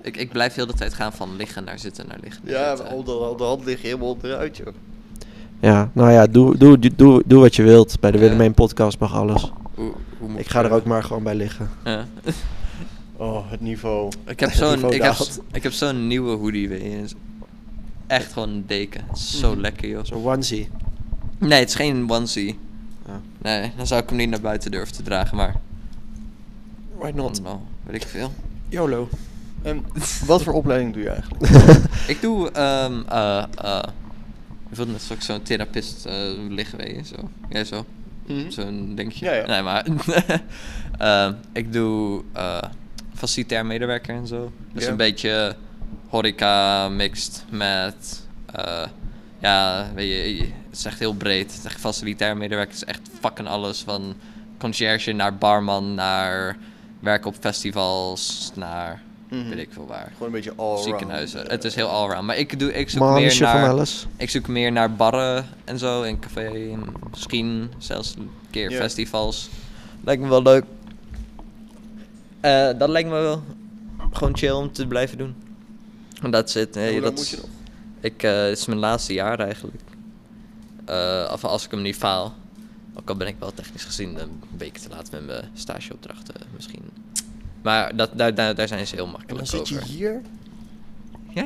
Ik, ik blijf heel de tijd gaan van liggen naar zitten naar liggen. naar Ja, eh, zitten. al de, al de hand ligt helemaal onderuit, joh. Ja, nou ja, doe, doe, doe- doe, doe wat je wilt. Bij de Willemijn podcast mag alles. Hoe- hoe moet ik ik ga er zeggen? ook maar gewoon bij liggen. Ja. Oh, het niveau. Ik heb Het zo'n niveau ik heb, daalt. z- ik heb zo'n nieuwe hoodie weer. Het is Echt gewoon een deken. Het is Zo lekker joh. Mhm. Zo'n onesie. Nee, het is geen onesie. Ja. Nee, dan zou ik hem niet naar buiten durven te dragen, maar Why not? nou, weet ik veel. YOLO. En wat voor opleiding doe je eigenlijk? Ik doe ehm eh eh ik voel net alsof ik zo'n therapist eh liggen weet je, zo. Ja, zo. Mhm. Zo'n dingetje. Ja, ja. Nee, maar ehm, ik doe eh facilitair medewerker en zo. Dus Ja. een beetje horeca mixed met eh, ja, weet je, je- het is echt heel breed. Het is echt facilitair medewerker is echt fucking alles van conciërge naar barman naar werk op festivals naar Mhm. weet ik veel waar. Gewoon een beetje allround, Ziekenhuizen. eh. het is heel allround. Maar ik, doe, ik zoek meer Mannetje van naar... alles. Ik zoek meer naar barren en zo en café en misschien zelfs een keer Ja. festivals. Lijkt me wel leuk. Eh, dat lijkt me wel gewoon chill om te blijven doen. En dat zit. hoe Nee, lang dat moet is- je nog? Ik, eh, het is mijn laatste jaar eigenlijk. Eh, of als ik hem niet faal. Ook al ben ik wel technisch gezien een week te laat met mijn stageopdrachten misschien. Maar dat, daar, daar, daar zijn ze heel En dan makkelijk zit je over. hier? Ja?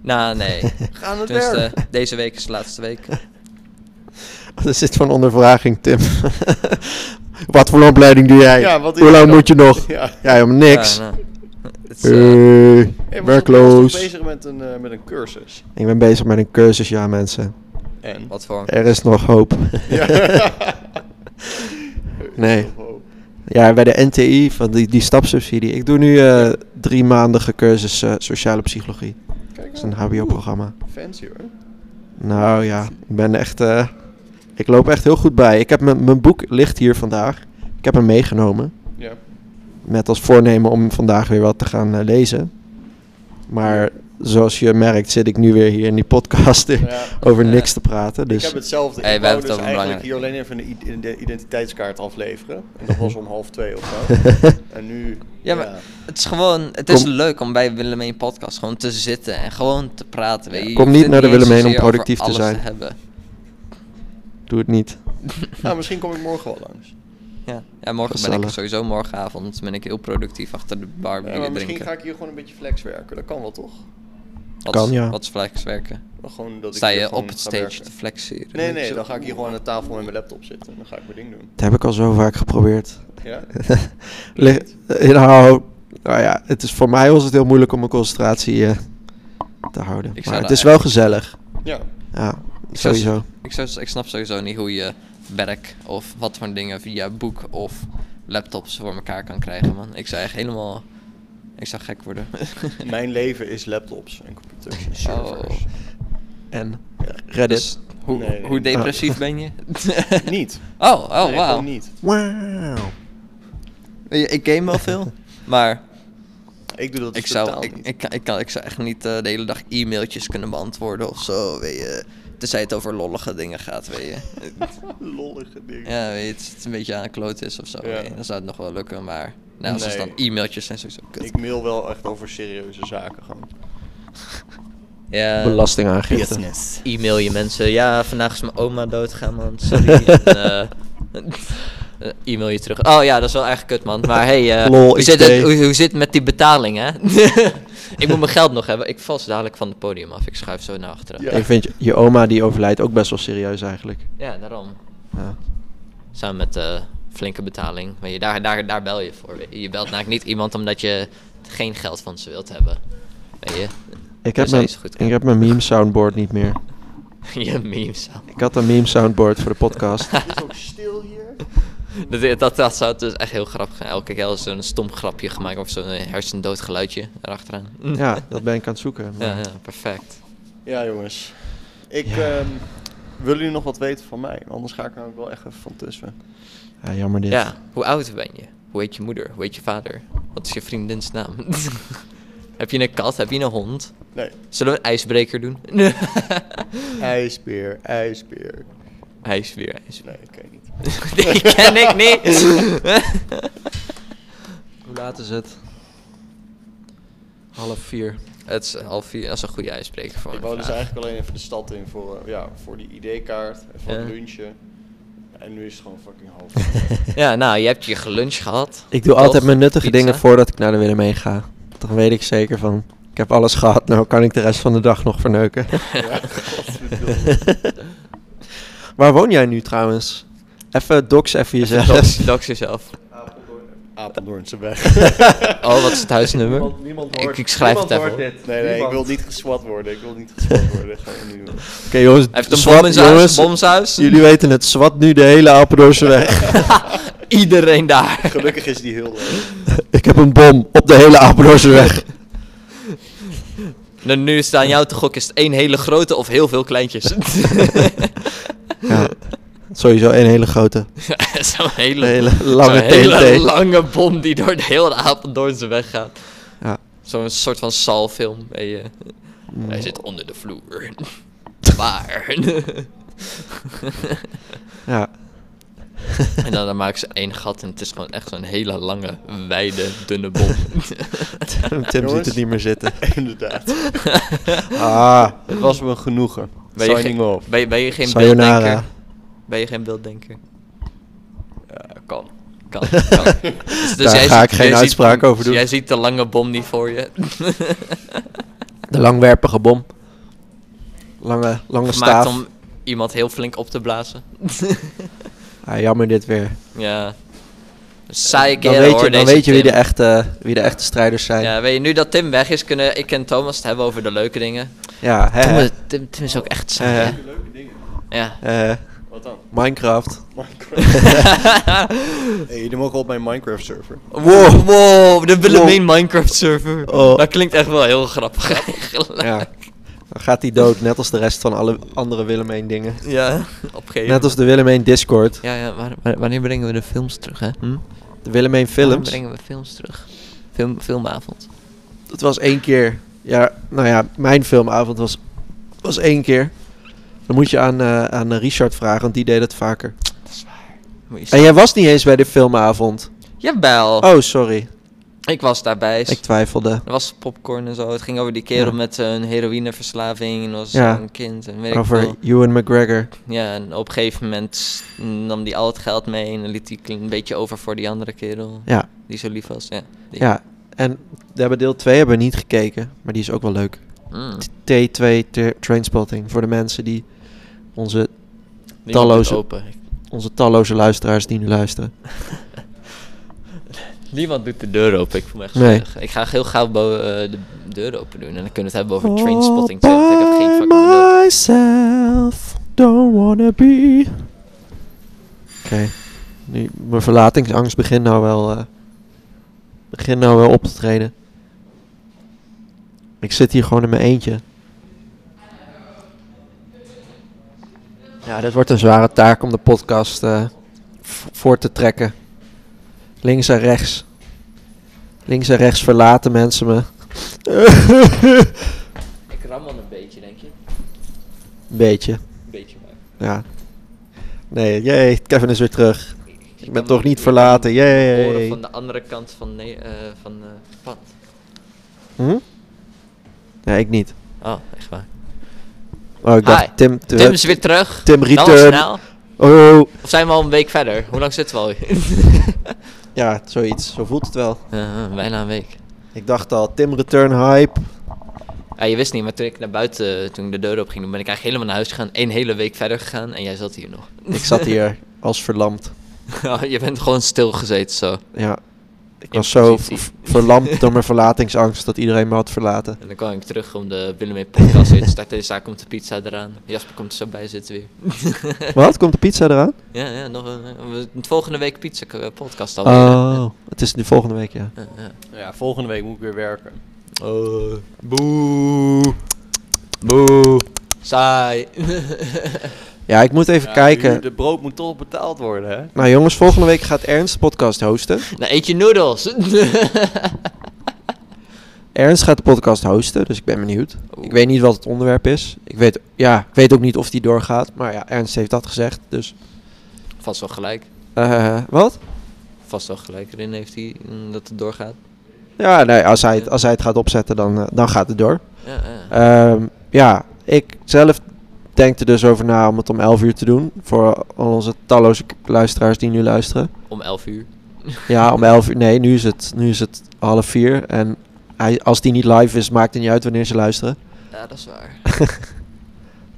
Nou, nee. Ga aan het Tenminste, werk. deze week is de laatste week. Er zit van ondervraging, Tim. wat voor opleiding doe jij? Ja, wat doe Hoe jij lang dan? moet je nog? Ja. Ja, helemaal niks. Ja, nou, het is, eh, Hey, Hey, maar je was toch werkloos. bezig met een, eh, met een cursus. Ik ben bezig met een cursus, ja mensen. En? Wat voor? Er is nog hoop. Ja. Nee. Oh. Ja, bij de NTI, van die, die stapsubsidie. Ik doe nu eh drie maandige cursus eh, sociale psychologie. Kijk Dat is een aan. hbo-programma. Fancy hoor. Nou ja, ik ben echt... eh, ik loop echt heel goed bij. Ik heb mijn- mijn boek ligt hier vandaag. Ik heb hem meegenomen. Ja. Met als voornemen om vandaag weer wat te gaan eh, lezen. Maar zoals je merkt zit ik nu weer hier in die podcast Nou Ja. over Ja. niks te praten. Dus Ik heb hetzelfde. Hey, ik wij wou hebben dus het over eigenlijk belangrijk. hier alleen even een i- de identiteitskaart afleveren. En dat was om half twee of zo. en nu... Ja, maar het is gewoon, het is Kom- leuk om bij Willemijn podcast gewoon te zitten en gewoon te praten. weet je. Je Kom hoeft niet het naar de eens Willemijn om zozeer over productief te alles zijn. hebben. doe het niet. Nou, misschien kom ik morgen wel langs. Ja. ja, morgen ben Gezellig. ik sowieso morgenavond ben ik heel productief achter de bar Ja, bier maar misschien drinken. ga ik hier gewoon een beetje flex werken. Dat kan wel toch? Wat, Kan, ja. Wat is flex werken? Dan Gewoon dat ik Sta hier je gewoon op het ga stage werken. te flexeren? Nee, nee, dan ga ik hier gewoon aan de tafel met mijn laptop zitten. En dan ga ik mijn ding doen. Dat heb ik al zo vaak geprobeerd. Ja? Lig- eh, nou, nou ja, het is, voor mij was het heel moeilijk om mijn concentratie eh, te houden. Ik zou maar daar het is wel echt- gezellig. Ja. Ja, Ik zou- sowieso. Ik, zou, ik snap sowieso niet hoe je werk of wat voor dingen via boek of laptops voor elkaar kan krijgen, man. Ik zou echt helemaal... Ik zou gek worden. Mijn leven is laptops en computers en Oh. servers. En Ja. Reddit. Dus hoe, Nee, nee. hoe depressief Ah. ben je? Niet. Oh, oh, nee, wauw. gewoon niet. Wauw. Ik ik game wel veel, maar Ik doe dat ik dus zou, totaal ik, niet. ik, kan- ik, kan, ik zou echt niet eh, de hele dag e-mailtjes kunnen beantwoorden of zo, weet je. Tenzij het over lollige dingen gaat, weet je. Lollige dingen. ja, weet je, het, het een beetje aan de kloot is of zo, Ja. weet je, dan zou het nog wel lukken, maar... Nou, als Nee. dan e-mailtjes zijn sowieso kut. Ik mail wel echt over serieuze zaken gewoon. Ja. Belastingaangifte. E-mail je mensen. Ja, vandaag is mijn oma doodgaan, man. Sorry. En, eh, E-mail je terug. Oh ja, dat is wel erg kut, man. Maar hey, eh, Lol, hoe, zit XD. het, hoe, hoe zit het met die betaling, hè? ik moet mijn geld nog hebben. Ik val zo dadelijk van het podium af. Ik schuif zo naar achteren. Ik vind je, je oma die overlijdt ook best wel serieus eigenlijk. Ja, daarom. Ja. Samen met eh, flinke betaling. Maar je, daar, daar, daar bel je voor. Je belt namelijk niet iemand omdat je geen geld van ze wilt hebben. Weet je? Ik Daar heb, zou mijn, je ze goed ik heb mijn meme soundboard niet meer. Je memes. aan. Ik had een meme soundboard voor de podcast. Het is ook stil hier. Dat, dat, dat zou dus echt heel grappig zijn. Elke keer als zo'n stom grapje gemaakt of zo'n eh, hersendood geluidje erachteraan. ja, dat ben ik aan het zoeken. maar- Ja, ja, perfect. Ja, jongens. Ik ehm, wil jullie nog wat weten van mij, anders ga ik namelijk wel echt even van tussen. Ja, jammer dit. Ja, hoe oud ben je? Hoe heet je moeder? Hoe heet je vader? Wat is je vriendins naam? Heb je een kat? Heb je een hond? Nee. Zullen we een ijsbreker doen? ijsbeer, ijsbeer. ijsbeer, ijsbeer. Nee, ik ken niet. Die ken ik niet. Hoe laat is het? half vier. Het is half vier, dat is een goede ijsbreker voor Ik een wou dus vraag. eigenlijk alleen even de stad in voor, eh, ja, voor die ID-kaart en voor het Ja. lunchen. En nu is het gewoon fucking half. Ja, nou, je hebt je gelunch gehad. Ik doe Toch? altijd mijn nuttige Pizza. dingen voordat ik naar de Willem heen ga. Dan weet ik zeker van, ik heb alles gehad, nou kan ik de rest van de dag nog verneuken. Ja, godverdomme. Waar woon jij nu trouwens? Even dox even Dus jezelf. Dox, dox jezelf. Apeldoornse weg. Oh, wat is het huisnummer? Niemand, niemand hoort, Ik, ik schrijf niemand het even. hoort hoor. dit. Nee, nee, ik wil niet geswat worden. Ik wil niet geswat worden. Gewoon nu. Oké jongens, Hij heeft een zwart- bom in zijn huis, jongens, een bom in zijn huis. Jullie weten het, zwart nu de hele Apeldoornse weg. Iedereen daar. Gelukkig is die heel leuk. ik heb een bom op de hele Apeldoornse weg. Nou, nu staan jou te gokken, is het één hele grote of heel veel kleintjes? Ja, sowieso een hele grote. zo'n hele, Hele lange zo'n hele TNT. lange bom die door de hele Apeldoornse weg gaat. Ja. Mm. Zo'n soort van Saal-film. weet je. Hij zit onder de vloer. Waar? Ja, en dan, dan maken ze één gat en het is gewoon echt zo'n hele lange, wijde, dunne bom. Tim ziet Jongens. het niet meer zitten. Inderdaad. Ah, Het was me een genoegen. Ben je, Signing geen, off. ben, je- ben je geen Sayonara. beelddenker? Ben je geen beelddenker? kan. Kan, kan. Dus, Daar ga ik geen jij uitspraak ziet, over doen. Jij ziet de lange bom niet voor je. de langwerpige bom. Lange, lange Gemaakt staaf. om iemand heel flink op te blazen. Ah, jammer dit weer. Ja. Saai Dan kerel weet hoor, je, dan deze weet je wie, de Tim. echte, wie de echte strijders zijn. Ja, Ja, weet je, nu dat Tim weg is, kunnen ik en Thomas het hebben over de leuke dingen. hè, Tim, hè. is- Tim, Tim is ook echt saai, Eh. hè? Ja. Eh, Wat dan? Minecraft. Hey, jullie mogen op mijn Minecraft server. Wow, wow de Willemijn Wow. Minecraft server. Oh. Dat klinkt echt wel heel grappig eigenlijk. Ja. Dan gaat hij dood, net als de rest van alle andere Willem 1 dingen. Ja, op een gegeven Net als de Willem 1 Discord. Ja, ja, maar, maar wanneer brengen we de films terug, hè? Hm? De Willem Wanneer 1 films. brengen we films terug? Film, filmavond. Dat was één keer. Ja, nou ja, mijn filmavond was, was één keer. Dan moet je aan, eh, aan eh, Richard vragen, want die deed het vaker. Moet je En jij was niet eens bij de filmavond. Jawel. Oh, sorry. Ik was daarbij. Ik twijfelde. Er was popcorn en zo. Het ging over die kerel Ja. met eh, een heroïneverslaving en was Ja. een kind en weet ik Over veel. Ewan McGregor. Ja, en op een gegeven moment nam hij al het geld mee en dan liet hij een beetje over voor die andere kerel. Ja. Die zo lief was, ja. Die- Ja, en we hebben deel 2 hebben we niet gekeken, maar die is ook wel leuk. Mm. T2 tra- Trainspotting voor de mensen die onze Die doet talloze, open. onze talloze luisteraars die nu luisteren. Niemand doet de deur open, ik voel me echt Nee. zielig. Ik ga heel gauw bo- eh, de deur open doen en dan kunnen we het hebben over Trainspotting 2. want Ik heb geen fucking idee. myself, don't wanna be. Oké, nu mijn verlatingsangst begint nou wel, eh, begint nou wel op te treden. Ik zit hier gewoon in mijn eentje. Ja, dit wordt een zware taak om de podcast eh, v- voor te trekken. Links en rechts. Links en rechts verlaten mensen me. Ik rammel een beetje, denk je? Beetje. Een beetje maar. Ja. Nee, jee, Kevin is weer terug. Ik kan ben toch nog- niet ik kan nog verlaten, Horen jee. van de andere kant van, nee, eh, van eh, het pad. Hm? Nee, ik niet. Oké. Oh, echt waar. Oh, ik dacht, Hi, Tim, te- Tim is weer terug. Tim Dan return. snel. Oh. Of zijn we al een week verder? Hoe lang zitten we al? Ja, zoiets. Zo voelt het wel. Eh, bijna een week. Ik dacht al, Tim return hype. Ja, je wist niet, maar toen ik naar buiten, toen ik de deur op ging doen, ben ik eigenlijk helemaal naar huis gegaan. Eén hele week verder gegaan en jij zat hier nog. Ik zat hier als verlamd. Oh, je bent gewoon stilgezeten zo. Ja. Ik In was zo positie. v- verlamd door mijn verlatingsangst dat iedereen me had verlaten. En dan kwam ik terug om de Willem in podcast weer te starten. Dus daar komt de pizza eraan. Jasper komt er zo bij zitten weer. Wat? Komt de pizza eraan? ja, ja, nog een, eh, we- volgende week pizza eh, podcast alweer. Eh, Oh, het is nu volgende week, ja. Ja, ja. Ja, volgende week moet ik weer werken. Boe. Boe. Saai. Ja, ik moet even Ja, kijken. De brood moet toch betaald worden, hè? Nou jongens, volgende week gaat Ernst de podcast hosten. nou, eet je noedels. Ernst gaat de podcast hosten, dus ik ben benieuwd. Ik weet niet wat het onderwerp is. Ik weet, ja, ik weet ook niet of die doorgaat, maar ja, Ernst heeft dat gezegd, dus... Vast wel gelijk. eh, wat? Vast wel gelijk erin heeft hij mm, dat het doorgaat. Ja, nee, als hij het, als hij het gaat opzetten, dan, eh, dan gaat het door. Ja, Ehm, ja, ik zelf denk er dus over na om het om 11 uur te doen. Voor al onze talloze k- luisteraars die nu luisteren. Om 11 uur. Ja, om 11 uur. Nee, nu is het, nu is het half vier. En hij, als die niet live is, maakt het niet uit wanneer ze luisteren. Ja, dat is waar.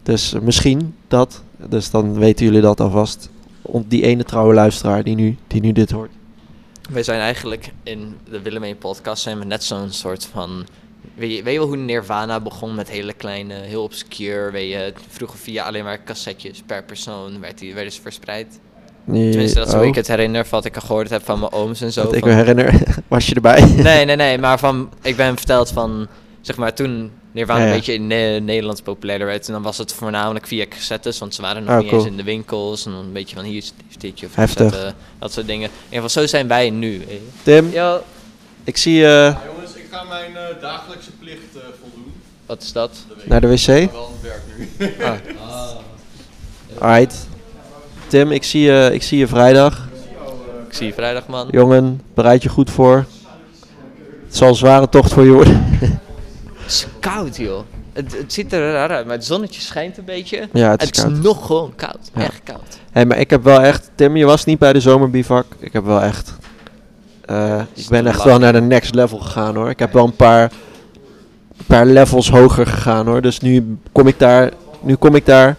Dus eh, misschien dat. Dus dan weten jullie dat alvast. Om die ene trouwe luisteraar die nu, die nu dit hoort. Wij zijn eigenlijk in de Willemijn podcast zijn we net zo'n soort van. Weet je, weet je wel hoe Nirvana begon met hele kleine, heel obscure. Weet je, vroeger via alleen maar cassettes per persoon werd die, werden ze verspreid. Nee, Tenminste, dat is hoe Eh, oh. ik het herinner, van wat ik gehoord heb van mijn ooms en zo. Dat ik van- me herinner, was je erbij? Nee, nee, nee, maar van, ik ben verteld van, zeg maar, toen Nirvana Ja, ja. een beetje in Ne- Nederland populairder werd, en dan was het voornamelijk via cassettes, want ze waren nog Oh, niet cool. eens in de winkels, en dan een beetje van hier is dit- ditje of Heftig. cassette, dat soort dingen. In ieder geval, zo zijn wij nu. eh. Tim, Ja, ik zie eh, je jongens, ik ga mijn dagelijkse plicht voldoen. wat is dat? naar de wc. Ah. wel aan het werk nu. Alright. Tim, ik zie je, ik zie je vrijdag. Ik zie je vrijdag, man. Jongen, bereid je goed voor. Het zal een zware tocht voor je worden. Het is koud, joh. Het, het ziet er raar uit, maar het zonnetje schijnt een beetje. Ja, het is Het koud. is nog gewoon koud, Ja. echt koud. Hé, maar ik heb wel echt... Tim, je was niet bij de zomerbivak. Ik heb wel echt... eh, ik ben te echt lang. wel naar de next level gegaan, hoor. Ik heb wel een paar, een paar levels hoger gegaan, hoor. Dus nu kom ik daar... Nu kom ik daar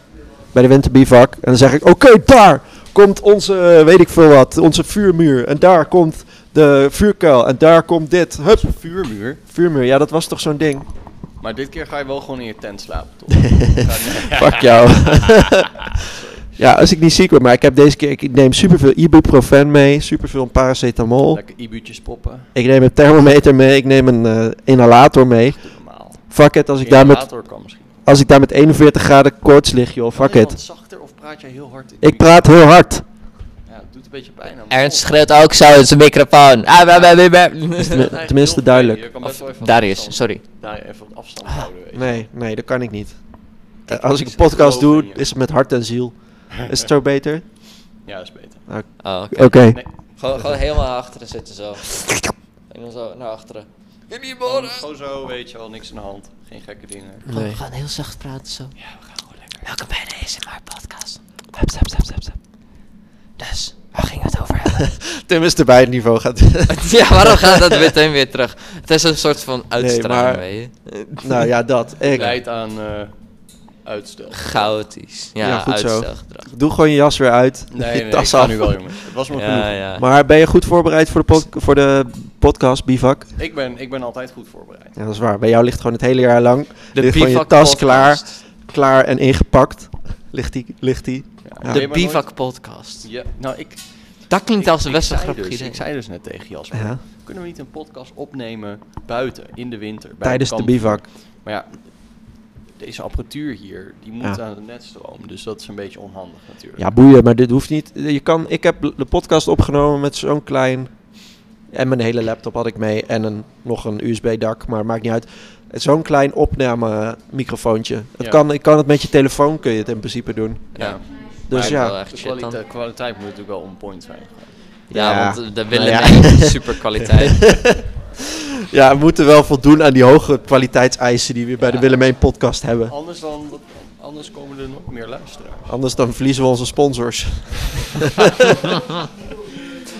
bij de winterbivak. En dan zeg ik, oké, daar komt onze, eh, weet ik veel wat, onze vuurmuur. En daar komt de vuurkuil. En daar komt dit. Hup, Vuurmuur. vuurmuur. Ja, dat was toch zo'n ding? Maar dit keer ga je wel gewoon in je tent slapen, toch? Fuck jou. ja, als ik niet ziek word, maar ik heb deze keer, ik neem superveel ibuprofen mee, superveel paracetamol. Lekker ibuutjes poppen. Ik neem een thermometer mee, ik neem een eh, inhalator mee. Normaal. Fuck it, als ik, daar met, Inhalator kan misschien. als ik daar met 41 graden koorts lig, joh, fuck Kan iemand it. zachter of praat jij heel hard? in de Ik praat heel hard. mic? Ja, het doet een beetje pijn aan mijn Ernst oren. schreeuwt ook zo in zijn microfoon. Ah, bah, bah, bah, bah. Tenmi- Eigenlijk Tenminste heel duidelijk. fijn, Oh, je kan best wel even Darius, afstand- sorry. Nou, even op afstand Ah. houden. weet je. Nee, nee, dat kan ik niet. Eh, Ik- als ik ik een podcast geloof in doe, je. is het met hart en ziel. Is het zo beter? Ja, dat is beter. Oh, oké. Oké. Nee. Gewoon, gewoon helemaal naar achteren zitten zo. En dan zo naar achteren. Jullie Gewoon, gewoon zo, weet je wel, niks aan de hand. Geen gekke dingen. We gaan heel zacht praten zo. Welkom bij de ASMR podcast. Dus, waar ging het over hebben? Tim is erbij, het niveau gaat. ja, waarom gaat dat meteen weer terug? Het is een soort van maar- uitstraling, weet je? nou ja, dat. Ik, Leidt aan eh, uitstel. Chaotisch. Ja, Ja, goed zo. uitstelgedrag. Doe gewoon je jas weer uit. Nee, je nee, ik tas ga af. nu wel, jongens. Het was me Ja, genoeg. ja. Maar ben je goed voorbereid voor de, pod- voor de podcast, bivak? Ik, ben, ik ben altijd goed voorbereid. Ja, dat is waar. Bij jou ligt gewoon het hele jaar lang. ligt gewoon je bivak tas podcast. klaar, klaar en ingepakt. Ligt die, ligt die. Ja, De je maar nooit- bivak podcast. Ja, nou, ik, Dat klinkt ik- als een best wel ik zei grappig dus- idee. Ik zei dus net tegen Jasper, Ja, kunnen we niet een podcast opnemen buiten, in de winter? bij tijdens de kampvuur? bivak. Maar ja, deze apparatuur hier, die moet Ja. aan de netstroom. Dus dat is een beetje onhandig natuurlijk. Ja, boeien, maar dit hoeft niet. Je kan, ik heb de podcast opgenomen met zo'n klein... En mijn hele laptop had ik mee en een, nog een USB-dak, maar maakt niet uit. Zo'n klein opname-microfoontje. Het Ja. kan, ik kan het met je telefoon, kun je het in principe doen. Ja. Ja, Dus Maar ja. wel echt de shit dan. kwalite- kwaliteit moet natuurlijk wel on point zijn. Ja, Ja. Nou want eh, de Willem ja. heeft super kwaliteit. Ja, we moeten wel voldoen aan die hoge kwaliteitseisen die we bij de Willemijn podcast hebben. Anders, dan, anders komen er nog meer luisteraars. Anders dan verliezen we onze sponsors.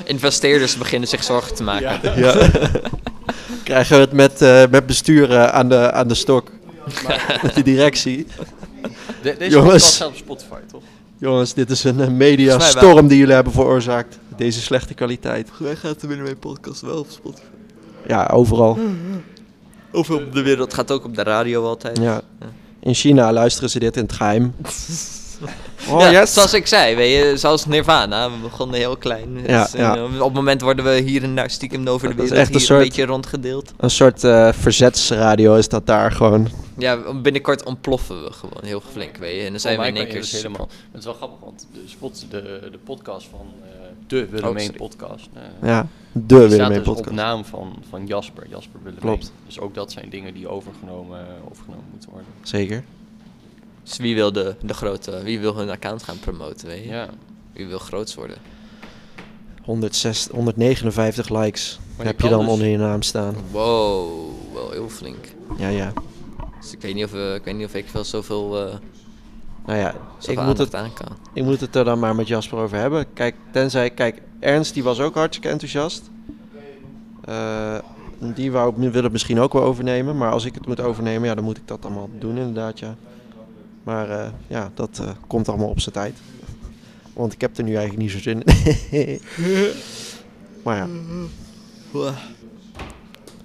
Investeerders beginnen zich zorgen te maken. Ja. Krijgen we het met, eh, met bestuur eh, aan, de, aan de stok. met de directie. De- deze podcast staat op Spotify, toch? Jongens, dit is een eh, Volgens mij wel. mediastorm die jullie hebben veroorzaakt. Deze slechte kwaliteit. Wij gaan de Minimum Podcast wel op Spotify. Ja, overal. Of op de wereld gaat ook op de radio altijd. Ja. In China luisteren ze dit in het geheim. Oh, ja, yes. Zoals ik zei, weet je, zoals Nirvana, we begonnen heel klein. Dus, Ja, eh, ja. op het moment worden we hier en daar stiekem over de Dat is wereld echt een hier een soort, beetje rondgedeeld. een soort eh, verzetsradio is dat daar gewoon. Ja, binnenkort ontploffen we gewoon heel flink, weet je. En dan zijn we in één keer... super- Oh, dus helemaal. Het is wel grappig, want de, spot, de, de podcast van eh, de Oh, Willemijn sorry. podcast. eh, Ja, de die staat Willemijn dus podcast. Op naam van, van Jasper, Jasper Willemijn. Klopt. Dus ook dat zijn dingen die overgenomen, eh, overgenomen moeten worden. Zeker. Dus wie wil de, de grote... Wie wil hun account gaan promoten, weet je. Ja. Wie wil groots worden. 106, 159 likes je heb je kan dan dus- onder je naam staan. Wow, wel heel flink. Ja, ja. Dus ik weet niet of, eh, ik, weet niet of ik wel zoveel... eh, Nou ja, zoveel ik moet, aandacht het, aan kan. ik moet het er dan maar met Jasper over hebben. Kijk, tenzij, kijk, Ernst die was ook hartstikke enthousiast. Eh, die wou, wil het misschien ook wel overnemen, maar als ik het moet overnemen, ja, dan moet ik dat allemaal doen inderdaad, ja. Maar eh, ja, dat eh, komt allemaal op zijn tijd. Want ik heb er nu eigenlijk niet zo zin in. maar ja.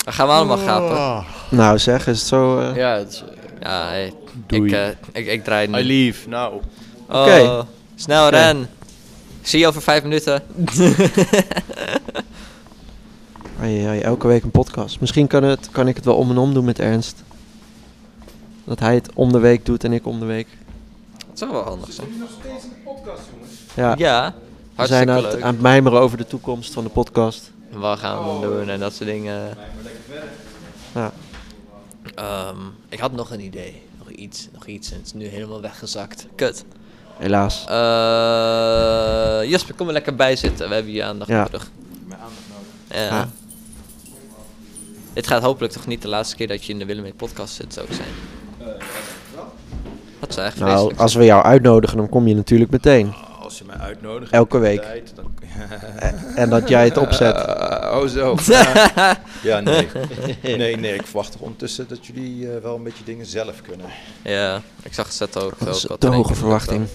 Dan gaan we allemaal gapen. Nou zeg, is het zo... eh, Ja, het is, Ja, hey, Doei. Ik, eh, ik, ik draai nu. I leave, nou. Oh, Oké. Snel Oké. ren. Ik Zie je over vijf minuten. Ai, ai, elke week een podcast. Misschien kan, het, kan ik het wel om en om doen met Ernst. Dat hij het om de week doet en ik om de week. Dat zou wel handig zijn. Ja, Ja, we zijn hartstikke aan, het- leuk. aan het mijmeren over de toekomst van de podcast. En Wat gaan we doen en dat soort dingen. Ja. Ehm, ik had nog een idee. Nog iets, nog iets. En het is nu helemaal weggezakt. Kut. Helaas. Eh, Jasper, kom er lekker bij zitten. We hebben je aandacht Ja. nodig. Ja. Dit gaat hopelijk toch niet de laatste keer dat je in de Willemijn podcast zit, zou ik zijn. Dat zou echt Nou, vreselijk als we jou uitnodigen, dan kom je natuurlijk meteen. Oh, Als je mij uitnodigt. Elke in de week. tijd, dan- Eh, en dat jij het opzet. Eh, oh, zo. ah. Ja. ja, nee. Nee, nee, ik verwacht toch ondertussen dat jullie eh, wel een beetje dingen zelf kunnen. Ja, ik zag Zet ook. Dat is ook wat te in één hoge keer verwachting.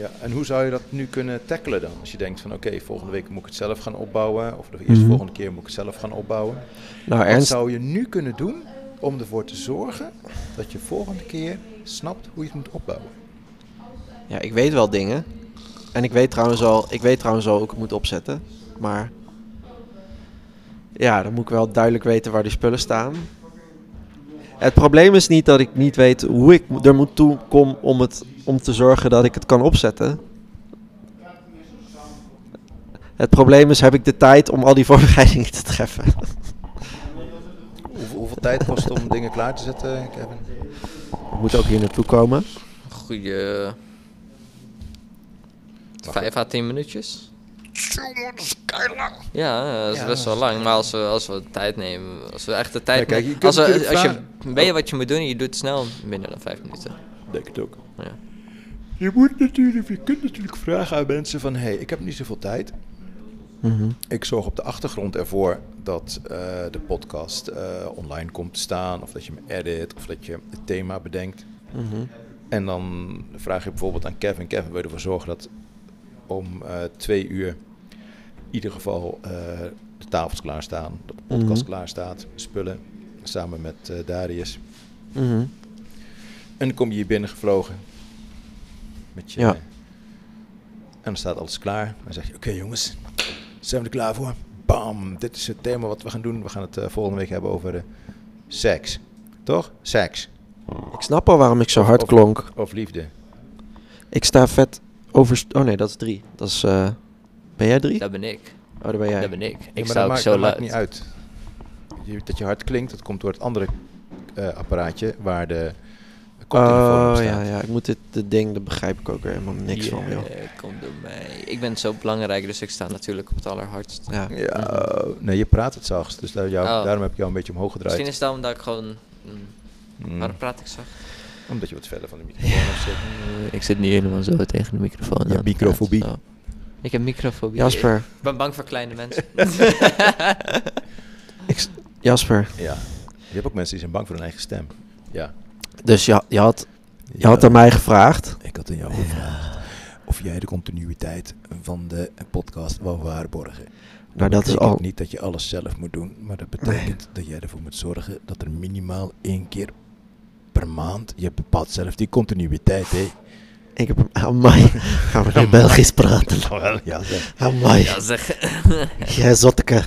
Ja, en hoe zou je dat nu kunnen tackelen dan? Als je denkt van oké, volgende week moet ik het zelf gaan opbouwen. Of de eerste Mhm. volgende keer moet ik het zelf gaan opbouwen. Nou, Wat Ernst- zou je nu kunnen doen om ervoor te zorgen dat je volgende keer snapt hoe je het moet opbouwen? Ja, ik weet wel dingen. En ik weet trouwens al, ik weet trouwens al hoe ik het moet opzetten. Maar ja, dan moet ik wel duidelijk weten waar die spullen staan. Het probleem is niet dat ik niet weet hoe ik mo- er moet toe kom om, het, om te zorgen dat ik het kan opzetten. Het probleem is, heb ik de tijd om al die voorbereidingen te treffen? Hoeveel, hoeveel tijd kost het om dingen klaar te zetten, Kevin? Ik moet ook hier naartoe komen. komt. Goeie. eh, Vijf à tien minuutjes. Ja, eh, dat is Ja, best wel lang. Maar als we, als we de tijd nemen, als we echt de tijd Ja, kijk, je nemen. kunt Als we- natuurlijk als je, vragen- weet je wat je moet doen en je doet het snel minder dan vijf minuten. Denk het ook. Ja. Je, moet natuurlijk, je kunt natuurlijk vragen aan mensen van... hé, hey, ik heb niet zoveel tijd. Mhm. Ik zorg op de achtergrond ervoor dat eh, de podcast eh, online komt te staan... of dat je hem edit, of dat je het thema bedenkt. Mhm. En dan vraag je bijvoorbeeld aan Kevin... Kevin, wil je ervoor zorgen dat om eh, twee uur... in ieder geval eh, de tafels klaarstaan... dat de podcast Mhm. klaar staat, spullen... samen met eh, Darius. Mhm. En dan kom je hier binnen gevlogen. Met je, Ja. En dan staat alles klaar. En dan zeg je, oké jongens, zijn we er klaar voor? Bam, dit is het thema wat we gaan doen. We gaan het eh, volgende week hebben over eh, seks. Toch? Seks. Ik snap al waarom ik zo hard Of- klonk. Of liefde. Ik sta vet over... Oh nee, dat is drie. Dat is... eh, ben jij drie? Dat ben ik. Oh, daar ben jij. Dat ben ik. Ja, Ik maar sta dat ook maakt, zo dat luid. maakt niet uit. Je- Dat je hard klinkt, dat komt door het andere eh, apparaatje waar de koptelefoon op Oh staat. ja, ja, ik moet dit dit ding, daar begrijp ik ook weer helemaal niks van. Joh. Eh, Kom door mij. Ik ben zo belangrijk, dus ik sta natuurlijk op het allerhardst. Ja. Ja, nee, je praat het zachtst, dus daar, jou, Oh. daarom heb ik jou een beetje omhoog gedraaid. Misschien is het daarom dat ik gewoon... mm, Mm. Waarom praat ik zacht? Omdat je wat verder van de microfoon af zit. Ik zit niet helemaal zo tegen de microfoon. Je hebt microfobie. Ik heb microfobie. Jasper. Ik ben bang voor kleine mensen. Jasper, Ja. Je hebt ook mensen die zijn bang voor hun eigen stem. Ja. dus je, je, had, je Ja. had aan mij gevraagd. Ik had aan jou gevraagd of jij de continuïteit van de podcast wou waarborgen. Nou, dat is betekent al- niet dat je alles zelf moet doen, maar dat betekent dat jij ervoor moet zorgen dat er minimaal één keer per maand, je bepaalt zelf die continuïteit, hè. Ik heb hem aan mij. Gaan we in Amai. Belgisch praten? Nou wel, ja, zeg. Aan mij. Ja, zeg. Jij zotteke.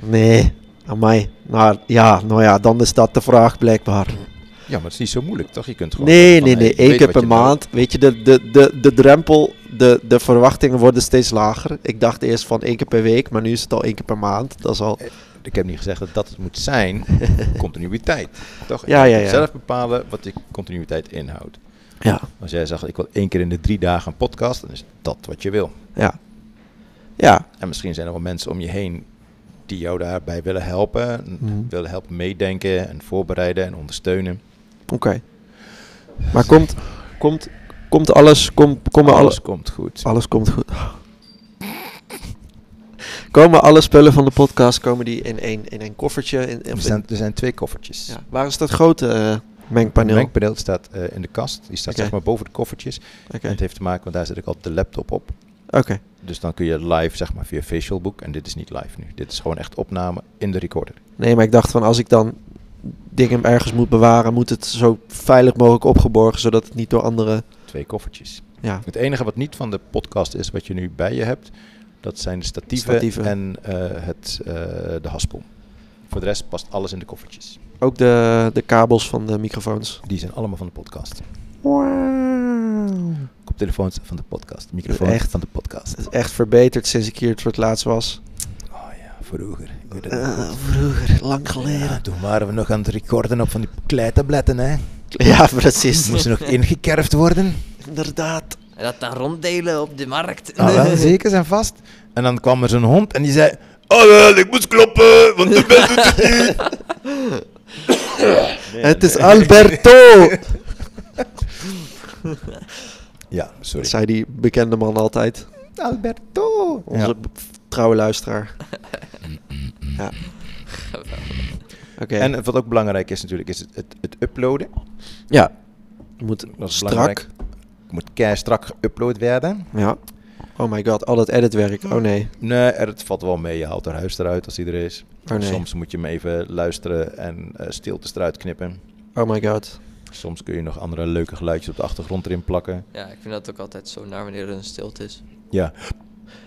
Nee, aan mij. Nou ja, nou ja, dan is dat de vraag blijkbaar. Ja, maar het is niet zo moeilijk, toch? Je kunt gewoon Nee, zeggen van, nee, nee. hey, ik Eén weet keer wat per je wil. maand. Weet je, de, de, de, de drempel, de, de verwachtingen worden steeds lager. Ik dacht eerst van één keer per week, maar nu is het al één keer per maand. Dat is al. Ik heb niet gezegd dat dat het moet zijn. continuïteit. Toch? Ja, Je ja, moet ja. Zelf bepalen wat die continuïteit inhoudt. Ja. Als jij zegt, ik wil één keer in de drie dagen een podcast, dan is dat wat je wil. Ja. Ja. En misschien zijn er wel mensen om je heen die jou daarbij willen helpen. en Mhm. Willen helpen meedenken en voorbereiden en ondersteunen. Oké. Maar komt, komt, komt alles, komt, komen alle- Ah, Alles komt goed. Alles komt goed. Komen alle spullen van de podcast, komen die in één, in één koffertje? In, Er of zijn, in- er zijn twee koffertjes. ja. Waar is dat grote eh, mengpaneel? Het mengpaneel staat eh, in de kast. Die staat Oké. zeg maar boven de koffertjes. Oké. En het heeft te maken, want daar zet ik altijd de laptop op. Oké. Dus dan kun je live zeg maar via facial book. En dit is niet live nu. Dit is gewoon echt opname in de recorder. Nee, maar ik dacht van als ik dan dingen ergens moet bewaren, moet het zo veilig mogelijk opgeborgen, zodat het niet door anderen... Twee koffertjes. Ja. Het enige wat niet van de podcast is wat je nu bij je hebt, dat zijn de statieven, Statieven. en eh, het, eh, de haspel. Voor de rest past alles in de koffertjes. Ook de, de kabels van de microfoons. Die zijn allemaal van de podcast. Wauw. Koptelefoons van de podcast. Microfoons Echt. van de podcast. Het is echt verbeterd sinds ik hier het voor het laatst was. Oh ja, vroeger. Ik weet het nog Eh, goed. vroeger, lang geleden. Ja, toen waren we nog aan het recorden op van die kleitabletten, hè? Ja, precies. Moesten nog ingekerfd worden. Inderdaad. En dat dan ronddelen op de markt. Ah, wel, zeker zijn vast. En dan kwam er zo'n hond en die zei... Oh wel, ik moest kloppen, want de bed doet het niet. het is Alberto! Ja, sorry. Dat zei die bekende man altijd. Alberto. Onze b- trouwe luisteraar. ja. Oké. En eh, wat ook belangrijk is natuurlijk, is het, het, het uploaden. Ja. Je moet Dat is strak. belangrijk. Het moet kei strak geüpload werden. Ja. Oh my god, al dat editwerk. Oh nee. Nee, er- het valt wel mee. Je haalt er huis eruit als die er is. Oh, nee. Soms moet je hem even luisteren en eh stiltes eruit knippen. Oh my god. Soms kun je nog andere leuke geluidjes op de achtergrond erin plakken. Ja, ik vind dat ook altijd zo naar wanneer er een stilte is. Ja.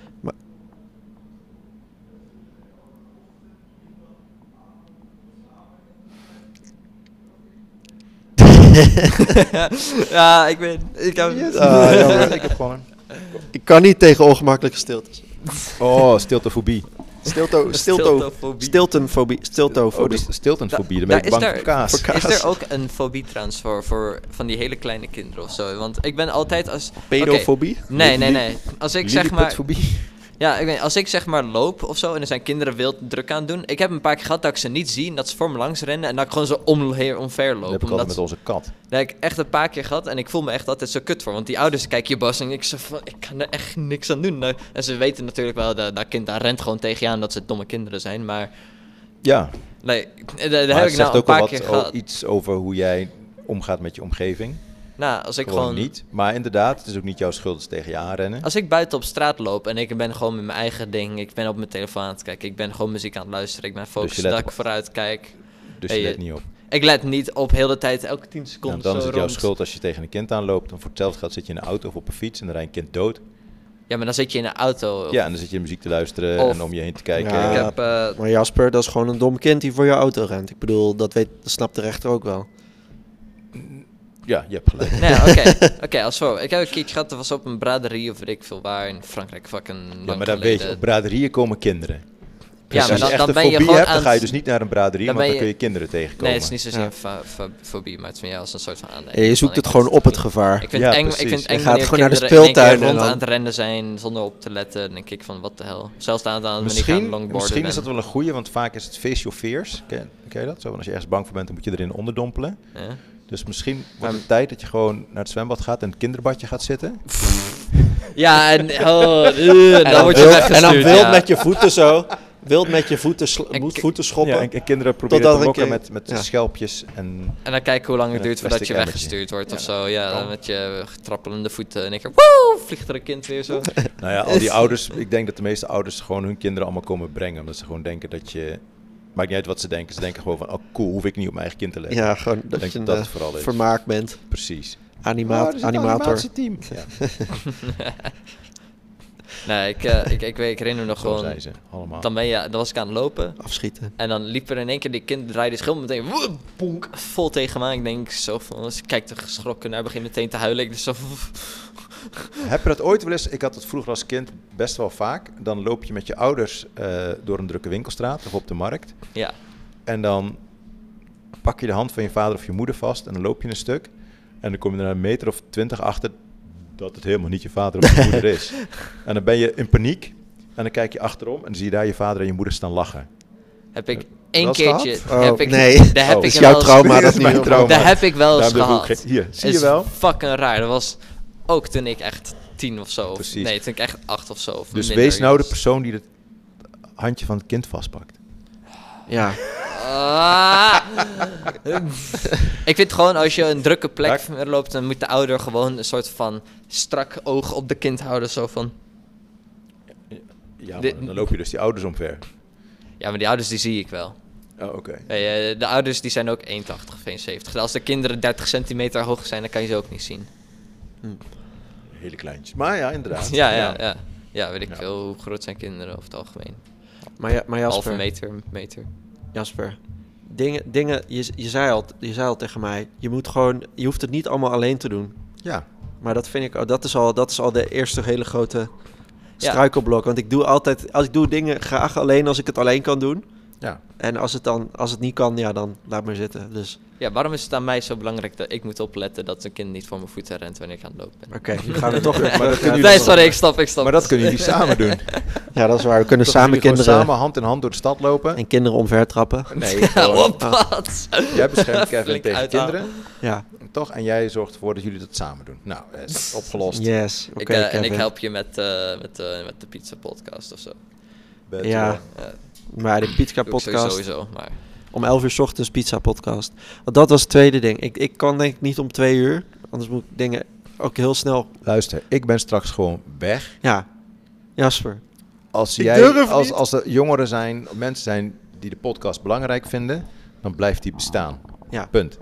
ja, ik ben... Ik heb... Ah, jammer. ik heb gewonnen. Ik kan niet tegen ongemakkelijke stiltes. Oh, stiltefobie. Stilto, stilto, Stiltofobie. stiltenfobie, Oh, stiltofobie. dus stiltenfobie. Dan ben Daar ik bang daar- voor kaas. voor kaas. Is er ook een fobie trouwens voor, voor van die hele kleine kinderen of zo? Want ik ben altijd als... oké, Pedofobie? Nee, nee, nee. Als ik zeg maar... Lilliputfobie. Ja, ik weet, als ik zeg maar loop of zo en er zijn kinderen wild druk aan het doen. Ik heb een paar keer gehad dat ik ze niet zie en dat ze voor me langs rennen en dat ik gewoon zo om, heer- omver loop. Dat heb ik altijd omdat- met onze kat. dat heb ik echt een paar keer gehad en ik voel me echt altijd zo kut voor. Want die ouders kijken je bas en ik zeg van, ik kan er echt niks aan doen. Nou, En ze weten natuurlijk wel, dat, dat kind daar rent gewoon tegen je aan dat ze domme kinderen zijn. Maar Ja, nee, daar daar maar heb het ik zegt nou een ook wel paar wat, keer o- gehad. iets over hoe jij omgaat met je omgeving. Nou, als ik gewoon, gewoon, niet. Maar inderdaad, het is ook niet jouw schuld dat ze tegen je aanrennen. Als ik buiten op straat loop en ik ben gewoon met mijn eigen ding. Ik ben op mijn telefoon aan het kijken. Ik ben gewoon muziek aan het luisteren. Ik ben focus Dus je let dat op- ik vooruit kijk. Dus Hey, je let eh, niet op. Ik let niet op heel de tijd, elke 10 Ja, seconden. want dan zo is het jouw rond. schuld als je tegen een kind aanloopt. Dan voor hetzelfde geld zit je in een auto of op een fiets en dan rijdt een kind dood. Ja, maar dan zit je in een auto. of- Ja, en dan zit je muziek te luisteren Of- en om je heen te kijken. Ja. Ik heb, eh, Maar Jasper, dat is gewoon een dom kind die voor je auto rent. Ik bedoel, dat, weet, dat snapt de rechter ook wel. Ja, je hebt gelijk. Nee, oké. Oké, als zo. Ik heb een keertje gehad, dat was op een braderie of weet ik veel waar in Frankrijk. Fucking Ja, lang maar daar weet geleden. je, op braderieën komen kinderen. Precies. maar Als je dan, echt dan een ben je fobie gewoon hebt, aan dan ga je het- dus niet naar een braderie, want ben dan kun je kinderen tegenkomen. Nee, het is niet zozeer Ja. fa- fa- fobie, maar het is meer als een soort van Ja, aanleiding. je zoekt van, het gewoon op het gevaar. Ik vind Ja, het eng, ik precies. vind het eng Je gaat wanneer gewoon naar de kinderen in één keer speeltuin en rond dan- aan het rennen zijn zonder op te letten. En dan denk ik van, wat de hel. Zelfs aan aan de manier gaan Misschien, longboarden misschien is ben. dat wel een goeie, want vaak is het face your fears. Ken, ken je dat? Zo, van als je ergens bang voor bent, dan moet je erin onderdompelen. Ja. Dus misschien wordt Ehm, het tijd dat je gewoon naar het zwembad gaat en het kinderbadje gaat zitten. Ja, en, oh, eh, dan, dan word je wild- weggestuurd. en dan Wild ja. met je voeten zo. Wild met je voeten, sl- moet voeten schoppen. Ja, en, en kinderen proberen Totdat te een eh, mokken keer- met, met Ja. schelpjes en... En dan kijken hoe lang en het een duurt voordat je plastic emmertje. weggestuurd wordt of zo. Ja, dan met je trappelende voeten. En ik keer, woe, vliegt er een kind weer zo. Nou ja, al die ouders, ik denk dat de meeste ouders gewoon hun kinderen allemaal komen brengen. Omdat ze gewoon denken dat je. Maakt niet uit wat ze denken. Ze denken gewoon van, oh cool, hoef ik niet op mijn eigen kind te letten. Ja, gewoon dat Denk je een dat eh, het vooral is. vermaakt bent. Precies. Anima- Oh, er zit een animator. animatieteam. Ja. Nee, ik, eh, ik, ik, weet- ik herinner me nog Zo gewoon. zijn ze, allemaal. Dan, ben je, dan was ik aan het lopen. Afschieten. En dan liep er in één keer die kind draaide schil meteen woep, bonk, vol tegen mij. Ik denk zo van, ze kijkt er geschrokken naar, begint meteen te huilen. Ik dus zo van, Heb je dat ooit wel eens? Ik had dat vroeger als kind best wel vaak. Dan loop je met je ouders eh, door een drukke winkelstraat of op de markt. Ja. En dan pak je de hand van je vader of je moeder vast en dan loop je een stuk. En dan kom je er een meter of twintig achter dat het helemaal niet je vader of je moeder is. En dan ben je in paniek. En dan kijk je achterom en dan zie je daar je vader en je moeder staan lachen. heb ik Eh, wel één eens keertje... gehad? heb ik, nee. daar heb Oh, ik is hem jouw wel eens- trauma dat Dit is nu mijn nog- trauma. Daar heb ik wel eens Daar heb ik ook gehad. ge- hier, zie je Is wel? fucking raar. Dat was ook toen ik echt tien of zo. of- Precies. Nee, toen ik echt acht of zo. Of Dus minder, wees nou de jongens. persoon die het handje van het kind vastpakt. Ja. Ah. ik vind gewoon als je een drukke plek loopt, dan moet de ouder gewoon een soort van strak oog op de kind houden. Zo van. Ja, Dit- maar dan loop je dus die ouders omver. Ja, maar die ouders die zie ik wel. Oh, oké. Nee, eh, de ouders die zijn ook 1,80 of 1,70. Als de kinderen 30 centimeter hoog zijn, dan kan je ze ook niet zien. Hele kleintjes. Maar ja, inderdaad. Ja, ja, ja. Ja, weet ik veel. Hoe groot zijn kinderen over het algemeen? Maar, ja, maar Jasper, Halve meter, meter. Jasper dingen, dingen, je, je, zei al, je zei al tegen mij, je, moet gewoon, je hoeft het niet allemaal alleen te doen. Ja. Maar dat vind ik, al- dat is al, dat is al de eerste hele grote Ja. struikelblok. Want ik doe altijd, als ik doe dingen graag alleen als ik het alleen kan doen. Ja. En als het dan, als het niet kan, ja, dan laat maar zitten. Dus Ja, waarom is het aan mij zo belangrijk dat ik moet opletten dat een kind niet voor mijn voeten rent wanneer ik aan het lopen ben? Oké, nu gaan we toch weer terug naar- Nee, sorry, ik stap, ik stap. Maar dat kunnen jullie samen doen. ja, dat is waar. We kunnen Dat samen jullie gewoon kinderen samen hand in hand door de stad lopen. en kinderen omvertrappen. Nee, gewoon- Jij beschermt Kevin Flink tegen uithalen. kinderen. Ja. Toch? En jij zorgt ervoor dat jullie dat samen doen. Nou, eh, het is opgelost. Yes, Ik, oké. eh, en ik Kevin. help je met, eh, met, eh, met de pizza podcast of zo. Bed, Ja, eh, maar de pizza doe ik sowieso- podcast. sowieso, maar- Om 11 uur 's ochtends pizza podcast. Want dat was het tweede ding. Ik, ik kan denk ik niet om twee uur. Anders moet ik dingen ook heel snel. Luister, ik ben straks gewoon weg. Ja, Jasper. Als, Ik jij, durf als, niet. als er jongeren zijn, mensen zijn die de podcast belangrijk vinden, dan blijft die bestaan. Ja. Punt.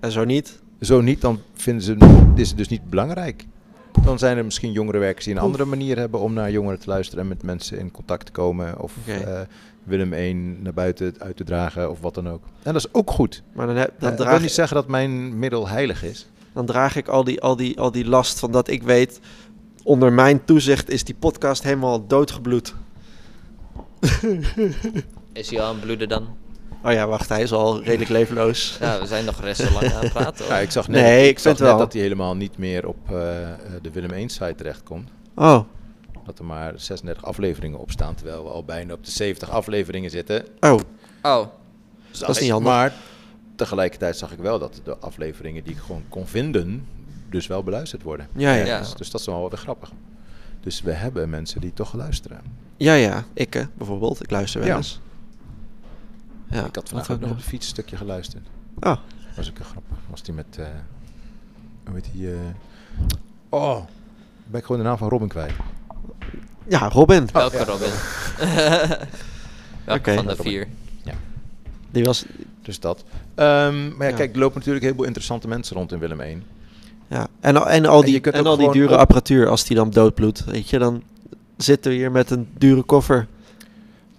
En zo niet. Zo niet, dan vinden ze hem- is het dus niet belangrijk. Dan zijn er misschien jongerenwerkers die een andere manier hebben om naar jongeren te luisteren en met mensen in contact te komen. Of Oké. eh, Willem 1 naar buiten uit te dragen of wat dan ook. En dat is ook goed. Maar dan, heb, Eh, dan, ik wil draag, niet zeggen dat mijn middel heilig is. dan draag ik al die, al, die, al die last van dat ik weet. Onder mijn toezicht is die podcast helemaal doodgebloed. Is hij al aan het bloeden dan? Oh ja, wacht, hij is al redelijk levenloos. Ja, we zijn nog rest lang aan het praten. hoor. Ja, ik zag net, Nee, ik ik zag vind net wel. dat hij helemaal niet meer op eh, eh, de Willem 1 site terechtkomt. Oh, Dat er maar 36 afleveringen op staan, terwijl we al bijna op de 70 afleveringen zitten. oh. Oh, Zag is niet ik, handig. Maar tegelijkertijd zag ik wel dat de afleveringen die ik gewoon kon vinden, dus wel beluisterd worden. Ja, ja. Ja. Dus, dus dat is wel weer grappig. Dus we hebben mensen die toch luisteren. Ja, ja. Ik hè, bijvoorbeeld. Ik luister wel Ja. eens. Ja. ik had wat vandaag ook ook nog op nog. de fiets een stukje geluisterd. Oh, was ook heel grappig. Was die met, eh, hoe heet die? eh, oh, ben ik gewoon de naam van Robin kwijt. ja, Robin. welke Robin? welke Oké. Oh, van de vier? Ja. Die was... Dus dat. Ehm, maar ja, Ja. kijk, er lopen natuurlijk heel veel interessante mensen rond in Willem 1. Ja. En, al- en al En je die, en kunt ook al die gewoon dure op- apparatuur, als die dan doodbloedt, weet je, dan zitten we hier met een dure koffer.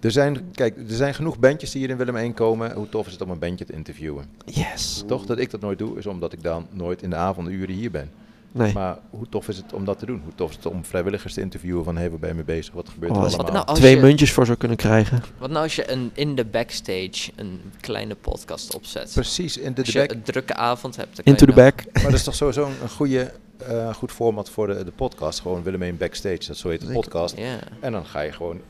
Er zijn, kijk, er zijn genoeg bandjes die hier in Willem 1 komen. Hoe tof is het om een bandje te interviewen? Yes. Toch dat ik dat nooit doe, is omdat ik dan nooit in de avonduren hier ben. Nee. Maar hoe tof is het om dat te doen? Hoe tof is het om vrijwilligers te interviewen van, hé, hey, waar ben je mee bezig? Wat gebeurt Oh, er als ik allemaal? daar twee muntjes voor zou kunnen krijgen. Wat nou als je een, in de backstage een kleine podcast opzet? Precies, in de Als je back. een drukke avond hebt. dan Into kan the je back. Maar dat is toch sowieso een, een goede, eh, goed format voor de, de podcast. Gewoon Willemijn Backstage, dat zo heet de podcast. Ja. En dan ga je gewoon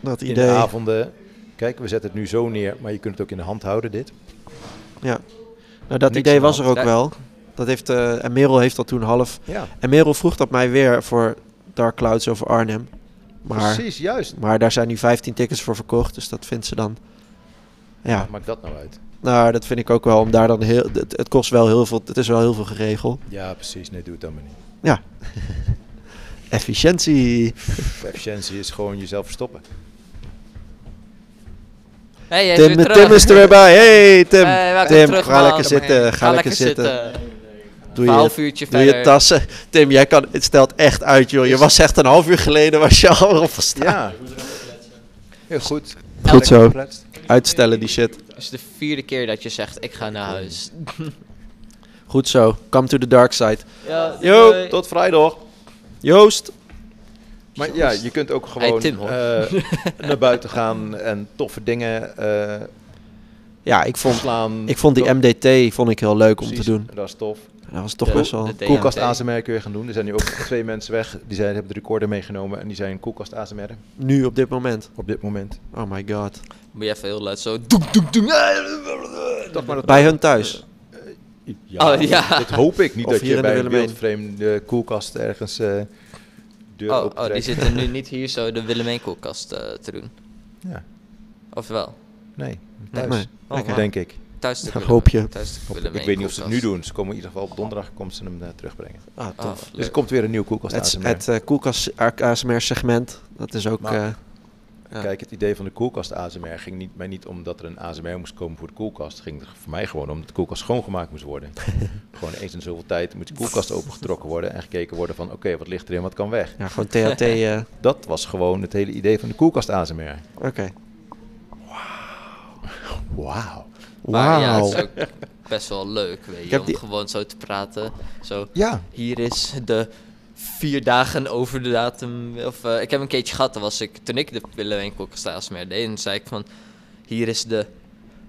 Dat in idee. de avonden... Kijk, we zetten het nu zo neer, maar je kunt het ook in de hand houden, dit. Ja. Nou, dat Niks idee aan de was er hand. ook Daar- wel. Dat heeft, eh, en Merel heeft dat toen half. Ja. En Merel vroeg dat mij weer voor Dark Clouds over Arnhem. Maar, Precies, juist. Maar daar zijn nu 15 tickets voor verkocht, dus dat vindt ze dan. Ja. Maakt dat nou uit? Nou, dat vind ik ook wel. Om daar dan heel, het, het kost wel heel veel. Het is wel heel veel geregeld. Ja, precies. Nee, doe het dan maar niet. Ja. Efficiëntie. Efficiëntie is gewoon jezelf verstoppen. Hey, hij Tim, weer terug. Tim is er weer bij. Hey Tim. Hey, welkom Tim, terug, ga man. lekker zitten. Ga lekker zitten. Doe Een half je, uurtje doe je verder. tassen. Tim, jij kan, het stelt echt uit, joh. Je was echt een half uur geleden was je al opgestaan. Ja. Heel goed. Goed Lekker zo. gekletst. Uitstellen die shit. Het is de vierde keer dat je zegt, ik ga naar huis. Goed zo. Come to the dark side. Ja, Yo, doei. Tot vrijdag. Joost. Maar ja, je kunt ook Hey, gewoon Tim, hoor. eh, naar buiten gaan en toffe dingen eh, Ja, ik vond, slaan. ik vond die MDT vond ik heel leuk om Precies, te doen. Dat is tof. Dat was toch Ja, best wel... de DMT. Koelkast ASMR kun je gaan doen. Er zijn nu ook twee mensen weg. Die zijn, hebben de recorder meegenomen en die zijn koelkast ASMR Nu op dit moment. op dit moment. Oh my god. Moet je even heel luid zo... doek, doek, doek. Toch maar dat- Bij hun thuis. Ja, Oh, ja. dat hoop ik niet Of dat hier je in de bij een Willemijn. wildvreemde koelkast ergens eh deur Oh, oh, opentrekt. die zitten nu niet hier zo de Willemijn-koelkast eh, te doen. Ja, Of wel? nee, Nee, thuis. nee. Oh, Oké. Denk ik. Thuis de Dat Willemijn- hoop je. Thuis de Of- Ik Willemijn weet niet of ze het nu koelkast. doen. Ze komen in ieder geval op donderdag komt ze hem eh, terugbrengen. Ah, Oh, tof. Dus er leuk. komt weer een nieuw koelkast Het, ASMR. het eh, koelkast ASMR segment. Dat is ook... Maar- eh, Ja. Kijk, het idee van de koelkast ASMR ging niet, mij niet omdat er een ASMR moest komen voor de koelkast. Het ging er voor mij gewoon om dat de koelkast schoongemaakt moest worden. gewoon eens in zoveel tijd moet de koelkast opengetrokken worden en gekeken worden van oké, wat ligt erin, wat kan weg. ja, gewoon THT. eh, Dat was gewoon het hele idee van de koelkast ASMR. Oké. Wauw. Maar ja, Wauw. het is ook best wel leuk, weet Ik je, heb om die- gewoon zo te praten. Zo, Ja. hier is de vier dagen over de datum. Of, eh, ik heb een keertje gehad, dan was ik, toen ik de pillenwinkelkastels meer deed, dan zei ik van, hier is de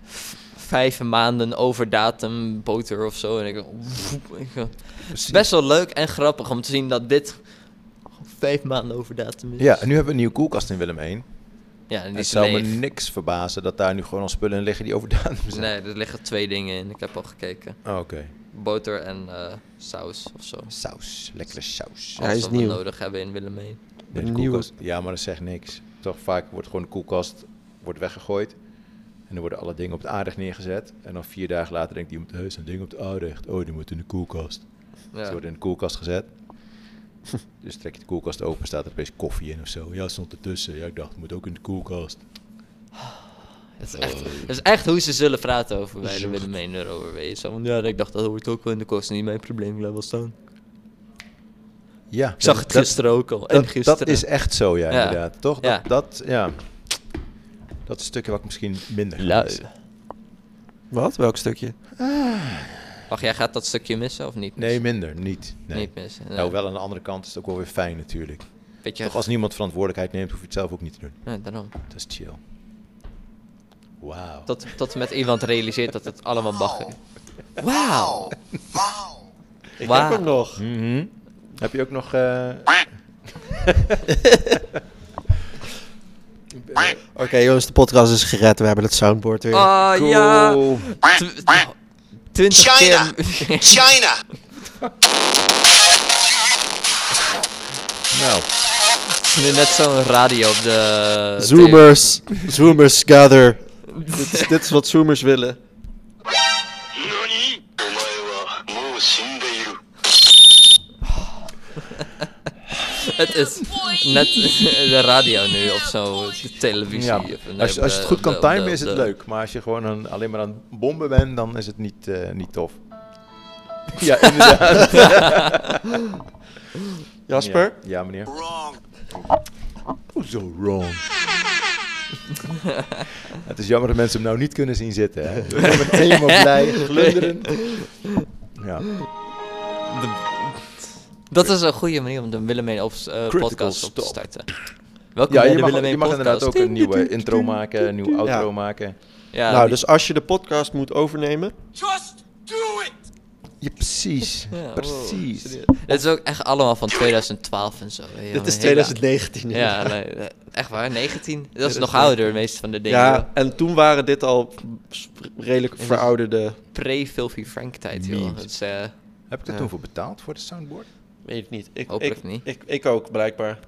v- vijf maanden over datum boter of zo. En ik, ik Precies. best wel leuk en grappig om te zien dat dit vijf maanden over datum is. Ja, en nu hebben we een nieuwe koelkast in Willem 1. ja en die Het is zou me leeg. niks verbazen dat daar nu gewoon al spullen in liggen die overdaan zijn. Nee, er liggen twee dingen in, ik heb al gekeken. Oh, Oké. Boter en eh, saus of zo. Saus, lekkere saus. Ja, hij Alles is wat we nieuw. nodig hebben in Willemijn. Nee, de Nieuwe- koelkast- ja, maar dat zegt niks. Toch vaak wordt gewoon de koelkast wordt weggegooid. En dan worden alle dingen op het aardig neergezet. En dan vier dagen later denkt iemand, hé, zijn ding op het aardig. Oh, die moet in de koelkast. Ze Ja. worden in de koelkast gezet. dus trek je de koelkast open, staat er opeens koffie in of zo. Ja, stond ertussen. Ja, ik dacht, het moet ook in de koelkast. Dat is, Eh, echt, dat is echt hoe ze zullen praten over bij de Willemijn erover, weet je. Zo van, ja, ik dacht dat hoort ook wel in de kost, niet mijn probleem, laat wel staan. Ja, Ik zag het gisteren ook al, en dat, gisteren. dat is echt zo, ja, Ja. inderdaad. Toch? Ja. Dat, dat, ja. dat stukje wat ik misschien minder Lui. mis. Wat? Welk stukje? Wacht, jij gaat dat stukje missen of niet? Nee, minder. Niet. Nee. Niet missen, nee. Nou, wel aan de andere kant is het ook wel weer fijn natuurlijk. Beetje Toch als niemand verantwoordelijkheid neemt, hoef je het zelf ook niet te doen. Nee, daarom. Dat is chill. Wauw. Tot, tot en met iemand realiseert dat het allemaal bagger is. Wauw! Wauw! Wauw! nog. Mhm. Heb je ook nog... eh, Oké jongens, de podcast is gered. We hebben het soundboard weer. Ah, cool. ja! Tw- tw- twintig China. keer- China! Nou, Nu net zo'n radio op de... Zoomers. Zoomers gather. dit, is, dit is wat Zoomers willen. Het is net de radio nu op zo'n televisie. ja. Of, nee, als, op als je de- het goed kan op de- op timen de- is het op de- leuk. Maar als je gewoon aan- alleen maar aan het bomben bent, dan is het niet, eh, niet tof. ja, inderdaad. Jasper? Ja, ja, meneer. Hoezo wrong? het is jammer dat mensen hem nou niet kunnen zien zitten. Hè? We zijn meteen maar blij, glunderen. Ja. De- Dat is een goede manier om de Willemijn op, eh, Critical podcast op te stop. starten. Welkom ja, bij je de mag, Willemijn je mag podcast. inderdaad ook een nieuwe intro maken, een nieuwe outro Ja. maken. Ja, nou, die- dus als je de podcast moet overnemen. Ja, precies. Ja, wow, precies. serieus. Dit is ook echt allemaal van 2012 en zo. hè, jongen, is heel 2019 laat. Ja, inderdaad. nee, nee, echt waar, 19? Dat Ja, is nog ouder, de meeste van de dingen. Ja, joh. en toen waren dit al sp- redelijk dit is verouderde. Pre-Filthy Frank tijd, joh. Dat is, eh, Heb ik er Ja. toen voor betaald, voor de soundboard? Weet ik niet. Ik, Hopelijk ik, niet. Ik, ik ook, blijkbaar.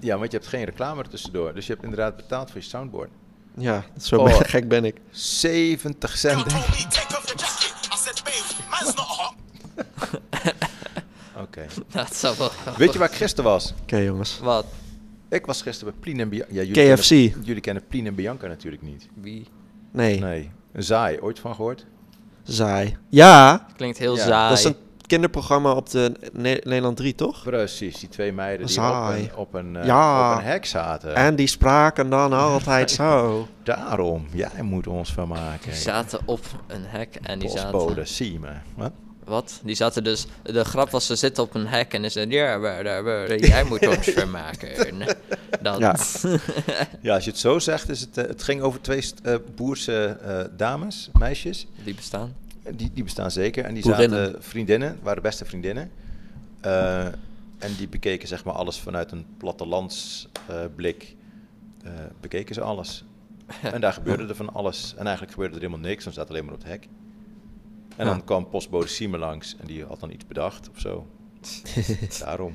Ja, want je hebt geen reclame ertussendoor. Dus je hebt inderdaad betaald voor je soundboard. Ja, zo Oh. ben- gek ben ik. 70 cent. Oké. dat zou wel grappig Weet je waar ik gisteren was? Oké, jongens. Wat? Ik was gisteren bij Plien en Bianca. Ja, jullie KFC. Kennen, jullie kennen Plien en Bianca natuurlijk niet. Wie? Nee, Nee. Zaai, ooit van gehoord? saai. Ja, Klinkt heel Ja, saai. dat is een kinderprogramma op de Ne- Nederland 3, toch? Precies, die twee meiden die op Saai. een, op een, eh, Ja. op een hek zaten. En die spraken dan altijd zo. Daarom, jij moet ons van maken. Die zaten op een hek en die Postbode, zaten... zie me. Wat? Wat? Die zaten dus... De grap was, ze zitten op een hek en is zeiden... Ja, waar, daar, waar, jij moet ons vermaken. Dat. Ja. Ja, als je het zo zegt, is het, eh, het ging over twee st- eh, boerse eh, dames, meisjes. Die bestaan. Die, die bestaan zeker. En die Boerinnen. zaten vriendinnen, waren beste vriendinnen. Eh, en die bekeken zeg maar alles vanuit een plattelandsblik. blik Eh, bekeken ze alles. En daar gebeurde er van alles. En eigenlijk gebeurde er helemaal niks, want ze zaten alleen maar op het hek. En Ja. dan kwam postbode Siemen langs en die had dan iets bedacht of zo. Daarom.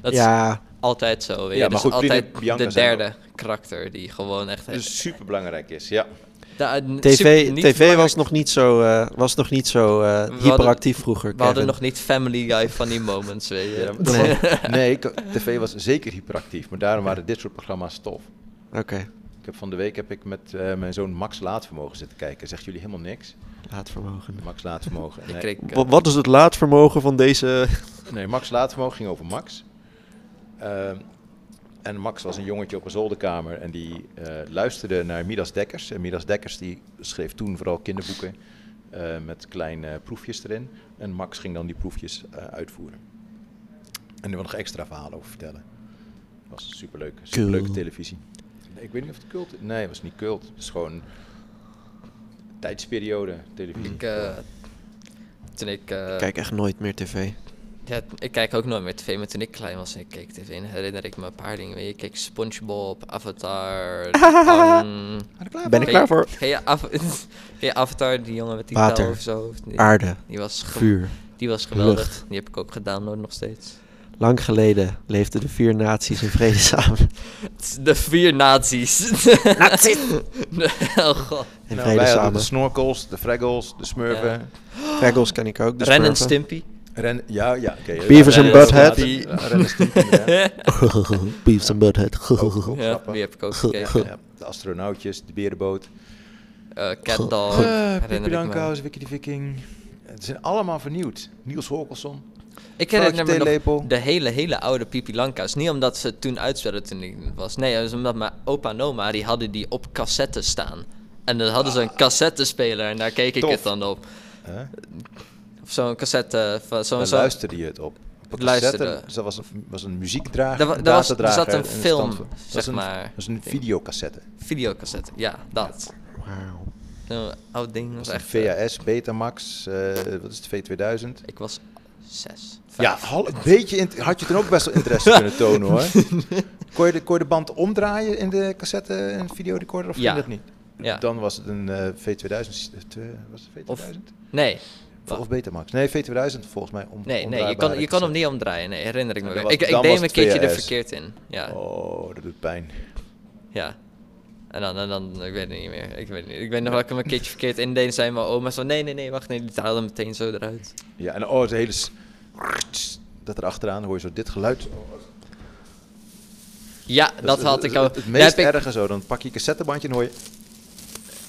Dat ja, is altijd zo. Weet je. Ja, maar dus goed, Pliny en altijd Bianca de zijn derde karakter die gewoon echt... Dus super belangrijk is, ja. Da- n- TV, super- niet TV belangrijk. was nog niet zo, eh, was nog niet zo eh, hadden- hyperactief vroeger. We hadden Kevin. nog niet Family Guy funny moments, weet je. nee, nee, k- tv was zeker hyperactief, maar daarom waren dit soort programma's tof. Oké, Ik heb van de week heb ik met eh, mijn zoon Max Laatvermogen zitten kijken. Zegt jullie helemaal niks? laatvermogen. Max Laatvermogen. Ik Nee, kreeg, eh, Wa- Wat is het laatvermogen van deze... nee, Max Laatvermogen ging over Max. Ehm, en Max was een jongetje op een zolderkamer en die eh, luisterde naar Midas Dekkers. En Midas Dekkers die schreef toen vooral kinderboeken eh, met kleine proefjes erin. En Max ging dan die proefjes eh, uitvoeren. En er wil nog extra verhalen over vertellen. was superleuk. Superleuke Cool. televisie. Nee, ik weet niet of het cult Nee, het was niet cult. Het is gewoon tijdsperiode televisie. Ik, eh, toen ik... eh, Ik kijk echt nooit meer tv. Ja, ik kijk ook nooit meer tv, maar toen ik klein was en ik keek tv, herinner ik me een paar dingen. Weet je, ik keek Spongebob, Avatar. Tang. Ben ik klaar voor? Ken je, Av- ken je Avatar, die jongen met die Water. touw of zo? Die- Aarde. Die was, ge- Vuur. die was geweldig. Lucht. Die heb ik ook gedownload nog steeds. Lang geleden leefden de vier naties in vrede samen. De vier nazi's. Nazi's! oh god. In Nou, wij vrede hadden de samen. dus- snorkels, de fraggles, de smurven. Ja. Fraggles ken ik ook. de Ren en smurfen. Stimpy. Ren, ja, ja. oké. Beavis Ren and is Butthead. later. Ja, Ren is die- ja. Beavis and Butthead. Ook Ja, Oh, grappig. die heb ik ook gekeken. Ja, de astronautjes, de berenboot. Eh, Cat Doll. herinner ik, me. Dankhuis, Wiki de Viking. Het zijn allemaal vernieuwd. Niels Holkelson. ik Vrouwtje herinner me nog theelepel. de hele, hele oude Pipi Lanka's. Niet omdat ze het toen uitspelden toen ik was. Nee, het was omdat mijn opa en oma die hadden die op cassette staan. En dan hadden ze een cassettespeler en daar keek ik Ah. Tof. het dan op. Hè? Of zo'n cassette. eh, van Zo'n, Daar zo'n- luisterde je het op. Op een Luisterde. cassette, dat was een, was een muziekdrager, Daar wa- een daar was- datadrager er zat een en film, stand voor- dat zeg was een- maar, Dat was een ding. videocassette. videocassette. Ja, dat. Wauw. Zo'n oud ding. was Dat was echt... eh, een VHS, Betamax, eh, wat is het, V2000. Ik was zes. Ja, vijf. hal- een beetje int- had je toen ook best wel interesse kunnen tonen hoor. Kon je, de, kon je de band omdraaien in de cassette en videorecorder of Ja. ging dat niet? Ja. Dan was het een eh, V2000, sy- eh, twe- was het V2000? Of- Of, Nee. of Betamax. Nee, V2000 volgens mij. Om, Nee, nee, je kan, je kan hem niet omdraaien. Nee, herinner ik me. En wel. dan Ik, was- ik dan deed was hem een het keertje er 2S. verkeerd in. Ja, Oh, dat doet pijn. ja. En dan, en dan, ik weet het niet meer. Ik weet, het niet. ik weet nog dat ik hem een keertje verkeerd indeed. En zei mijn oma zo, nee, nee, nee, wacht, nee, die haalde hem meteen zo eruit. Ja, en oh, het hele... s- Dat erachteraan hoor je zo dit geluid. Ja, dat, is- had het- ik ook. Het, het Daar meest heb ik- erge zo, dan pak je je cassettebandje en hoor je...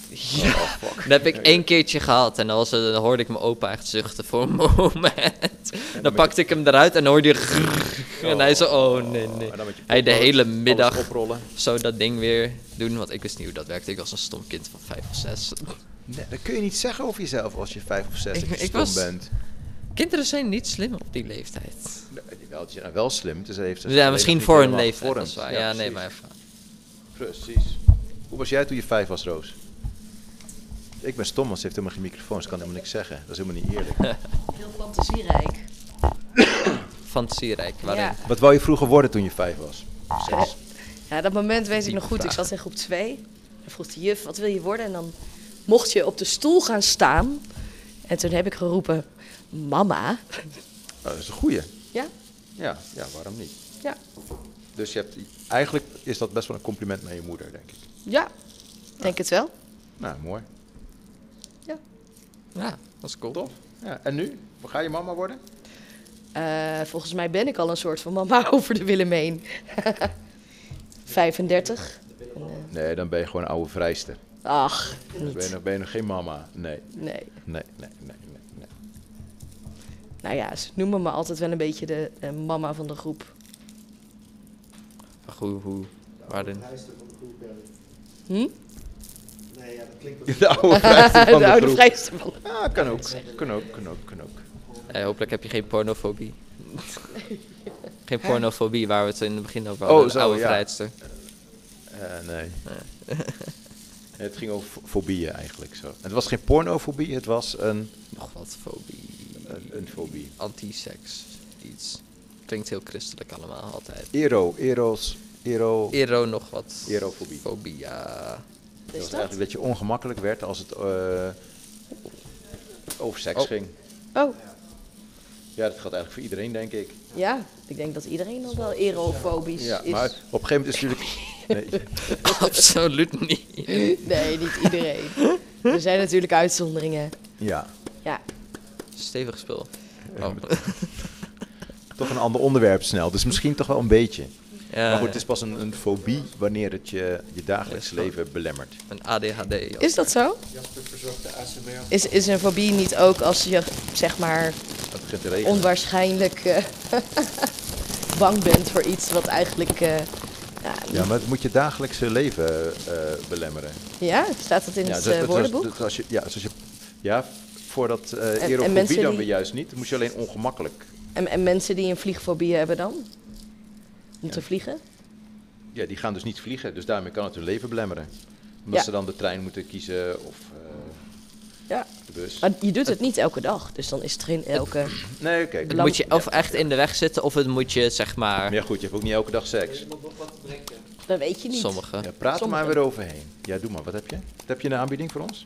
Ja, Oh, dat heb ik één keertje gehad. En dan, was het, dan hoorde ik mijn opa echt zuchten voor een moment. Dan pakte ik hem eruit en dan hoorde je... grrr. En hij zo, oh nee, nee. En dan met je Hij de potlood hele alles middag oprollen. zo dat ding weer doen. Want ik wist niet hoe dat werkte. Ik was een stom kind van vijf of zes. Nee, dat kun je niet zeggen over jezelf als je vijf of zes Ik- dat je ik stom was- bent. Kinderen zijn niet slim op die leeftijd. Nou, het is nou wel slim. Dus heeft ze Ja, misschien niet voor hun helemaal leeftijd. gevormd. dat is waar. Ja, nee, precies. maar... Precies. Hoe was jij toen je vijf was, Roos? Ik ben stom, want ze heeft helemaal geen microfoon. Ze kan helemaal niks zeggen. Dat is helemaal niet eerlijk. Heel fantasierijk. Fantasierijk, waarin... Ja. Wat wou je vroeger worden toen je vijf was? Zes. Ja, dat moment weet ik nog goed. Ik zat in groep 2. Dan vroeg de juf, wat wil je worden? En dan mocht je op de stoel gaan staan. En toen heb ik geroepen, mama. Oh, dat is een goeie. Ja. Ja, ja, waarom niet? Ja. Dus je hebt, eigenlijk is dat best wel een compliment naar je moeder, denk ik. Ja, denk het wel. Nou, mooi. Ja. Ja, dat is cool. Tof. Ja, en nu? Ga je mama worden? Eh, volgens mij ben ik al een soort van mama over de Willemeen. 35. Nee, dan ben je gewoon een oude vrijster. eh, Ach, Dan ben je, nog, ben je nog geen mama. Nee. Nee. Nee, nee, nee, nee. nee. Nou ja, ze noemen me altijd wel een beetje de eh, mama van de groep. Ach, hoe, hoe, waarin... Hm? Nee, ja, dat klinkt De oude vrijster van de, oude groep. vrijster van de Ja, Ah, kan ook. Kan ook, kan ook, kan ook. Eh, hopelijk heb je geen pornofobie. geen Hè? pornofobie, waar we het in het begin over Oh, hadden. zo, de oude ja. vrijster. Eh, nee. het ging over fo- fobieën eigenlijk zo. Het was geen pornofobie, het was een... Nog wat fobie. Een, een fobie. Anti-seks. Iets. Klinkt heel christelijk allemaal altijd. Ero, eros, ero... Ero nog wat. Erofobie. Fobie, ja. Dat was eigenlijk dat je ongemakkelijk werd als het eh, over seks Oh. ging. Oh, Ja, dat gaat eigenlijk voor iedereen, denk ik. ja. Ik denk dat iedereen dan wel erofobisch Ja, is. maar op een gegeven moment is het natuurlijk... Nee. Absoluut niet. Nee, niet iedereen. Er zijn natuurlijk uitzonderingen. Ja. Ja. Stevig spul. Oh. toch een ander onderwerp snel. Dus misschien toch wel een beetje. Ja, maar goed, ja. het is pas een, een fobie wanneer het je, je dagelijks leven belemmert. Een ADHD. Is dat zo? Jasper verzorgt de ASMR. Is, is een fobie niet ook als je, zeg maar, Het begint te regenen. onwaarschijnlijk eh, bang bent voor iets wat eigenlijk... eh, ja, Ja, maar het moet je dagelijkse leven eh, belemmeren. ja, staat dat in ja, het dus- eh, dus- woordenboek? dus als je, ja, dus als je, ja, voor dat eh en erofobie mensen dan die- weer juist niet. Dan moest je alleen ongemakkelijk. En, en mensen die een vliegfobie hebben dan? Om te vliegen? Ja, die gaan dus niet vliegen. Dus daarmee kan het hun leven belemmeren. Omdat Ja. ze dan de trein moeten kiezen of eh, Ja. de bus. Maar je doet het niet elke dag, dus dan is het geen elke... Nee, oké. Het moet je of echt in de weg zitten, of het moet je, zeg maar... Ja goed, je hebt ook niet elke dag seks. Dat weet je niet. Sommige. Ja, praat er Sommige. maar weer overheen. Ja, doe maar. Wat heb je? Wat heb je in de aanbieding voor ons?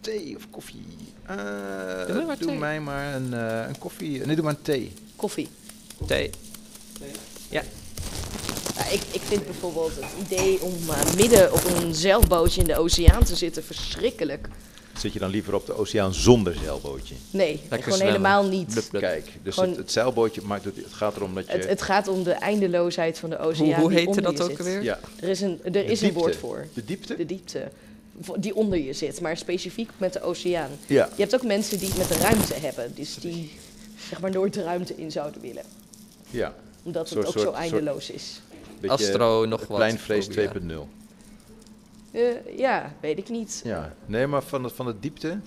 Thee of koffie? Eh, Doe maar doe maar thee. mij maar een, eh, een koffie. Nee, doe maar een thee. Koffie. Thee. Ja. Ja, Nou, ik, ik vind bijvoorbeeld het idee om eh, midden op een zeilbootje in de oceaan te zitten verschrikkelijk. Zit je dan liever op de oceaan zonder zeilbootje? Nee, gewoon zwemmen. helemaal niet. Blub, blub. Kijk, dus Gewoon- het, het zeilbootje maakt het, het gaat erom dat je... Het, het gaat om de eindeloosheid van de oceaan. Hoe- hoe die heette onder dat je ook zit. alweer? Ja. Er is, een, De er is een diepte. woord voor. De diepte? De diepte. Vo- Die onder je zit, maar specifiek met de oceaan. Ja. Je hebt ook mensen die het met de ruimte hebben, dus die zeg maar nooit de ruimte in zouden willen. ja. Omdat het Soort- ook soort- zo soort- eindeloos is. beetje Astro, nog het wat. Pleinvlees Fobie, ja. 2.0. Eh, ja, weet ik niet. Ja, nee, maar van de, van de diepte,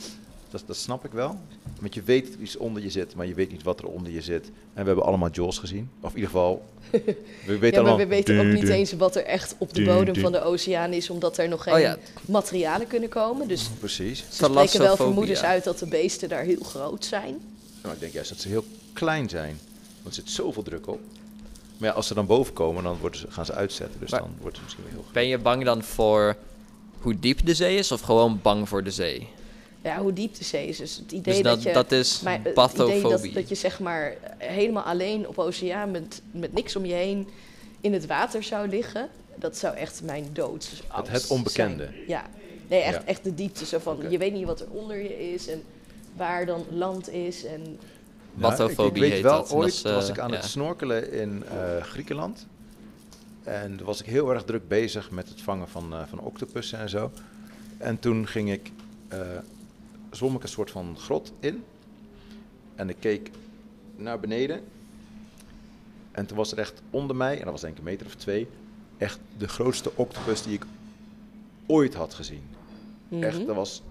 dat, dat snap ik wel. Want je weet iets onder je zit, maar je weet niet wat er onder je zit. En we hebben allemaal Jaws gezien. Of in ieder geval, we weten ja, maar allemaal... we weten ook Du- niet du- eens wat er echt op de Du- bodem du- van de oceaan is, omdat er nog geen Oh ja. materialen kunnen komen. Dus ze Precies. spreken wel vermoedens uit dat de beesten daar heel groot zijn. Maar Nou, ik denk juist dat ze heel klein zijn. Want er zit zoveel druk op. Maar ja, als ze dan boven komen, dan worden ze, gaan ze uitzetten. Dus dan wordt het misschien weer heel... Ben je bang dan voor hoe diep de zee is, of gewoon bang voor de zee? Ja, hoe diep de zee is. Dus het idee Dus dat, dat- je. dat is maar het idee dat, bathofobie. dat je zeg maar helemaal alleen op oceaan met, met niks om je heen in het water zou liggen. Dat zou echt mijn dood. Het, het onbekende. Ja, nee, echt, Ja. echt de diepte. Zo van, Oké. Je weet niet wat er onder je is en waar dan land is. En Nou, ik- Bathofobie ik, weet heet wel, dat. Dat ooit is, eh, was ik aan ja. het snorkelen in eh, Griekenland. En toen was ik heel erg druk bezig met het vangen van, eh, van octopussen en zo. En toen ging ik, eh zwom ik een soort van grot in. En ik keek naar beneden. En toen was er echt onder mij, en dat was denk ik een meter of twee, echt de grootste octopus die ik ooit had gezien. Echt, Mhm. dat was,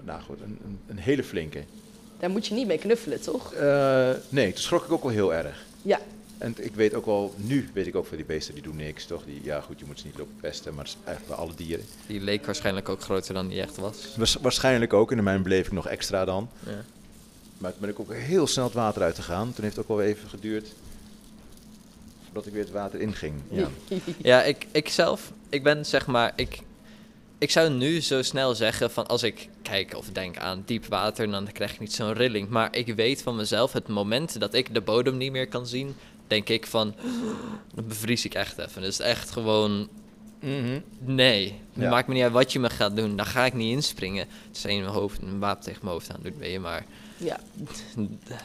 nou goed, een, een, een hele flinke. Daar moet je niet mee knuffelen, toch? Eh, nee, toen schrok ik ook wel heel erg. Ja. En t- ik weet ook wel, nu weet ik ook van die beesten, die doen niks, toch? Die, ja goed, je moet ze niet lopen pesten, maar dat is eigenlijk bij alle dieren. Die leek waarschijnlijk ook groter dan die echt was. Waars- waarschijnlijk ook, en in mijn beleving nog extra dan. Ja. Maar toen ben ik ook heel snel het water uit gegaan. Toen heeft het ook wel even geduurd voordat ik weer het water inging. Ja. Ja, ik, ik zelf, ik ben zeg maar, ik, ik zou nu zo snel zeggen van als ik kijk of denk aan diep water, dan krijg ik niet zo'n rilling. Maar ik weet van mezelf, het moment dat ik de bodem niet meer kan zien, denk ik van, dan bevries ik echt even. Dus echt gewoon, nee, Ja. maakt me niet uit wat je me gaat doen, dan ga ik niet inspringen. Het is één hoofd, een wapen tegen mijn hoofd aan doet, weet je, maar... Ja.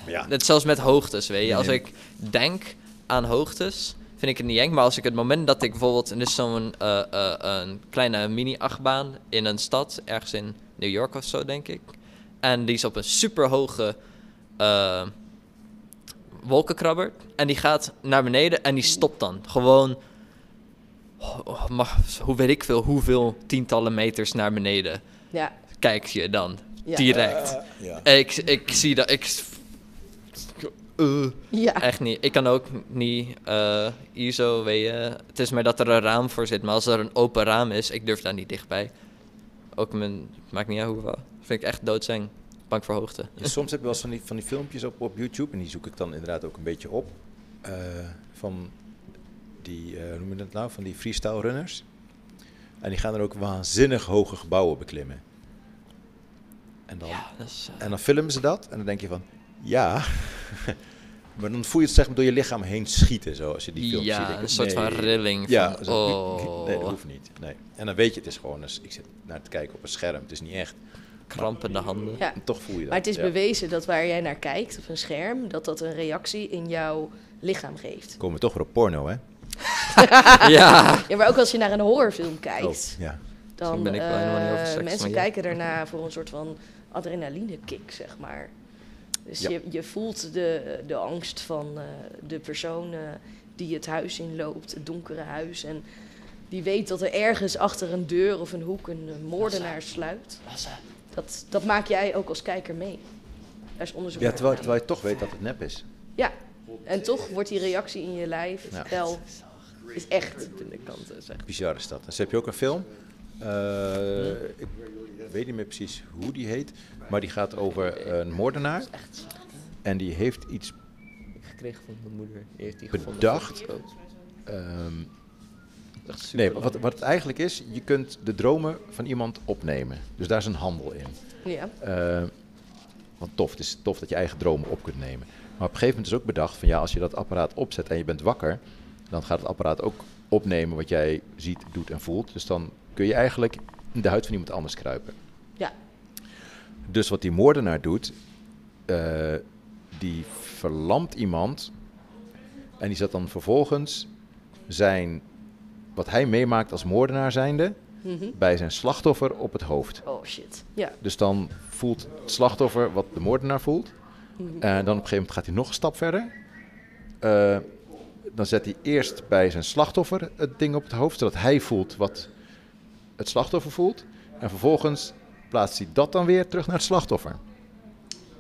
Ja. Net zelfs met hoogtes, weet je. Als Nee. ik denk aan hoogtes, vind ik het niet eng. Maar als ik het moment dat ik bijvoorbeeld... Er is zo'n eh, eh, een kleine mini-achtbaan in een stad. Ergens in New York of zo, denk ik. En die is op een superhoge eh, wolkenkrabber. En die gaat naar beneden en die stopt dan. Gewoon... oh, oh, mag, hoe weet ik veel, hoeveel tientallen meters naar beneden. Ja. Kijk je dan. Ja. Direct. Eh, ja. En Ik, ik zie dat. Ik, eh, Ja. Echt niet. Ik kan ook niet eh, ISO, weet je. Het is maar dat er een raam voor zit. Maar als er een open raam is, ik durf daar niet dichtbij. Ook mijn... Maakt niet uit hoeveel. Vind ik echt doodzeng. Bang voor hoogte. En Dus soms heb je wel eens van die, van die filmpjes op, op YouTube, en die zoek ik dan inderdaad ook een beetje op. eh, van die, eh, hoe noem je dat nou, van die freestyle runners. En die gaan dan ook waanzinnig hoge gebouwen beklimmen. En dan, dat is, eh, en dan filmen ze dat en dan denk je van, ja. maar dan voel je het zeg maar door je lichaam heen schieten, zo, als je die filmpjes Ja, ziet. denk ik, een soort van rilling Ja, van, zo, nee, dat oh. hoeft niet. Nee. En dan weet je, het is gewoon, eens- ik zit naar te kijken op een scherm, het is niet echt. Krampende handen. Ja. Toch voel je dat. Maar het is ja. bewezen dat waar jij naar kijkt op een scherm, dat dat een reactie in jouw lichaam geeft. Komen we toch weer op porno, hè? Ja. ja. Maar ook als je naar een horrorfilm kijkt, Oh, ja. dan Misschien ben ik wel helemaal niet eh, over seks, mensen maar ja. kijken daarna voor een soort van adrenaline kick, zeg maar. Dus Ja. je, je voelt de, de angst van eh, de persoon eh, die het huis inloopt, het donkere huis. En die weet dat er ergens achter een deur of een hoek een eh, moordenaar sluipt. Dat, dat maak jij ook als kijker mee. Daar is onderzoek Ja, naar terwijl, gedaan. terwijl je toch weet dat het nep is. Ja, en toch wordt die reactie in je lijf Ja. wel... is echt. Bizar is dat. Dus heb je ook een film. eh, ik weet niet meer precies hoe die heet. Maar die gaat over een moordenaar. En die heeft iets Gekregen van mijn moeder. Die heeft die gevonden. bedacht. Zo. Ehm, Dat is super nee, wat, wat het eigenlijk is, je kunt de dromen van iemand opnemen. Dus daar is een handel in. Ja. Eh, want tof, het is tof dat je eigen dromen op kunt nemen. Maar op een gegeven moment is ook bedacht van ja, als je dat apparaat opzet en je bent wakker, dan gaat het apparaat ook opnemen wat jij ziet, doet en voelt. Dus dan kun je eigenlijk in de huid van iemand anders kruipen. Ja. Dus wat die moordenaar doet, eh, die verlamt iemand. En die zet dan vervolgens zijn, wat hij meemaakt als moordenaar zijnde, Mhm. bij zijn slachtoffer op het hoofd. Oh shit. Ja. Dus dan voelt het slachtoffer wat de moordenaar voelt. Mhm. En dan op een gegeven moment gaat hij nog een stap verder. Eh, dan zet hij eerst bij zijn slachtoffer het ding op het hoofd, zodat hij voelt wat het slachtoffer voelt. En vervolgens plaatst hij dat dan weer terug naar het slachtoffer.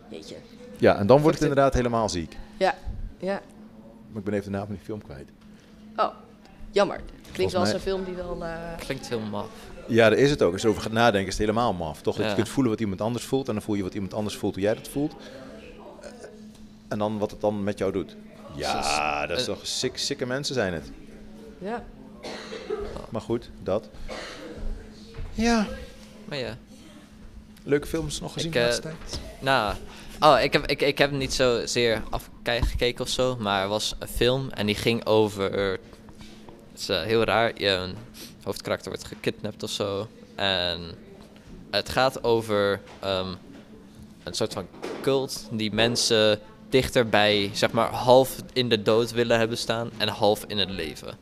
Jeetje. Ja, en dan wordt het inderdaad helemaal ziek. Ja. Ja. Maar ik ben even de naam van die film kwijt. Oh, jammer. Klinkt wel mij- als een film die wel... eh, Klinkt heel maf. Ja, daar is het ook. Als je erover gaat nadenken, is het helemaal maf. Toch dat Ja. je kunt voelen wat iemand anders voelt. En dan voel je wat iemand anders voelt, hoe jij dat voelt. Eh, En dan wat het dan met jou doet. Ja, Zoals- dat is eh. toch sick, sikke mensen zijn het. Ja. Maar goed, dat. Ja. Maar ja. Leuke films nog gezien Ik, de eh, laatste tijd? Nou, oh, ik heb, ik, ik heb niet zozeer afgekeken of zo, maar er was een film en die ging over. Het is eh, heel raar, je hoofdkarakter wordt gekidnapt of zo. En het gaat over ehm, een soort van cult die mensen dichter bij, zeg maar, half in de dood willen hebben staan en half in het leven.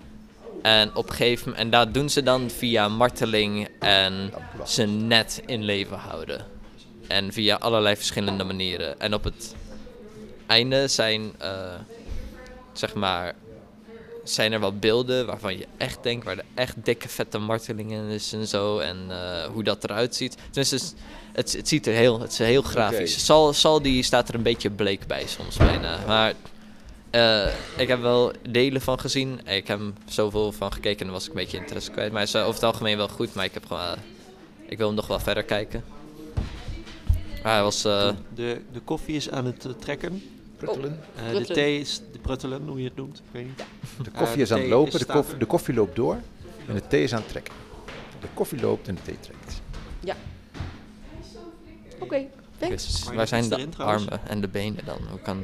En op een gegeven moment, en dat doen ze dan via marteling en ze net in leven houden. En via allerlei verschillende manieren. En op het einde zijn, eh, zeg maar, zijn er wel beelden waarvan je echt denkt, waar er echt dikke vette martelingen is en zo. En eh, hoe dat eruit ziet. Dus het, is- het, het ziet er heel, het is heel grafisch. Oké. Sal, Sal die staat er een beetje bleek bij soms bijna. Maar eh, ik heb wel delen van gezien. Ik heb hem zoveel van gekeken en dan was ik een beetje interesse kwijt. Maar hij is eh, over het algemeen wel goed. Maar ik heb gewoon, eh, ik wil hem nog wel verder kijken. Maar hij was... eh, De, de koffie is aan het eh, trekken. Pruttelen. Eh, de Pruttelen. thee is de pruttelen, hoe je het noemt. Ik weet niet. De Eh, koffie is aan het thee lopen, de staat koffie, de koffie loopt door en de thee is aan het trekken. De koffie loopt en de thee trekt. Ja. Oh, Oké, Christus, thanks. waar zijn de armen en de benen dan? Hoe kan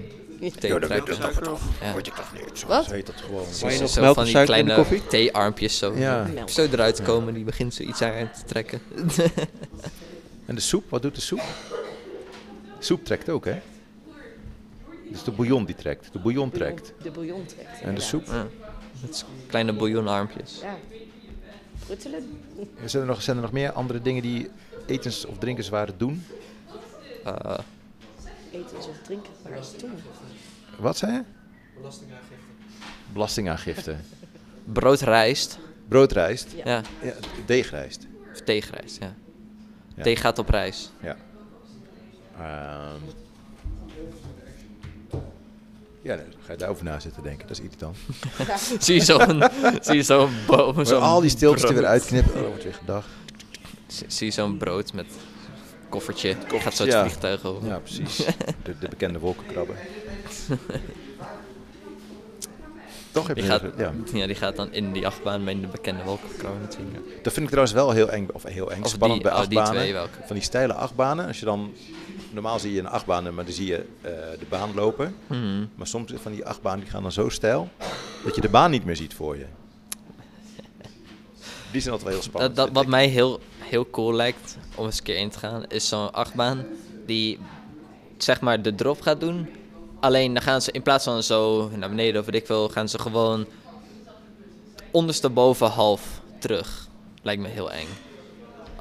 Ja, thee dat trekken? weet ik toch wel. Ja. Word je toch niet, zo Wat? heet dat gewoon. Zo- Waar je zo- nog zo melk van of die suiker in de kleine koffie? theearmpjes zo, Ja. Nou, die zo eruit komen, die begint zoiets aan te trekken. En de soep, wat doet de soep? Soep trekt ook, hè? Dus de bouillon die trekt, de bouillon trekt. De bouillon trekt. En de inderdaad. soep? Ja, met s- kleine bouillonarmpjes. Ja. Pruttelen. Zijn er nog, zijn er nog meer andere dingen die etens- of drinkenswaren doen? Eten is of drinken, maar dat is toen. Wat zei je? Belastingaangifte. Belastingaangifte. Broodrijst. Broodrijst? Ja. Deegrijst. Of theegrijst, ja. Ja. Thee gaat op reis. Ja. Ehm, ja, dan ga je daarover na zitten denken. Dat is irritant. Zie je zo'n- zie je zo'n boom, Waar zo'n al die stiltes die brood. weer uitknippen. Oh, wordt weer gedacht. Z- Zie je zo'n brood met koffertje, gaat zo het Ja. vliegtuig over. Ja, precies. de, de bekende wolkenkrabber. Toch heb Die je- gaat, ja. ja. die gaat dan in die achtbaan bij de bekende wolkenkrabber natuurlijk. Dat vind ik trouwens wel heel eng, of heel eng, Of spannend die- bij oh, die achtbanen. twee welke? Van die steile achtbanen, als je dan... Normaal zie je een achtbaan, maar dan zie je eh, de baan lopen. Mhm. Maar soms van die achtbanen die gaan dan zo steil, dat je de baan niet meer ziet voor je. Die zijn altijd wel heel spannend. Dat, dat, wat mij heel, heel cool lijkt om eens een keer in te gaan, is zo'n achtbaan die zeg maar de drop gaat doen. Alleen dan gaan ze in plaats van zo naar beneden of wat ik wil, gaan ze gewoon ondersteboven half terug. Lijkt me heel eng.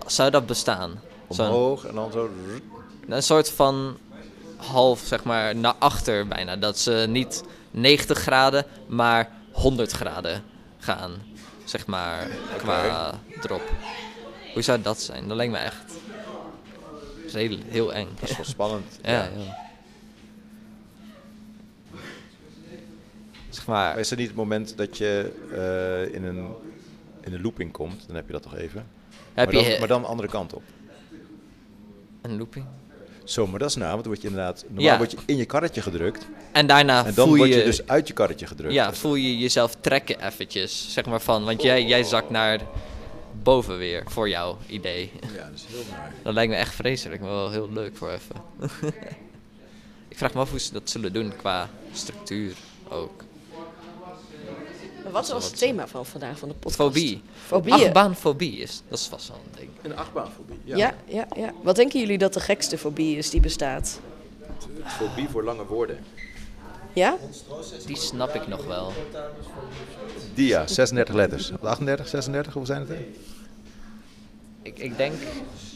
Zou dat bestaan? Zo'n- Omhoog en dan zo... een soort van half, zeg maar, naar achter bijna. Dat ze niet 90 graden, maar 100 graden gaan. Zeg maar, qua drop. Hoe zou dat zijn? Dat lijkt me echt dat is heel, heel eng. Dat is wel spannend. ja, ja. ja. Zeg maar. Is er niet het moment dat je eh, in, een, in een looping komt? Dan heb je dat toch even. maar, je- dan, maar dan de andere kant op. Een looping. Zo, maar dat is nou, want dan word je inderdaad... Normaal Ja. word je in je karretje gedrukt. En daarna En dan voel word je je- dus uit je karretje gedrukt. Ja, voel je jezelf trekken eventjes, zeg maar van. Want jij, jij zakt naar boven weer, voor jouw idee. Ja, dat is heel mooi. Dat lijkt me echt vreselijk, maar wel heel leuk voor even. Ik vraag me af hoe ze dat zullen doen qua structuur ook. Maar wat was het thema van vandaag van de podcast? Fobie. Fobieën. Achtbaanfobie is, dat is vast wel een ding. Een achtbaanfobie, Ja. Ja, ja, Wat denken jullie dat de gekste fobie is die bestaat? Fobie voor lange woorden. Ja? Die snap ik nog wel. Dia, 36 letters. Of 38, 36, hoeveel zijn het er? Ik, ik denk...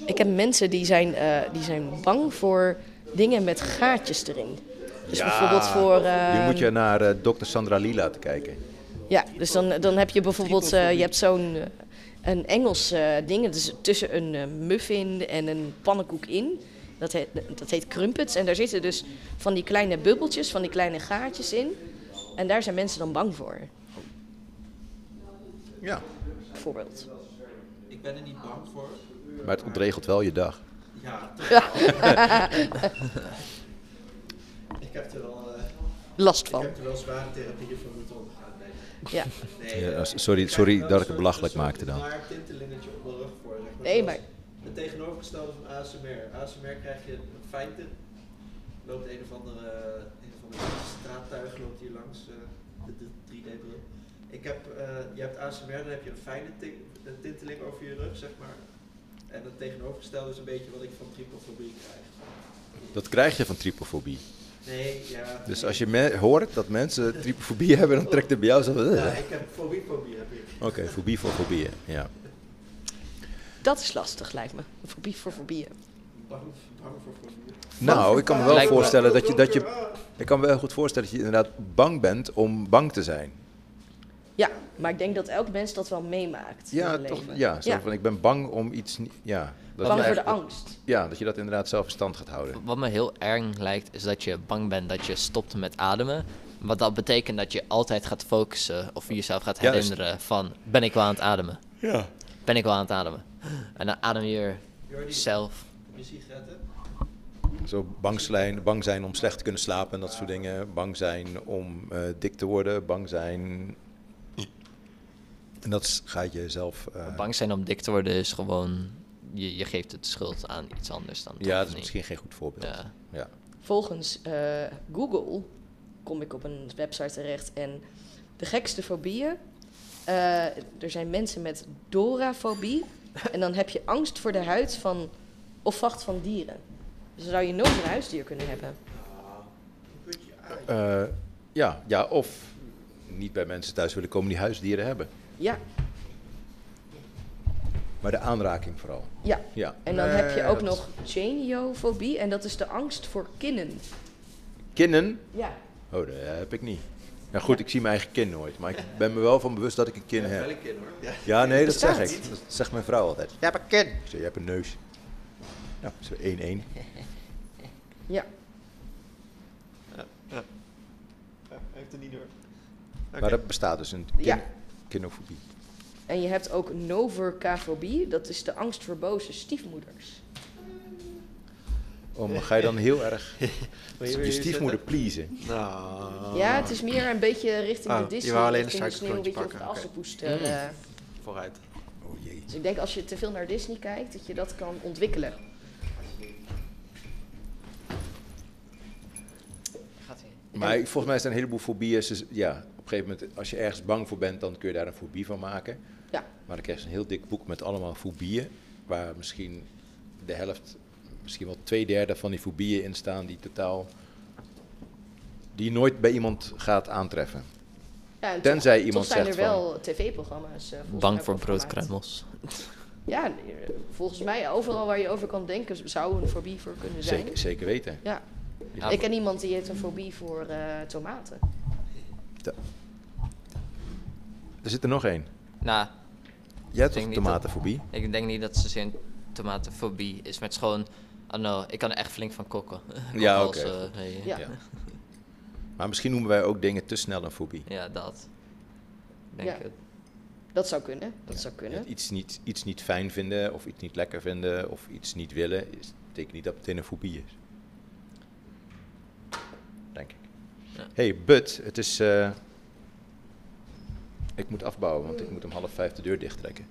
Ik heb mensen die zijn, eh, die zijn bang voor dingen met gaatjes erin. Dus bijvoorbeeld voor... Nu eh, moet je naar eh dokter Sandra Lee laten kijken. Ja, dus dan, dan heb je bijvoorbeeld, eh, je hebt zo'n eh, een Engels eh, ding, dat is tussen een eh, muffin en een pannenkoek in. Dat heet, dat heet crumpets en daar zitten dus van die kleine bubbeltjes, van die kleine gaatjes in. En daar zijn mensen dan bang voor. Ja. Bijvoorbeeld. Ik ben er niet bang voor. Maar het ontregelt wel je dag. Ja, toch Ja. wel. ik heb er wel... eh, Last van. Ik heb er wel zware therapieën voor moeten ondergaan. nee. Ja. Nee, Ja, eh, sorry, ik sorry krijg dat ik een het soort- belachelijk een soort maakte dan. raar tintelingetje op mijn rug voor. zeg maar. Nee, Zoals maar- Het tegenovergestelde van ASMR. ASMR krijg je een feiten. Loopt een of andere, een of andere straattuig loopt hier langs, eh, de, de 3D-bril. Ik heb, eh, je hebt ASMR, dan heb je een fijne tin- een tinteling over je rug, zeg maar. En het tegenovergestelde is een beetje wat ik van tripofobie krijg. Dat krijg je van tripofobie. Nee, ja. Dus als je me- hoort dat mensen tripofobie hebben, dan trekt het bij jou zo... Ja, ik heb fobiefobie heb ik. Oké, fobie voor fobieën, ja. Dat is lastig, lijkt me. Een fobie voor fobieën. Bang, bang voor fobie. Nou, ik kan me wel Lijkt me- voorstellen dat je, dat je... Ik kan me wel goed voorstellen dat je inderdaad bang bent om bang te zijn. Ja, maar ik denk dat elk mens dat wel meemaakt. in Ja, het toch, leven. ja, zo van ik ben bang om iets... ni- Ja, Bang voor de dat- angst. Ja, dat je dat inderdaad zelf in stand gaat houden. Wat me heel erg lijkt, is dat je bang bent dat je stopt met ademen. Want dat betekent dat je altijd gaat focussen of jezelf gaat Juist. herinneren van... Ben ik wel aan het ademen? Ja. Ben ik wel aan het ademen? En dan adem je Jordi. zelf. Heb je sigaretten? Zo bang zijn, bang zijn om slecht te kunnen slapen en dat soort dingen. Bang zijn om eh, dik te worden. Bang zijn... En dat is- gaat je zelf... eh, Bang zijn om dik te worden is gewoon... Je, je geeft het schuld aan iets anders dan... ja, dat is misschien geen goed voorbeeld. Ja. Volgens eh, Google kom ik op een website terecht en de gekste fobieën. eh, er zijn mensen met dorafobie en dan heb je angst voor de huid van of vacht van dieren. Dus dan zou je nooit een huisdier kunnen hebben. Eh, ja, ja, of niet bij mensen thuis willen komen die huisdieren hebben. Ja, Maar de aanraking vooral. ja. Ja. Eh, En dan Nee, heb je ook dat- nog geniofobie en dat is de angst voor kinnen. Kinnen? Ja. Oh, dat heb ik niet. Nou goed, ik zie mijn eigen kin nooit. Maar ik ben me wel van bewust dat ik een kin heb. wel een kin, hoor. Ja. Ja, nee, dat zeg Bestaat. ik. Dat zegt mijn vrouw altijd. Je hebt een kin. Ik zeg, je hebt een neus. Nou, zo 1-1. Ja. Ja, ja. Ja, hij heeft het niet door. Oké. Maar dat bestaat dus, een kin Ja. kinofobie. En je hebt ook noverkafobie, dat is de angst voor boze stiefmoeders. Oh, maar ga je dan heel erg Wil je- wil je je stiefmoeder zetten? pleasen? Nou. Ja, het is meer een beetje richting Oh, de je Disney. wou alleen richting een de sneeuwwitje suikerklontje of de pakken, oké. assenpoester. Mm. eh. Vooruit. Oh jee. Dus ik denk als je te veel naar Disney kijkt, dat je dat kan ontwikkelen. Maar ik- volgens mij zijn een heleboel fobieën. ze- Ja, op een gegeven moment, als je ergens bang voor bent, dan kun je daar een fobie van maken. Ja. Maar dan krijg je een heel dik boek met allemaal fobieën. Waar misschien de helft, misschien wel twee derde van die fobieën in staan die totaal. die je nooit bij iemand gaat aantreffen. Ja, en Tenzij toch, iemand toch zijn zegt er van- wel tv-programma's. eh, volgens mij Bang voor over gemaakt. broodkruimels. Ja, eh, volgens mij overal waar je over kan denken zou een fobie voor kunnen zijn. Zeker, zeker weten. Ja. Ja. Ik ken iemand die heeft een fobie voor eh, tomaten. Er zit er nog één. Nou, Jij hebt ik toch een denk niet dat- tomatenfobie? ik denk niet dat ze zijn tomatenfobie is, maar het is gewoon... Oh no, ik kan er echt flink van kokken. Ja, Als, oké, eh, goed. nee. Ja. Maar misschien noemen wij ook dingen te snel een fobie. Ja, dat. Denk Ja. het. Dat zou kunnen. Dat zou Het kunnen. Iets niet, iets niet fijn vinden, of iets niet lekker vinden, of iets niet willen, is, betekent niet dat het meteen een fobie is. Denk ik. Ja. hey, but, het is... eh, ik moet afbouwen, want ik moet om half vijf de deur dichttrekken.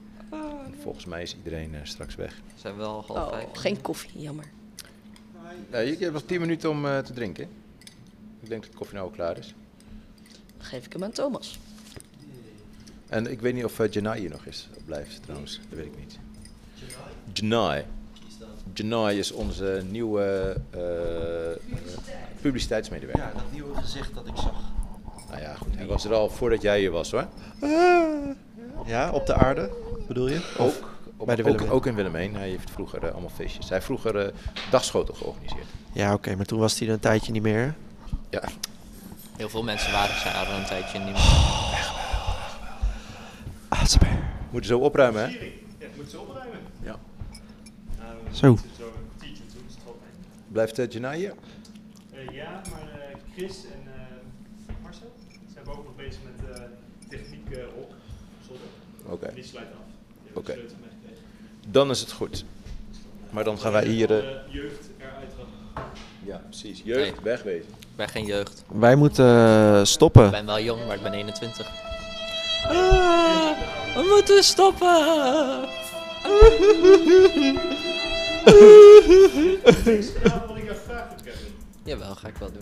En volgens mij is iedereen eh, straks weg. We Zijn wel half Oh, vijf. geen koffie, jammer. Nou, je, je hebt nog tien minuten om eh, te drinken. Ik denk dat de koffie nou al klaar is. Dan geef ik hem aan Thomas. En ik weet niet of eh, Janai hier nog is, blijft trouwens. Dat weet ik niet. Janai. Janai is onze nieuwe eh, eh, publiciteitsmedewerker. Ja, dat nieuwe gezicht dat ik zag. Nou ja, goed. Hij was er al voordat jij hier was hoor. Ah. Ja, op de aarde bedoel je? Ook, op- bij de ook, Willemijn. ook in Willemijn. Hij heeft vroeger eh, allemaal feestjes. Hij heeft vroeger eh, dagschoten georganiseerd. Ja, oké, maar toen was hij er een tijdje niet meer. Ja. Heel veel mensen waren er een tijdje niet meer. Moet je zo opruimen hè? Ja, ik moet zo opruimen. Ja. Nou, Zo. het is Zo een kwartiertje toe, is het wel fijn. Blijft eh, Janai hier? Eh, ja, maar eh, Chris en eh, Marcel zijn we ook nog bezig met eh, techniek eh op. Zolder. Oké. Die sluit af. Die hebben Oké. de sleutel meegekregen. Dan is het goed. Maar dan gaan wij hier... eh, Alle jeugd eruit gaan. ja, precies. Jeugd, wegwezen. Ik ben geen jeugd. Wij moeten eh, Ik stoppen. ben wel jong, maar ik ben 21. we moeten stoppen! Jawel, ga ik wel doen.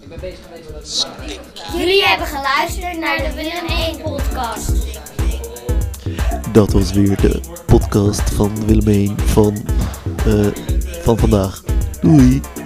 Ik ben bezig met Jullie hebben geluisterd naar de Willem 1 podcast. Dat was weer de podcast van Willemijn van, van vandaag. Doei!